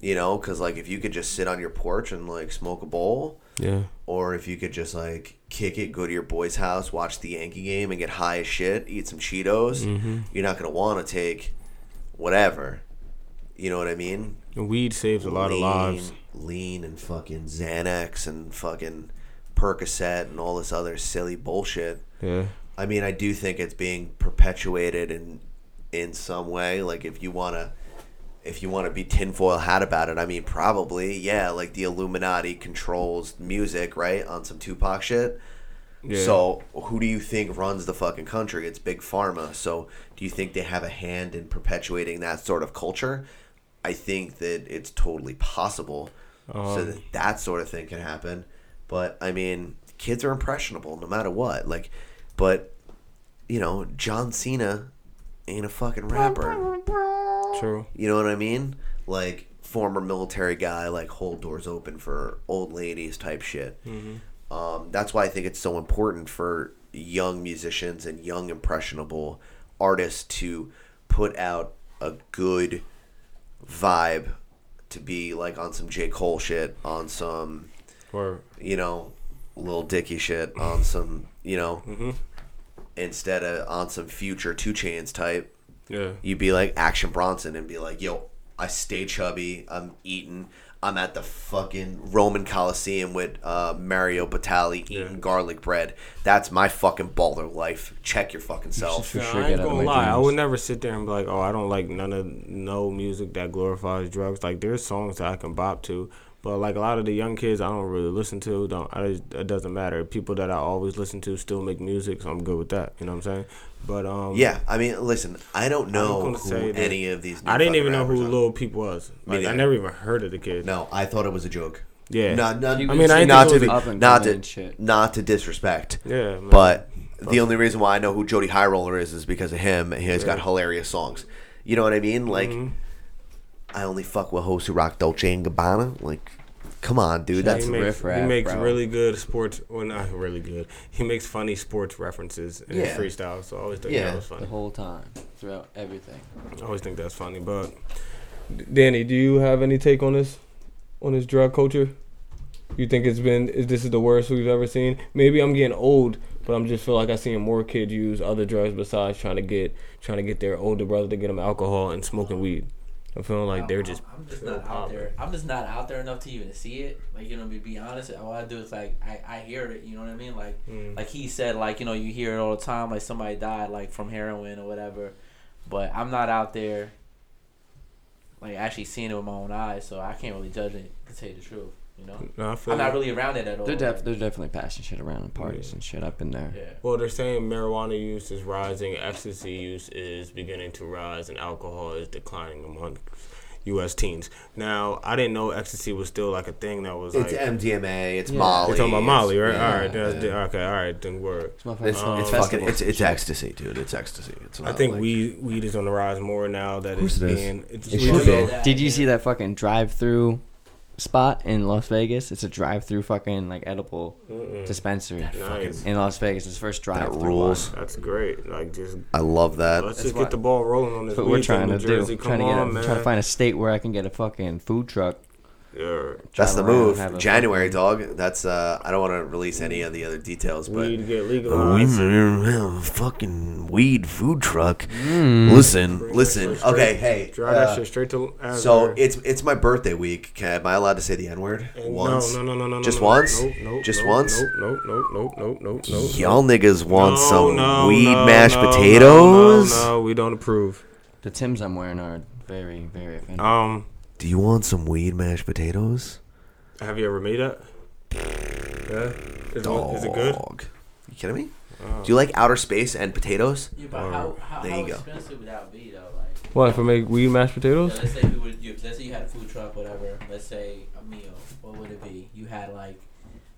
Speaker 5: You know, because like if you could just sit on your porch and like smoke a bowl,
Speaker 6: Yeah.
Speaker 5: or if you could just like kick it, go to your boy's house, watch the Yankee game, and get high as shit, eat some Cheetos, you're not gonna want to take whatever. You know what I mean?
Speaker 6: And weed saves a lot of lives.
Speaker 5: Lean and fucking Xanax and fucking Percocet and all this other silly bullshit.
Speaker 6: Yeah.
Speaker 5: I mean, I do think it's being perpetuated in in some way. Like if you wanna if you wanna be tinfoil hat about it, I mean probably, yeah, like the Illuminati controls music, right? On some Tupac shit.
Speaker 6: Yeah.
Speaker 5: So who do you think runs the fucking country? It's big pharma. So do you think they have a hand in perpetuating that sort of culture? I think that it's totally possible so
Speaker 6: Um,
Speaker 5: that that sort of thing can happen. But I mean, kids are impressionable no matter what. Like, but you know, John Cena ain't a fucking rapper.
Speaker 6: True.
Speaker 5: You know what I mean? Like former military guy, like hold doors open for old ladies type shit. Um, that's why I think it's so important for young musicians and young impressionable artists to put out a good vibe to be like on some J. Cole shit, on some,
Speaker 6: Or
Speaker 5: you know, little Dicky shit, on some, you know, instead of on some future two chains type
Speaker 6: yeah.
Speaker 5: you'd be like Action Bronson and be like, yo, I stay chubby, I'm eating, I'm at the fucking Roman Coliseum with uh, Mario Batali eating garlic bread. That's my fucking baller life. Check your fucking self.
Speaker 6: Nah,
Speaker 1: sure get
Speaker 6: I ain't
Speaker 1: out of
Speaker 6: gonna
Speaker 1: my
Speaker 6: lie. I
Speaker 1: dreams.
Speaker 6: would never sit there and be like, "Oh, I don't like none of no music that glorifies drugs." Like, there's songs that I can bop to, but like a lot of the young kids, I don't really listen to. Don't I, it doesn't matter. People that I always listen to still make music, so I'm good with that. You know what I'm saying? But um,
Speaker 5: Yeah, I mean, listen, I don't know
Speaker 6: gonna
Speaker 5: who
Speaker 6: say that-
Speaker 5: any of these. new
Speaker 6: I didn't
Speaker 5: fucking
Speaker 6: even know who
Speaker 5: rappers are.
Speaker 6: Lil Peep was. Like, I
Speaker 5: neither.
Speaker 6: never even heard of the kid.
Speaker 5: No, I thought it was a joke.
Speaker 6: Yeah.
Speaker 5: Not, not,
Speaker 1: I
Speaker 5: I
Speaker 1: mean,
Speaker 5: mean,
Speaker 1: I
Speaker 6: didn't
Speaker 5: not
Speaker 6: know
Speaker 5: to,
Speaker 6: it was
Speaker 1: up
Speaker 5: be,
Speaker 1: and
Speaker 5: not
Speaker 1: coming
Speaker 5: to,
Speaker 1: shit.
Speaker 5: not to disrespect.
Speaker 6: Yeah, man.
Speaker 5: But the only reason why I know who Jody High Roller is is because of him. and He's got hilarious songs. You know what I mean? Like,
Speaker 6: Mm-hmm.
Speaker 5: I only fuck with hoes who rock Dolce and Gabbana. Like, come on, dude. That's
Speaker 6: he makes,
Speaker 1: riff
Speaker 6: he
Speaker 1: raff,
Speaker 6: makes
Speaker 1: bro.
Speaker 6: really good sports. Well, not really good. He makes funny sports references in
Speaker 5: Yeah.
Speaker 6: his freestyle. So I always think
Speaker 5: Yeah.
Speaker 6: that was funny.
Speaker 1: The whole time. Throughout everything.
Speaker 6: I always think that's funny. But Danny, do you have any take on this on this drug culture? You think it's been is this is the worst we've ever seen? Maybe I'm getting old, but I'm just feel like I seeing more kids use other drugs besides trying to get trying to get their older brother to get them alcohol and smoking weed. I'm feeling like they're just
Speaker 7: I'm just not out there. I'm just not out there enough to even see it. Like you know, to be honest, all I do is like I, I hear it. You know what I mean? Like
Speaker 6: Hmm.
Speaker 7: like he said, like you know, you hear it all the time. Like somebody died like from heroin or whatever, but I'm not out there. Like actually seeing it with my own eyes, so I can't really judge it. To tell you the truth, you know,
Speaker 6: No, I feel
Speaker 7: I'm not
Speaker 6: you.
Speaker 7: really around it at all.
Speaker 1: They're def- they're definitely passing shit around in parties and shit. I've been there.
Speaker 7: yeah.
Speaker 6: Well, they're saying marijuana use is rising, ecstasy use is beginning to rise, and alcohol is declining among U.S. teens. Now, I didn't know ecstasy was still like a thing that was
Speaker 5: It's
Speaker 6: like.
Speaker 5: MDMA. It's Molly.
Speaker 6: You're talking about Molly, right?
Speaker 5: yeah,
Speaker 6: all right, that's,
Speaker 5: yeah.
Speaker 6: okay, all right, then word.
Speaker 5: It's,
Speaker 6: Um,
Speaker 5: it's fucking. It's, it's ecstasy, dude. It's ecstasy. It's
Speaker 6: I
Speaker 5: not
Speaker 6: think
Speaker 5: like-
Speaker 6: weed weed is on the rise more now that it's
Speaker 1: course it is.
Speaker 6: being it's,
Speaker 1: It
Speaker 6: it's
Speaker 1: should
Speaker 6: legal.
Speaker 1: be. Did you see that fucking drive-through spot in Las Vegas? It's a drive-through fucking like edible dispensary
Speaker 6: Nice.
Speaker 1: in Las Vegas. It's the first
Speaker 5: that
Speaker 1: drive-through.
Speaker 5: rules.
Speaker 6: That's great. Like just
Speaker 5: I love that.
Speaker 6: let's
Speaker 1: That's
Speaker 6: just get
Speaker 1: why-
Speaker 6: the ball rolling on this.
Speaker 1: That's what we're
Speaker 6: weed thing,
Speaker 1: trying to
Speaker 6: New
Speaker 1: do.
Speaker 6: Jersey. Come
Speaker 1: trying to get
Speaker 6: on,
Speaker 1: a,
Speaker 6: man.
Speaker 1: trying to find a state where I can get a fucking food truck.
Speaker 6: Yeah.
Speaker 5: That's the
Speaker 1: drive around,
Speaker 5: move.
Speaker 1: have a
Speaker 5: January, dog. That's. uh I don't want to release any of the other details, but.
Speaker 6: weed get
Speaker 5: We
Speaker 6: legalized.
Speaker 5: have a fucking weed food truck.
Speaker 1: Hmm.
Speaker 5: Listen, listen. Okay, hey.
Speaker 6: Drive that
Speaker 5: uh,
Speaker 6: shit straight to. Asbury.
Speaker 5: So it's it's my birthday week. Can, am I allowed to say the n word
Speaker 6: And
Speaker 5: once?
Speaker 6: Uh, No, no, no, no, no.
Speaker 5: Just
Speaker 6: no,
Speaker 5: once?
Speaker 6: Nope, nope,
Speaker 5: Just
Speaker 6: nope,
Speaker 5: once?
Speaker 6: Nope, nope, nope, nope, nope, nope. nope.
Speaker 5: Y'all niggas want
Speaker 6: No,
Speaker 5: some
Speaker 6: no,
Speaker 5: weed
Speaker 6: no,
Speaker 5: mashed
Speaker 6: no, no,
Speaker 5: potatoes?
Speaker 6: No, no, we don't approve.
Speaker 1: The Tim's I'm wearing are very,
Speaker 5: Uh,
Speaker 1: very offensive.
Speaker 6: Um,
Speaker 5: Do you want some weed mashed potatoes?
Speaker 6: have you ever made that? Yeah. Is, it, is it good? Oh.
Speaker 5: Dog. You kidding me? Do you like outer space and potatoes?
Speaker 7: Yeah, but how, how,
Speaker 5: There
Speaker 7: how
Speaker 5: you go.
Speaker 7: expensive would that be though? Like,
Speaker 11: What if I make weed mashed
Speaker 7: so
Speaker 11: potatoes?
Speaker 7: let's say we would, you, let's say you had a food truck, whatever. Let's say a meal. What would it be? You had like,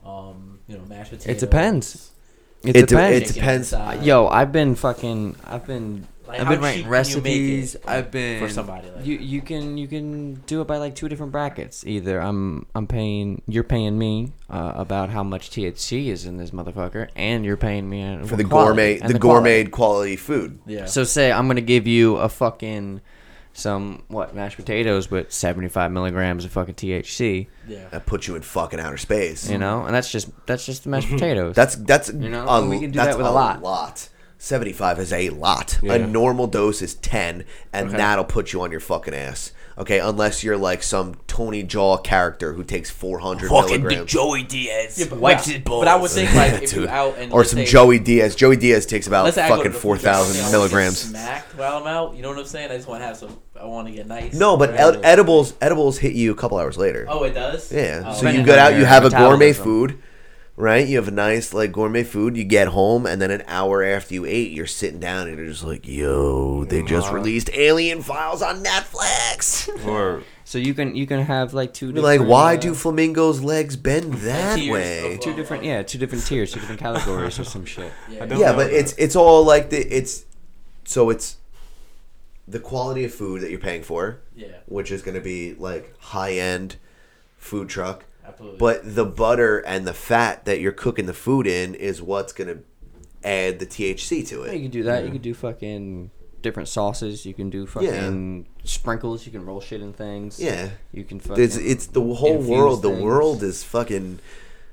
Speaker 7: um, you know, mashed potatoes.
Speaker 1: depends. It,
Speaker 5: It de-
Speaker 1: depends.
Speaker 5: it depends.
Speaker 7: Chicken,
Speaker 1: Uh, Yo, I've been fucking. I've been.
Speaker 7: Like,
Speaker 1: I've
Speaker 7: how
Speaker 1: been writing
Speaker 7: cheap can you make it
Speaker 1: recipes. I've been
Speaker 7: for somebody like
Speaker 1: You you can you can do it by like two different brackets. Either I'm I'm paying you're paying me uh, about how much THC is in this motherfucker, and you're paying me uh,
Speaker 5: For
Speaker 1: quality
Speaker 5: the gourmet,
Speaker 1: and
Speaker 5: the, gourmet
Speaker 1: quality.
Speaker 5: quality. food.
Speaker 7: Yeah.
Speaker 1: So say I'm gonna give you a fucking some what mashed potatoes with 75 milligrams of fucking THC,
Speaker 7: yeah.
Speaker 5: That puts you in fucking outer space.
Speaker 1: you know, and that's just that's just the
Speaker 5: Mm-hmm.
Speaker 1: mashed potatoes.
Speaker 5: That's that's
Speaker 1: You know,
Speaker 5: a-
Speaker 1: and we can do that
Speaker 5: that's
Speaker 1: with a lot.
Speaker 5: Seventy five is a lot. A normal dose is ten, and that'll put you on your fucking ass. Okay, unless you're like some Tony Jaw character who takes four hundred milligrams,
Speaker 1: Joey Diaz.
Speaker 7: but, but I would think like if you
Speaker 5: Dude.
Speaker 7: out and
Speaker 5: or
Speaker 7: let's
Speaker 5: some
Speaker 7: say-
Speaker 5: Joey Diaz. Joey Diaz takes about
Speaker 7: let's say I go to
Speaker 5: fucking
Speaker 7: the food
Speaker 5: four
Speaker 7: truck, I
Speaker 5: thousand
Speaker 7: wanna get
Speaker 5: milligrams.
Speaker 7: Smacked while I'm out. You know what I'm saying? I just want to have some. I want to get nice.
Speaker 5: No, but
Speaker 7: Right?
Speaker 5: ed- edibles edibles hit you a couple hours later.
Speaker 7: oh, it does.
Speaker 5: Yeah.
Speaker 7: Oh,
Speaker 5: so
Speaker 1: Depending
Speaker 5: you get
Speaker 1: on
Speaker 5: out, you
Speaker 1: your
Speaker 5: have a gourmet
Speaker 1: metabolism.
Speaker 5: food, right? You have a nice like gourmet food. You get home, and then an hour after you ate, you're sitting down and you're just like, "Yo, they just released Alien Files on Netflix."
Speaker 6: Or
Speaker 1: So you can you can have like two.
Speaker 5: You're like,
Speaker 1: different,
Speaker 5: why
Speaker 1: uh,
Speaker 5: do flamingos' legs bend that
Speaker 7: tears
Speaker 5: way?
Speaker 7: of-
Speaker 1: two different yeah two different tiers, two different categories or some shit?
Speaker 7: Yeah.
Speaker 6: don't
Speaker 5: Yeah,
Speaker 6: know
Speaker 5: but
Speaker 6: that.
Speaker 5: it's it's all like the it's so it's the quality of food that you're paying for,
Speaker 7: Yeah.
Speaker 5: which is going to be like high end food truck.
Speaker 7: Absolutely.
Speaker 5: But the butter and the fat that you're cooking the food in is what's gonna add the THC to
Speaker 1: Yeah, you
Speaker 5: it.
Speaker 1: can do that. You can do fucking different sauces. You can do fucking sprinkles. You can roll shit in things.
Speaker 5: Yeah,
Speaker 1: You can fucking.
Speaker 5: it's it's the whole
Speaker 1: infuse
Speaker 5: world. The
Speaker 1: things.
Speaker 5: world is fucking,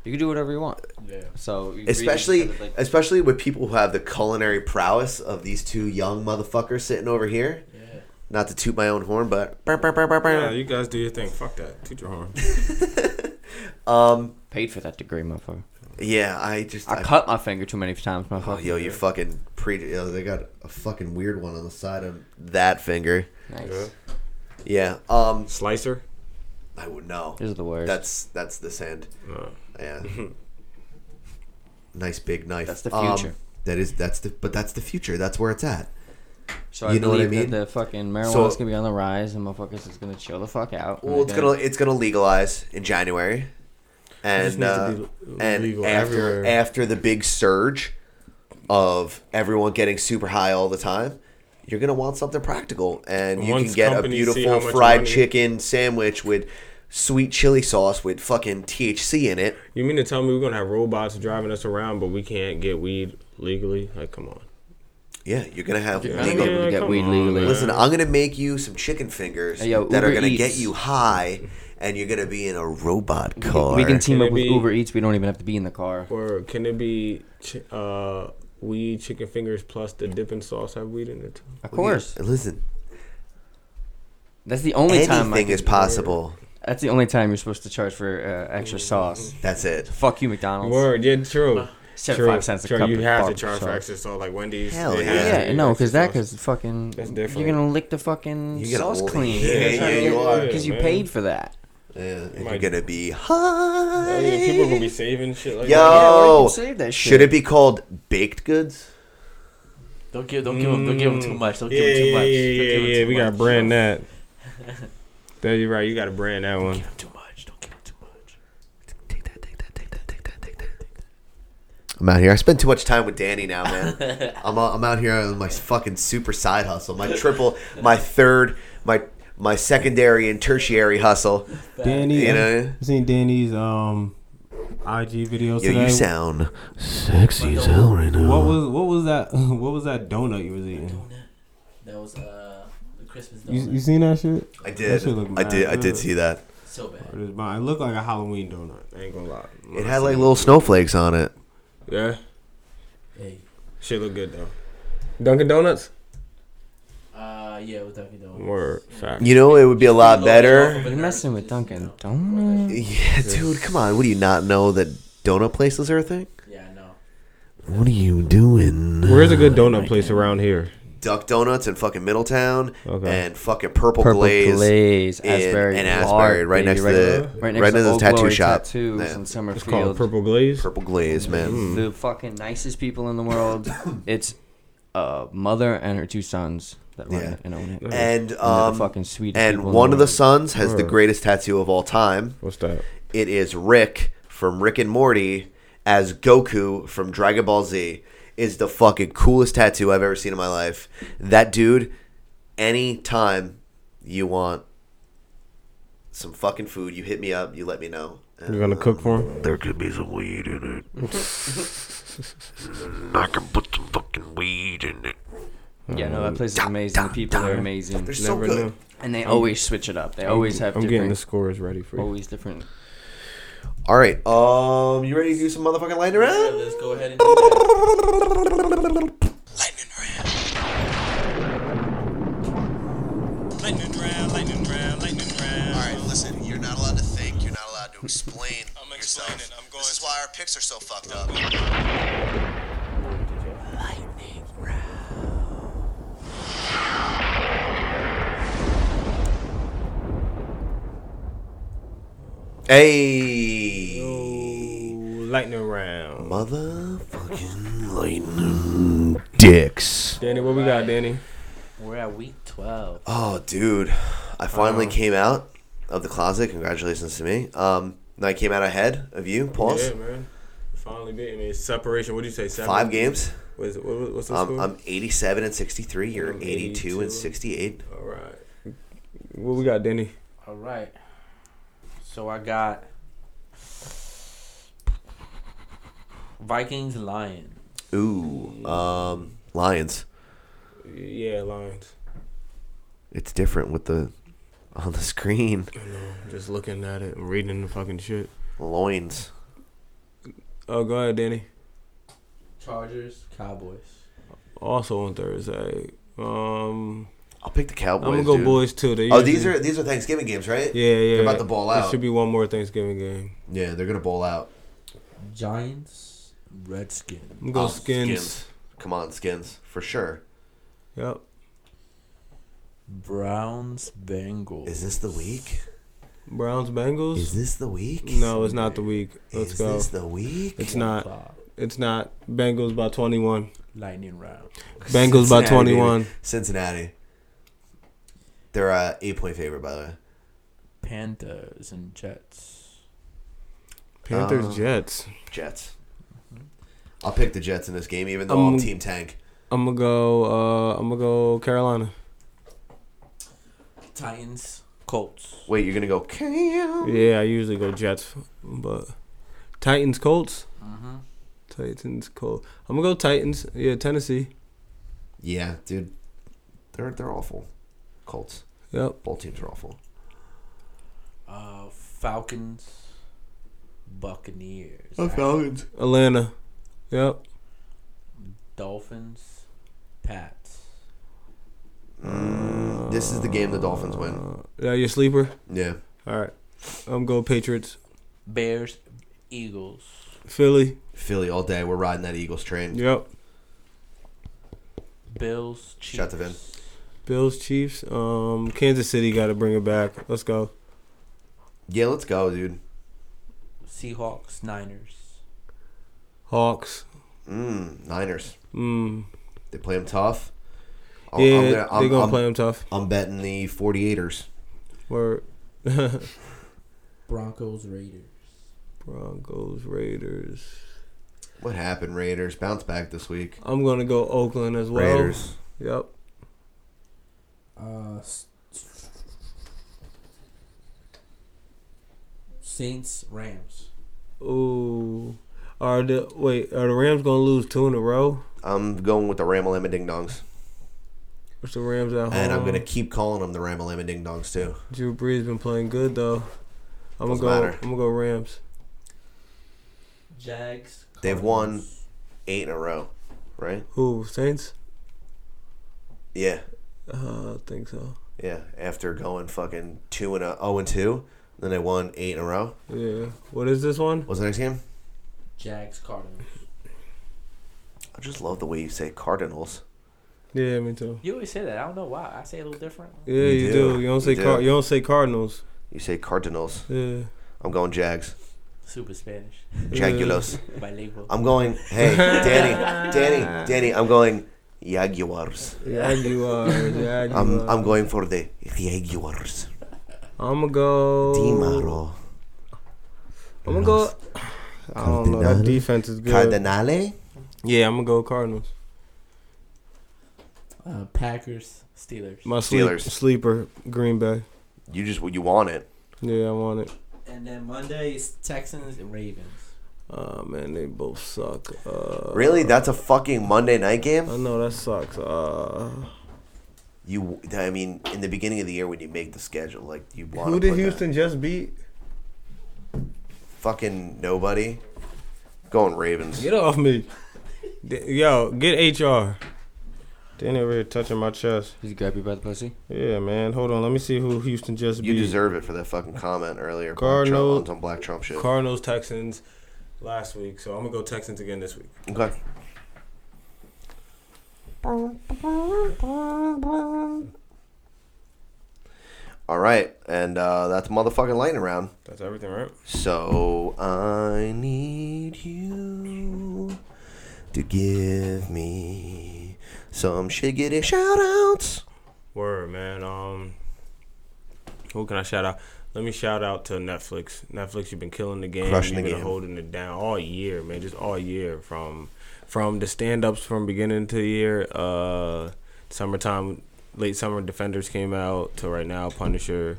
Speaker 1: You can do whatever you want.
Speaker 7: yeah.
Speaker 1: So you really
Speaker 5: especially
Speaker 1: kind of, like-
Speaker 5: especially with people who have the culinary prowess of these two young motherfuckers sitting over here.
Speaker 7: Yeah.
Speaker 5: Not to toot my own horn, but
Speaker 6: yeah, you guys do your thing. Fuck that. Toot your horn.
Speaker 1: paid for that degree, motherfucker.
Speaker 5: yeah, I just
Speaker 1: I,
Speaker 5: I-
Speaker 1: cut my finger too many times, motherfucker.
Speaker 5: Oh, yo, you fucking pre. Yo, they got a fucking weird one on the side of that finger.
Speaker 1: Nice.
Speaker 6: Yeah.
Speaker 5: Yeah. Um,
Speaker 6: Slicer.
Speaker 5: I would know.
Speaker 1: These are the worst.
Speaker 5: That's that's the sand.
Speaker 6: No.
Speaker 5: Yeah. nice big knife.
Speaker 1: That's the
Speaker 5: Um,
Speaker 1: future.
Speaker 5: that is that's the but that's the future. That's where it's at.
Speaker 1: so I
Speaker 5: you know what I
Speaker 1: believe that
Speaker 5: mean?
Speaker 1: The fucking marijuana's
Speaker 5: So-
Speaker 1: gonna be on the rise, and motherfuckers is gonna chill the fuck out. and
Speaker 5: Well, it's
Speaker 1: they're
Speaker 5: gonna it's gonna legalize in January,
Speaker 6: just
Speaker 5: and
Speaker 6: needs to
Speaker 5: uh,
Speaker 6: be
Speaker 5: and
Speaker 6: legal
Speaker 5: after
Speaker 6: everywhere.
Speaker 5: after the big surge of everyone getting super high all the time. You're gonna want something practical, and you
Speaker 6: Once
Speaker 5: can get a
Speaker 6: companies see how
Speaker 5: beautiful
Speaker 6: much
Speaker 5: fried
Speaker 6: money-
Speaker 5: chicken sandwich with sweet chili sauce with fucking THC in it.
Speaker 6: You mean to tell me we're gonna have robots driving us around, but we can't get weed legally? Like, come on.
Speaker 5: Yeah, you're gonna have
Speaker 1: I don't
Speaker 5: legal
Speaker 1: think we
Speaker 6: Yeah,
Speaker 1: can get
Speaker 6: come
Speaker 1: weed
Speaker 6: on,
Speaker 1: legally.
Speaker 6: man.
Speaker 5: Listen, I'm gonna make you some chicken fingers
Speaker 1: Hey, yo,
Speaker 5: that are
Speaker 1: Uber
Speaker 5: gonna get
Speaker 1: Eats.
Speaker 5: you high, and you're gonna be in a robot car.
Speaker 1: We can team up with
Speaker 6: Maybe-
Speaker 1: Uber Eats. We don't even have to be in the car.
Speaker 6: Or can it be chi- uh, weed, chicken fingers, plus the dipping sauce have weed in it?
Speaker 1: Of course.
Speaker 5: Listen,
Speaker 1: That's the only time. I
Speaker 5: anything
Speaker 1: can,
Speaker 5: is possible.
Speaker 1: That's the only time you're supposed to charge for uh, extra sauce.
Speaker 5: That's it.
Speaker 1: Fuck you, McDonald's.
Speaker 6: Word, yeah, true. true.
Speaker 1: 75 cents a
Speaker 6: true.
Speaker 1: cup
Speaker 6: You
Speaker 1: of
Speaker 6: have to
Speaker 1: barbecue
Speaker 6: charge for
Speaker 1: sauce.
Speaker 6: extra sauce, like Wendy's.
Speaker 5: Hell
Speaker 6: they
Speaker 5: yeah.
Speaker 6: have
Speaker 1: Yeah,
Speaker 6: to do
Speaker 1: no,
Speaker 6: extra
Speaker 1: because that,
Speaker 6: sauce.
Speaker 1: because fucking,
Speaker 6: That's
Speaker 1: you're
Speaker 6: different.
Speaker 1: gonna lick the fucking
Speaker 5: You gotta
Speaker 1: sauce
Speaker 5: lick-
Speaker 1: clean.
Speaker 5: Yeah, yeah, you are.
Speaker 1: Because you
Speaker 6: man.
Speaker 1: paid for that.
Speaker 5: Yeah, and you're
Speaker 6: might-
Speaker 5: gonna be
Speaker 6: Oh, yeah, people are gonna
Speaker 5: high.
Speaker 6: be saving shit like that.
Speaker 1: Yeah, we
Speaker 5: Yo,
Speaker 1: can save that
Speaker 5: Oh. should
Speaker 1: shit.
Speaker 5: it be called baked goods?
Speaker 7: Don't give. Don't give him. Don't give him too much. Don't
Speaker 6: Mm. Yeah,
Speaker 7: give him too
Speaker 6: yeah,
Speaker 7: much.
Speaker 6: yeah, yeah, yeah. We gotta brand that. That you're right. You got to brand that one.
Speaker 7: Give him too much. Don't give him too much. Take that. Take that. Take that. Take that. Take that. Take that.
Speaker 5: I'm out here. I spend too much time with Danny now, man. I'm out, I'm out here on my fucking super side hustle, my triple, my third, my my secondary and tertiary hustle.
Speaker 4: Danny,
Speaker 5: You
Speaker 4: you
Speaker 1: uh,
Speaker 5: know?
Speaker 4: I seen Danny's um IG videos
Speaker 5: Yo,
Speaker 4: today.
Speaker 5: you uh, sound sexy as hell right now.
Speaker 4: what was what was that? What was that donut you was eating?
Speaker 7: That was uh the Christmas
Speaker 4: You,
Speaker 7: donut.
Speaker 4: you seen that shit?
Speaker 5: I
Speaker 4: That
Speaker 5: did.
Speaker 4: shit look
Speaker 5: I
Speaker 4: mad
Speaker 5: did. I did
Speaker 4: good.
Speaker 5: see that.
Speaker 7: so bad.
Speaker 4: It is mine. It looked like a Halloween donut. I ain't gonna lie.
Speaker 5: It had like little snowflakes on it.
Speaker 6: Yeah.
Speaker 7: Hey.
Speaker 6: Shit look good though. Dunkin' Donuts.
Speaker 7: Uh yeah, with Dunkin' Donuts.
Speaker 6: Word. Fact.
Speaker 5: You know, it would be a lot better.
Speaker 1: You're messing with Dunkin'. Don't.
Speaker 5: Yeah, dude. Come on. What do you not know that donut places are a thing?
Speaker 7: Yeah, I know.
Speaker 5: What are you doing?
Speaker 6: Where's a good donut place around here?
Speaker 5: Duck Donuts in fucking Middletown
Speaker 6: Okay.
Speaker 5: and fucking Purple,
Speaker 1: Purple
Speaker 5: Glaze.
Speaker 1: Glaze,
Speaker 5: in-
Speaker 1: Asbury,
Speaker 5: in
Speaker 1: Park,
Speaker 5: Asbury,
Speaker 1: baby,
Speaker 5: right next to the-
Speaker 1: right next
Speaker 5: right
Speaker 1: to
Speaker 5: next to the
Speaker 1: Old
Speaker 5: tattoo
Speaker 1: Glory
Speaker 5: shop.
Speaker 1: Tattoos Hmm.
Speaker 5: Yeah.
Speaker 1: in
Speaker 6: It's called
Speaker 1: Summerfield.
Speaker 6: Purple Glaze.
Speaker 5: Purple Glaze, man.
Speaker 1: The fucking nicest people in the world. it's a mother and her two sons that run
Speaker 5: Yeah.
Speaker 1: it and own it. And
Speaker 5: And
Speaker 1: they're the
Speaker 5: um,
Speaker 1: fucking sweetest
Speaker 5: and
Speaker 1: people in
Speaker 5: one of the
Speaker 1: world.
Speaker 5: sons has the
Speaker 6: Sure.
Speaker 5: greatest tattoo of all time.
Speaker 6: What's that?
Speaker 5: It is Rick from Rick and Morty as Goku from Dragon Ball Z is the fucking coolest tattoo I've ever seen in my life. That dude, anytime you want some fucking food, you hit me up, you let me know. And,
Speaker 6: You're gonna
Speaker 5: uh,
Speaker 6: cook for him?
Speaker 12: There could be some weed in it. I can put some fucking weed in it.
Speaker 1: Yeah, no, that place is amazing. The people are amazing,
Speaker 5: They're so good.
Speaker 1: and they always switch it up. They always have
Speaker 6: I'm getting the
Speaker 1: different,
Speaker 6: scores ready for you.
Speaker 1: always different.
Speaker 5: All right, um, you ready to do some motherfucking lightning
Speaker 7: Yeah,
Speaker 5: round?
Speaker 7: let's go ahead and do that.
Speaker 13: Lightning round, lightning round, lightning round.
Speaker 5: All right, listen, you're not allowed to think. You're not allowed to explain
Speaker 13: I'm
Speaker 5: yourself.
Speaker 13: explaining, I'm going
Speaker 5: this is
Speaker 13: to.
Speaker 5: why our picks are so fucked up. Hey,
Speaker 6: Lightning round.
Speaker 5: motherfucking lightning dicks.
Speaker 6: Danny, what we got, Danny?
Speaker 7: We're at week twelve.
Speaker 5: Oh, dude, I finally came out of the closet. Congratulations to me. Um, I came out ahead of you, Pauls.
Speaker 6: Yeah, man. Finally beating me. Separation. What do you say? Seven?
Speaker 5: Five games.
Speaker 6: What is it? What, what's the
Speaker 5: Um,
Speaker 6: score?
Speaker 5: I'm 87 and 63. You're
Speaker 6: I'm
Speaker 5: 82,
Speaker 6: 82.
Speaker 5: and 68.
Speaker 6: All right. What we got, Danny?
Speaker 7: All right. So I got Vikings Lion.
Speaker 5: Ooh, um, Lions.
Speaker 6: Yeah, Lions.
Speaker 5: It's different with the on the screen.
Speaker 6: I know. Just looking at it, and reading the fucking shit.
Speaker 5: Loins.
Speaker 6: Oh, go ahead, Danny.
Speaker 7: Chargers Cowboys.
Speaker 6: Also on Thursday. Um,
Speaker 5: I'll pick the Cowboys.
Speaker 6: I'm gonna go
Speaker 5: dude.
Speaker 6: boys too. They
Speaker 5: Oh, these
Speaker 6: usually-
Speaker 5: are these are Thanksgiving games, right?
Speaker 6: Yeah, yeah.
Speaker 5: They're about to bowl
Speaker 6: It
Speaker 5: out.
Speaker 6: should be one more Thanksgiving game.
Speaker 5: Yeah, they're gonna bowl out.
Speaker 7: Giants Redskins.
Speaker 6: I'm gonna go
Speaker 5: Oh,
Speaker 6: skins.
Speaker 5: Skins. Come on, skins for sure.
Speaker 6: Yep.
Speaker 7: Browns Bengals.
Speaker 5: Is this the week?
Speaker 6: Browns Bengals.
Speaker 5: Is this the week?
Speaker 6: no, it's not the week. Let's
Speaker 5: Is
Speaker 6: go.
Speaker 5: this the week?
Speaker 6: It's not. It's not. Bengals by 21.
Speaker 7: Lightning round.
Speaker 6: Bengals by
Speaker 5: Cincinnati,
Speaker 6: 21.
Speaker 5: baby. Cincinnati. They're uh, eight point favorite, by the way.
Speaker 7: Panthers and Jets.
Speaker 6: Panthers
Speaker 5: Uh,
Speaker 6: Jets.
Speaker 5: Jets. I'll pick the Jets in this game, even though
Speaker 6: Um,
Speaker 5: I'm team tank.
Speaker 6: I'm gonna go. Uh, I'm gonna go Carolina.
Speaker 7: Titans Colts.
Speaker 5: Wait, you're gonna go Cam?
Speaker 6: Yeah, I usually go Jets, but Titans Colts.
Speaker 7: Mm-hmm.
Speaker 6: Titans Colts. I'm gonna go Titans. Yeah, Tennessee.
Speaker 5: Yeah, dude, they're they're awful. Colts.
Speaker 6: Yep.
Speaker 5: Both teams are awful.
Speaker 7: Uh, Falcons Buccaneers.
Speaker 14: Oh,
Speaker 5: Falcons.
Speaker 6: Atlanta. Yep.
Speaker 7: Dolphins Pats.
Speaker 5: This is the game the Dolphins win.
Speaker 6: Uh, Yeah, your sleeper.
Speaker 5: Yeah.
Speaker 6: All right. I'm going Patriots.
Speaker 7: Bears Eagles.
Speaker 6: Philly.
Speaker 5: Philly all day. We're riding that Eagles train.
Speaker 6: Yep.
Speaker 7: Bills Chiefs.
Speaker 5: Shout to Vin.
Speaker 6: Bills Chiefs. Um, Kansas City got to bring it back. Let's go.
Speaker 5: Yeah, let's go, dude.
Speaker 7: Seahawks Niners.
Speaker 6: Hawks.
Speaker 5: Mm, Niners.
Speaker 6: Mm.
Speaker 5: They play them tough. Oh, I'm-
Speaker 6: Yeah,
Speaker 5: I'm, gonna-
Speaker 6: they
Speaker 5: I'm,
Speaker 6: gonna
Speaker 5: I'm-
Speaker 6: play them tough.
Speaker 5: I'm betting the 48ers.
Speaker 6: Word.
Speaker 14: Broncos Raiders.
Speaker 6: Broncos Raiders.
Speaker 5: What happened, Raiders? Bounce back this week.
Speaker 6: I'm gonna go Oakland as well.
Speaker 5: Raiders.
Speaker 6: Yep.
Speaker 14: Uh, s- Saints Rams.
Speaker 6: Ooh. Are the wait? Are the Rams gonna lose two in a row?
Speaker 5: I'm going with the Ramalama Ding Dongs.
Speaker 6: What's the Rams at home?
Speaker 5: And I'm gonna keep calling them the Ramalama Ding Dongs too.
Speaker 6: Drew Brees been playing good though. I'm gonna
Speaker 5: Doesn't
Speaker 6: go.
Speaker 5: matter.
Speaker 6: I'm gonna go Rams.
Speaker 7: Jags.
Speaker 5: They've won eight in a row, right?
Speaker 6: Who Saints?
Speaker 5: Yeah,
Speaker 6: Uh, I think so.
Speaker 5: yeah. After going fucking two and a oh and two, then they won eight in a row.
Speaker 6: Yeah. What is this one?
Speaker 5: What's the next game?
Speaker 7: Jags Cardinals.
Speaker 5: I just love the way you say Cardinals.
Speaker 6: Yeah, me too.
Speaker 7: You always say that. I don't know why. I say it a little different.
Speaker 6: Yeah, you, do. You don't say Car- you don't say Cardinals.
Speaker 5: You say Cardinals.
Speaker 6: Yeah.
Speaker 5: I'm going Jags.
Speaker 7: Super Spanish.
Speaker 5: Jagulos.
Speaker 7: Bilingual.
Speaker 5: I'm going. Hey, Danny, Danny, Danny. I'm going Jaguars.
Speaker 6: Jaguars,
Speaker 5: I'm I'm going for the Jaguars.
Speaker 6: I'm gonna go.
Speaker 5: Dimaro.
Speaker 6: Oh. I'm gonna go. I don't know. That
Speaker 5: Cardinal-
Speaker 6: defense is good.
Speaker 5: Cardinale?
Speaker 6: Yeah, I'm gonna go Cardinals.
Speaker 7: Uh, Packers Steelers.
Speaker 6: My sleep-
Speaker 5: Steelers.
Speaker 6: sleeper, Green Bay.
Speaker 5: You just you want it.
Speaker 6: Yeah, I want it.
Speaker 7: And then Monday is Texans and Ravens.
Speaker 6: Oh man, they both suck. Uh,
Speaker 5: Really? That's a fucking Monday night game?
Speaker 6: I know that sucks. Uh,
Speaker 5: You, I mean, in the beginning of the year when you make the schedule, like you want to
Speaker 6: who did
Speaker 5: put that-
Speaker 6: Houston just beat?
Speaker 5: fucking nobody. Going Ravens.
Speaker 6: Get off me, D- yo! Get HR. Danny over here touching my chest.
Speaker 1: He's grab you by the pussy.
Speaker 6: Yeah, man. Hold on. Let me see who Houston just
Speaker 5: You
Speaker 6: beat.
Speaker 5: deserve it for that fucking comment earlier. about
Speaker 6: Cardinal-
Speaker 5: Trump, on some Black Trump shit.
Speaker 6: Cardinals Texans last week, so I'm gonna go Texans again this week.
Speaker 5: okay. All right, and uh, that's motherfucking lightning round.
Speaker 6: That's everything, right?
Speaker 5: So I need you to give me some shiggity shout outs.
Speaker 6: Word, man. Um, who can I shout out? Let me shout out to Netflix. Netflix, you've been killing the game.
Speaker 5: Crushing the
Speaker 6: you've been
Speaker 5: game.
Speaker 6: holding it down all year, man. Just all year from from the stand ups from beginning to the year. Uh, summertime, late summer defenders came out to right now Punisher,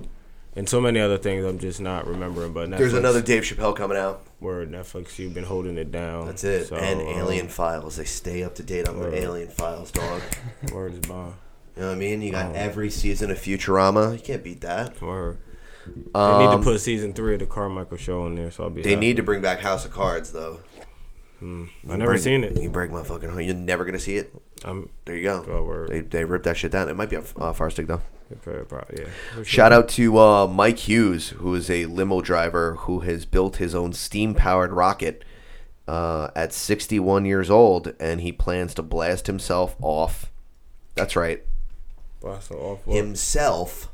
Speaker 6: and so many other things. I'm just not remembering. But Netflix,
Speaker 5: There's another Dave Chappelle coming out.
Speaker 6: word. Netflix, you've been holding it down.
Speaker 5: That's it.
Speaker 6: So, uh,
Speaker 5: and
Speaker 6: um,
Speaker 5: Alien Files. They stay up to date on
Speaker 6: Word.
Speaker 5: the Alien Files, dog.
Speaker 6: Word is bomb.
Speaker 5: You know what I mean? You got
Speaker 6: Oh.
Speaker 5: every season of Futurama. You can't beat that.
Speaker 6: Word.
Speaker 5: Um,
Speaker 6: they need to put season three of the Carmichael Show on there, so I'll be.
Speaker 5: They
Speaker 6: happy.
Speaker 5: need to bring back House of Cards, though.
Speaker 6: Mm.
Speaker 5: You
Speaker 6: I never
Speaker 5: break-
Speaker 6: seen it.
Speaker 5: You break my fucking heart. You're never gonna see it.
Speaker 6: I'm
Speaker 5: There you go.
Speaker 6: oh, word.
Speaker 5: They they ripped that shit down. It might be on uh, Firestick though.
Speaker 6: Yeah, pro- pro- yeah.
Speaker 5: Shout out to uh, Mike Hughes, who is a limo driver who has built his own steam powered rocket uh, at 61 years old, and he plans to blast himself off. That's right,
Speaker 6: Blast her off.
Speaker 5: himself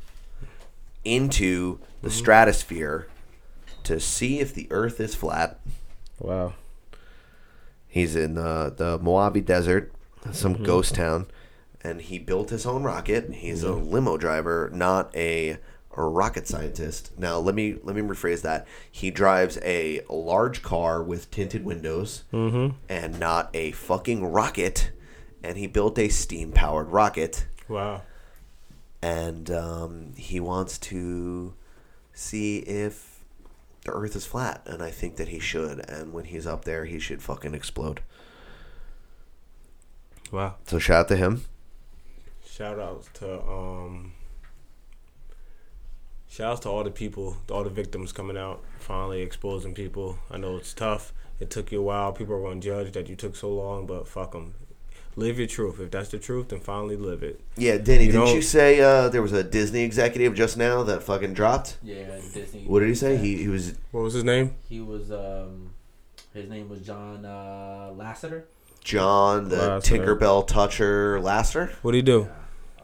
Speaker 5: into the stratosphere to see if the Earth is flat.
Speaker 6: Wow.
Speaker 5: He's in uh, the Mojave Desert, some ghost town, and he built his own rocket. He's a limo driver, not a, a rocket scientist. Now let me let me rephrase that. He drives a large car with tinted windows, and not a fucking rocket. And he built a steam powered rocket,
Speaker 6: Wow.
Speaker 5: and um, he wants to see if the Earth is flat. And I think that he should. And when he's up there, he should fucking explode.
Speaker 6: Wow.
Speaker 5: So shout out to him.
Speaker 6: Shout outs to um. Shout outs to all the people, to all the victims coming out, finally exposing people. I know it's tough. It took you a while. People are going to judge that you took so long, but fuck them. Live your truth. If that's the truth, then finally live it.
Speaker 5: Yeah, Danny,
Speaker 6: You
Speaker 5: didn't
Speaker 6: know-
Speaker 5: you say uh, there was a Disney executive just now that fucking dropped?
Speaker 7: Yeah, Disney.
Speaker 5: What did he say? He, he was
Speaker 6: What was his name?
Speaker 7: He was um, his name was John uh, Lasseter.
Speaker 5: John the
Speaker 6: Lasseter.
Speaker 5: Tinkerbell Toucher Laster.
Speaker 6: What'd he do?
Speaker 7: Uh,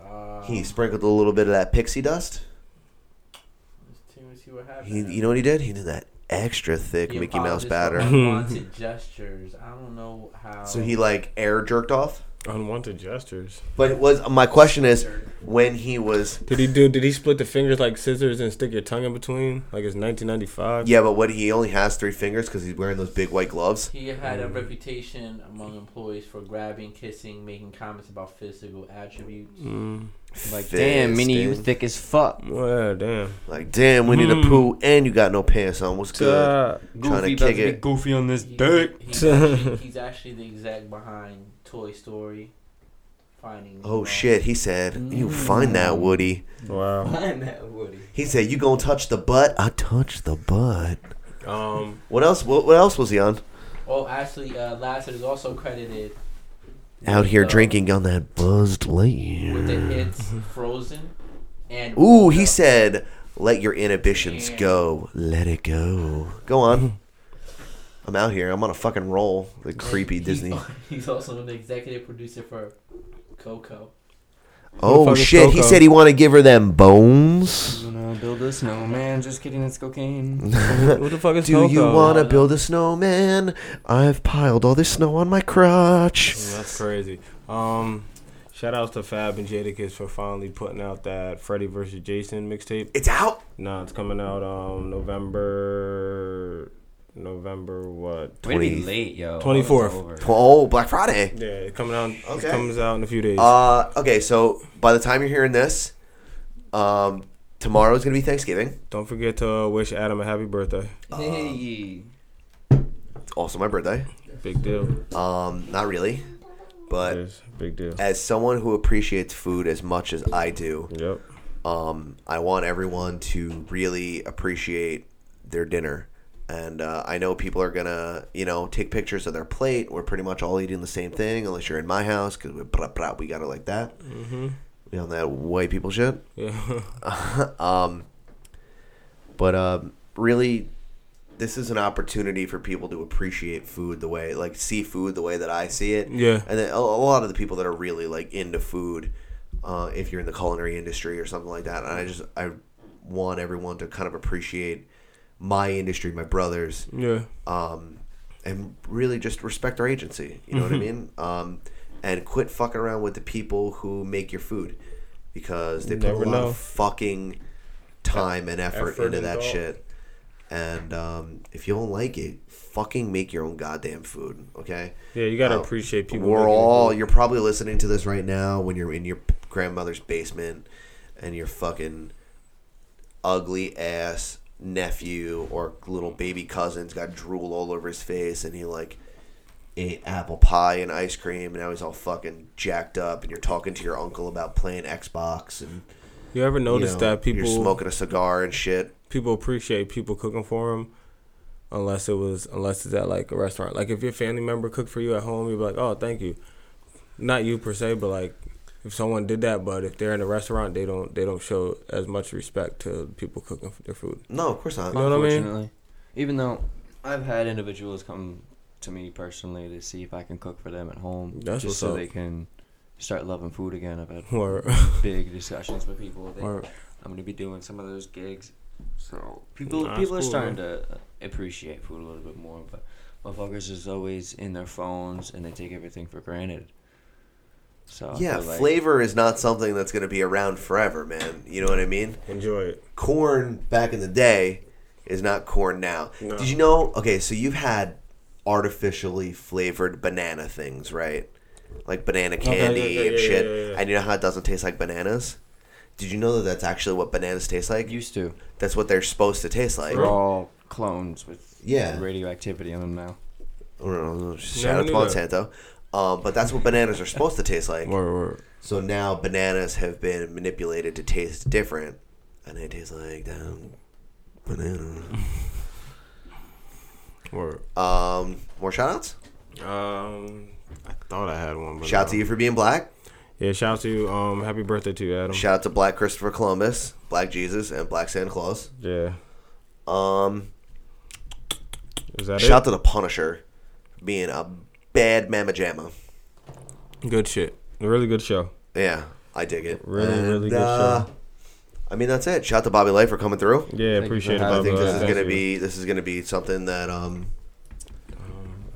Speaker 6: Uh-huh.
Speaker 5: He sprinkled a little bit of that pixie dust.
Speaker 7: Let's see what happened.
Speaker 5: He, you know what he did? He did that extra thick
Speaker 7: He
Speaker 5: Mickey Mouse
Speaker 7: apologized for
Speaker 5: batter.
Speaker 7: Unwanted gestures. I don't know how.
Speaker 5: So he like air jerked off.
Speaker 6: Unwanted gestures.
Speaker 5: But it was my question is, when he was
Speaker 6: Did he do? Did he split the fingers like scissors and stick your tongue in between? Like it's 1995.
Speaker 5: yeah, but what he only has three fingers because he's wearing those big white gloves.
Speaker 7: He had a
Speaker 5: Mm.
Speaker 7: reputation among employees for grabbing, kissing, making comments about physical attributes.
Speaker 1: Like, damn, Minnie, you
Speaker 5: Fisting.
Speaker 1: thick as fuck.
Speaker 6: Mm, Well, damn.
Speaker 5: Like damn, Winnie the Pooh, and you got no pants on. What's good?
Speaker 6: Uh,
Speaker 5: Trying
Speaker 1: Goofy,
Speaker 5: to
Speaker 1: about
Speaker 5: kick
Speaker 1: to be
Speaker 5: it.
Speaker 1: goofy on this
Speaker 7: He-
Speaker 1: dick.
Speaker 7: He's actually, he's actually the exec behind Toy Story. Finding.
Speaker 5: Oh
Speaker 7: Nemo.
Speaker 5: shit, he said. You find that
Speaker 7: Hmm.
Speaker 5: Woody.
Speaker 6: Wow.
Speaker 14: Find that Woody.
Speaker 5: He said, "You gonna touch the butt? I touch the butt."
Speaker 6: Um.
Speaker 5: What else? What, what else was he on?
Speaker 7: Oh, actually, uh, Lasseter is also credited
Speaker 5: Out here
Speaker 7: Uh,
Speaker 5: drinking on that buzzed
Speaker 7: with the
Speaker 5: land.
Speaker 7: hits Frozen and.
Speaker 5: Ooh,
Speaker 7: Wonka.
Speaker 5: he said, "Let your inhibitions
Speaker 7: Yeah.
Speaker 5: go. Let it go. Go on." I'm out here. I'm on a fucking roll. The creepy
Speaker 7: He's-
Speaker 5: Disney.
Speaker 7: He's also an executive producer for Coco.
Speaker 5: Oh
Speaker 6: Motherfucker
Speaker 5: shit! He
Speaker 6: Coco.
Speaker 5: said he want to give her them bones.
Speaker 1: I'm gonna build a snowman. Just kidding, it's cocaine.
Speaker 6: What the fuck is
Speaker 5: Do you
Speaker 6: Coco?
Speaker 5: want to build a snowman? I've piled all this snow on my crotch.
Speaker 6: Mm, That's crazy. Um, shout outs to Fab and Jadakiss for finally putting out that Freddy vs. Jason mixtape.
Speaker 5: It's out.
Speaker 6: Nah, it's coming out um November. November what?
Speaker 1: Way to be
Speaker 5: 20
Speaker 1: late, yo. Oh, it's
Speaker 6: 24th.
Speaker 1: over.
Speaker 5: Oh, Black Friday.
Speaker 6: Yeah, it coming out.
Speaker 5: Okay.
Speaker 6: It comes out in a few days.
Speaker 5: Uh, okay, so by the time you're hearing this, um, tomorrow's gonna be Thanksgiving.
Speaker 6: Don't forget to uh, wish Adam a happy birthday.
Speaker 1: Hey.
Speaker 5: Also my birthday.
Speaker 6: Big deal.
Speaker 5: Um, not really,
Speaker 6: It
Speaker 5: but
Speaker 6: is. Big deal.
Speaker 5: as someone who appreciates food as much as I do,
Speaker 6: Yep.
Speaker 5: um, I want everyone to really appreciate their dinner. And uh, I know people are gonna, you know, take pictures of their plate. We're pretty much all eating the same thing, unless you're in my house because we blah, blah, we got it like that. Mm-hmm. We on that white people shit.
Speaker 6: Yeah.
Speaker 5: um, but um, really, this is an opportunity for people to appreciate food the way, like, see food the way that I see it.
Speaker 6: Yeah.
Speaker 5: And then a, a lot of the people that are really like into food, uh, if you're in the culinary industry or something like that, and I just I want everyone to kind of appreciate my industry, my brothers,
Speaker 6: yeah.
Speaker 5: um, and really just respect our agency. You know
Speaker 6: Mm-hmm.
Speaker 5: what I mean? Um, and quit fucking around with the people who make your food because they put a
Speaker 6: Never
Speaker 5: lot
Speaker 6: know. E-,
Speaker 5: of fucking time and effort,
Speaker 6: Effort
Speaker 5: into that
Speaker 6: involved.
Speaker 5: shit. And um, if you don't like it, fucking make your own goddamn food, okay?
Speaker 6: Yeah. You gotta
Speaker 5: Uh,
Speaker 6: appreciate people.
Speaker 5: We're
Speaker 6: making it
Speaker 5: all.
Speaker 6: good.
Speaker 5: You're probably listening to this right now when you're in your grandmother's basement, and your fucking ugly ass nephew or little baby cousin's got drool all over his face, and he like ate apple pie and ice cream, and now he's all fucking jacked up, and you're talking to your uncle about playing Xbox, and
Speaker 6: You ever
Speaker 5: you
Speaker 6: notice
Speaker 5: know,
Speaker 6: that people
Speaker 5: you're smoking a cigar and shit.
Speaker 6: people appreciate people cooking for them unless it was unless it's at like a restaurant like if your family member cooked for you at home you'd be like oh thank you not you per se but like if someone did that but if they're in a restaurant they don't they don't show as much respect to people cooking for their food
Speaker 5: No, of course not.
Speaker 6: You know what I mean?
Speaker 1: Unfortunately. Even though I've had individuals come to me personally to see if I can cook for them at home,
Speaker 6: That's
Speaker 1: just
Speaker 6: what's
Speaker 1: so
Speaker 6: up.
Speaker 1: they can start loving food again. I've had
Speaker 6: or
Speaker 1: big discussions with people. They,
Speaker 6: or
Speaker 1: I'm gonna be doing some of those gigs, so people
Speaker 6: Nah,
Speaker 1: people are
Speaker 6: it's cool,
Speaker 1: starting to uh, appreciate food a little bit more. But motherfuckers is always in their phones and they take everything for granted. So I
Speaker 5: Yeah,
Speaker 1: feel like-
Speaker 5: flavor is not something that's gonna be around forever, man. You know what I mean?
Speaker 6: enjoy it
Speaker 5: corn back in the day is not corn now.
Speaker 6: No.
Speaker 5: Did you know? Okay, so you've had artificially flavored banana things, right? Like banana
Speaker 6: yeah,
Speaker 5: candy
Speaker 6: yeah,
Speaker 5: and
Speaker 6: yeah,
Speaker 5: shit.
Speaker 6: yeah, yeah.
Speaker 5: And you know how it doesn't taste like bananas? Did you know that that's actually what bananas taste like?
Speaker 1: used to.
Speaker 5: that's what they're supposed to taste like.
Speaker 1: They're all clones with
Speaker 5: Yeah.
Speaker 1: radioactivity in them now.
Speaker 5: Or, uh, Shout out to
Speaker 6: Never knew that.
Speaker 5: Monsanto. Um, but that's what bananas are supposed to taste like.
Speaker 6: or, or
Speaker 5: So now bananas have been manipulated to taste different, and they taste like damn banana.
Speaker 6: or
Speaker 5: Um, more shout outs?
Speaker 6: um I thought I had one but
Speaker 5: Shout out to you for being black.
Speaker 6: yeah shout out to you um happy birthday to you Adam
Speaker 5: Shout out to Black Christopher Columbus, Black Jesus, and Black Santa Claus.
Speaker 6: yeah
Speaker 5: Um,
Speaker 6: is that
Speaker 5: shout out to the Punisher for being a bad mama jamma.
Speaker 6: it good shit really good show
Speaker 5: Yeah, I dig it.
Speaker 6: Really, really good
Speaker 5: uh,
Speaker 6: show.
Speaker 5: I mean, that's it. Shout out to Bobby Light for coming through.
Speaker 6: yeah
Speaker 1: for
Speaker 6: appreciate it
Speaker 1: having
Speaker 5: I
Speaker 1: Oh,
Speaker 5: think
Speaker 6: Bubba.
Speaker 5: this is
Speaker 6: Thank
Speaker 5: gonna
Speaker 6: you.
Speaker 5: be this is gonna be something that um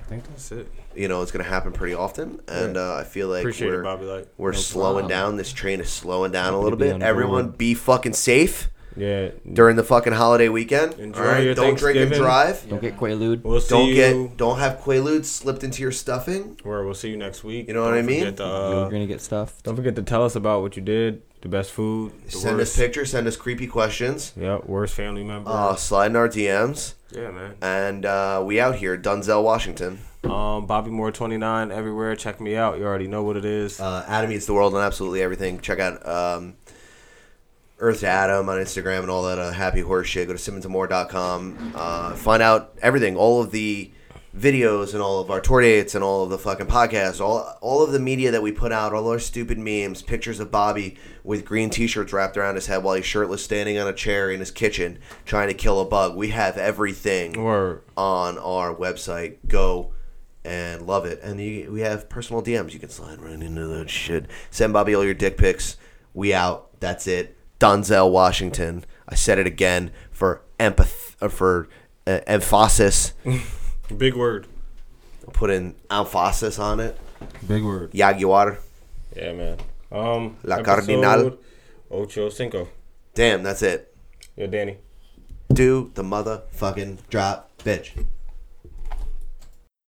Speaker 1: I
Speaker 6: think that's it.
Speaker 5: you know it's going to happen pretty often and uh, i feel like
Speaker 6: Appreciate it,
Speaker 5: we're,
Speaker 6: Bobby Light.
Speaker 5: we're
Speaker 6: No
Speaker 5: slowing
Speaker 6: problem.
Speaker 5: down this train is slowing down
Speaker 6: Happy
Speaker 5: a
Speaker 6: to
Speaker 5: little
Speaker 6: be
Speaker 5: bit
Speaker 6: on
Speaker 5: everyone
Speaker 6: board.
Speaker 5: be fucking safe
Speaker 6: Yeah.
Speaker 5: during the fucking holiday weekend
Speaker 6: Enjoy
Speaker 5: all right
Speaker 6: your
Speaker 5: don't drink and
Speaker 6: Thanksgiving.
Speaker 5: drive
Speaker 1: Don't get Quaalude.
Speaker 6: We'll see
Speaker 5: don't
Speaker 6: you.
Speaker 5: get don't have quaaludes slipped into your stuffing
Speaker 6: where we'll see you next week.
Speaker 5: You know what I mean?
Speaker 6: forget to,
Speaker 1: You're
Speaker 6: uh,
Speaker 1: gonna get stuffed.
Speaker 6: don't forget to tell us about what you did, the best food, the
Speaker 5: send
Speaker 6: worst,
Speaker 5: us pictures send us creepy questions
Speaker 6: yeah, worst family member.
Speaker 5: uh, slide in our dms
Speaker 6: yeah, man.
Speaker 5: and uh, we out here dunzel washington
Speaker 6: Um, Bobby Moore twenty nine everywhere. Check me out. You already know what it is.
Speaker 5: uh, Adam Eats the World on absolutely everything. Check out um, Earth to Adam on Instagram and all that uh, happy horse shit. Go to simmonsmore.com. Uh, find out everything, all of the videos and all of our tour dates and all of the fucking podcasts, all all of the media that we put out, all our stupid memes, pictures of Bobby with green t-shirts wrapped around his head while he's shirtless standing on a chair in his kitchen trying to kill a bug. We have everything
Speaker 6: Word.
Speaker 5: on our website. Go and love it. And you, we have personal DMs. You can slide right into that shit. Send Bobby all your dick pics. We out. That's it. Donzel Washington. I said it again for empath uh, for uh, emphasis.
Speaker 6: Big word.
Speaker 5: Put in emphasis on it.
Speaker 6: Big word.
Speaker 5: Jaguar.
Speaker 6: Yeah, man. Um,
Speaker 5: La Cardinal.
Speaker 6: Ocho Cinco.
Speaker 5: Damn, that's it.
Speaker 6: Yo, Danny.
Speaker 5: Do the motherfucking drop, bitch.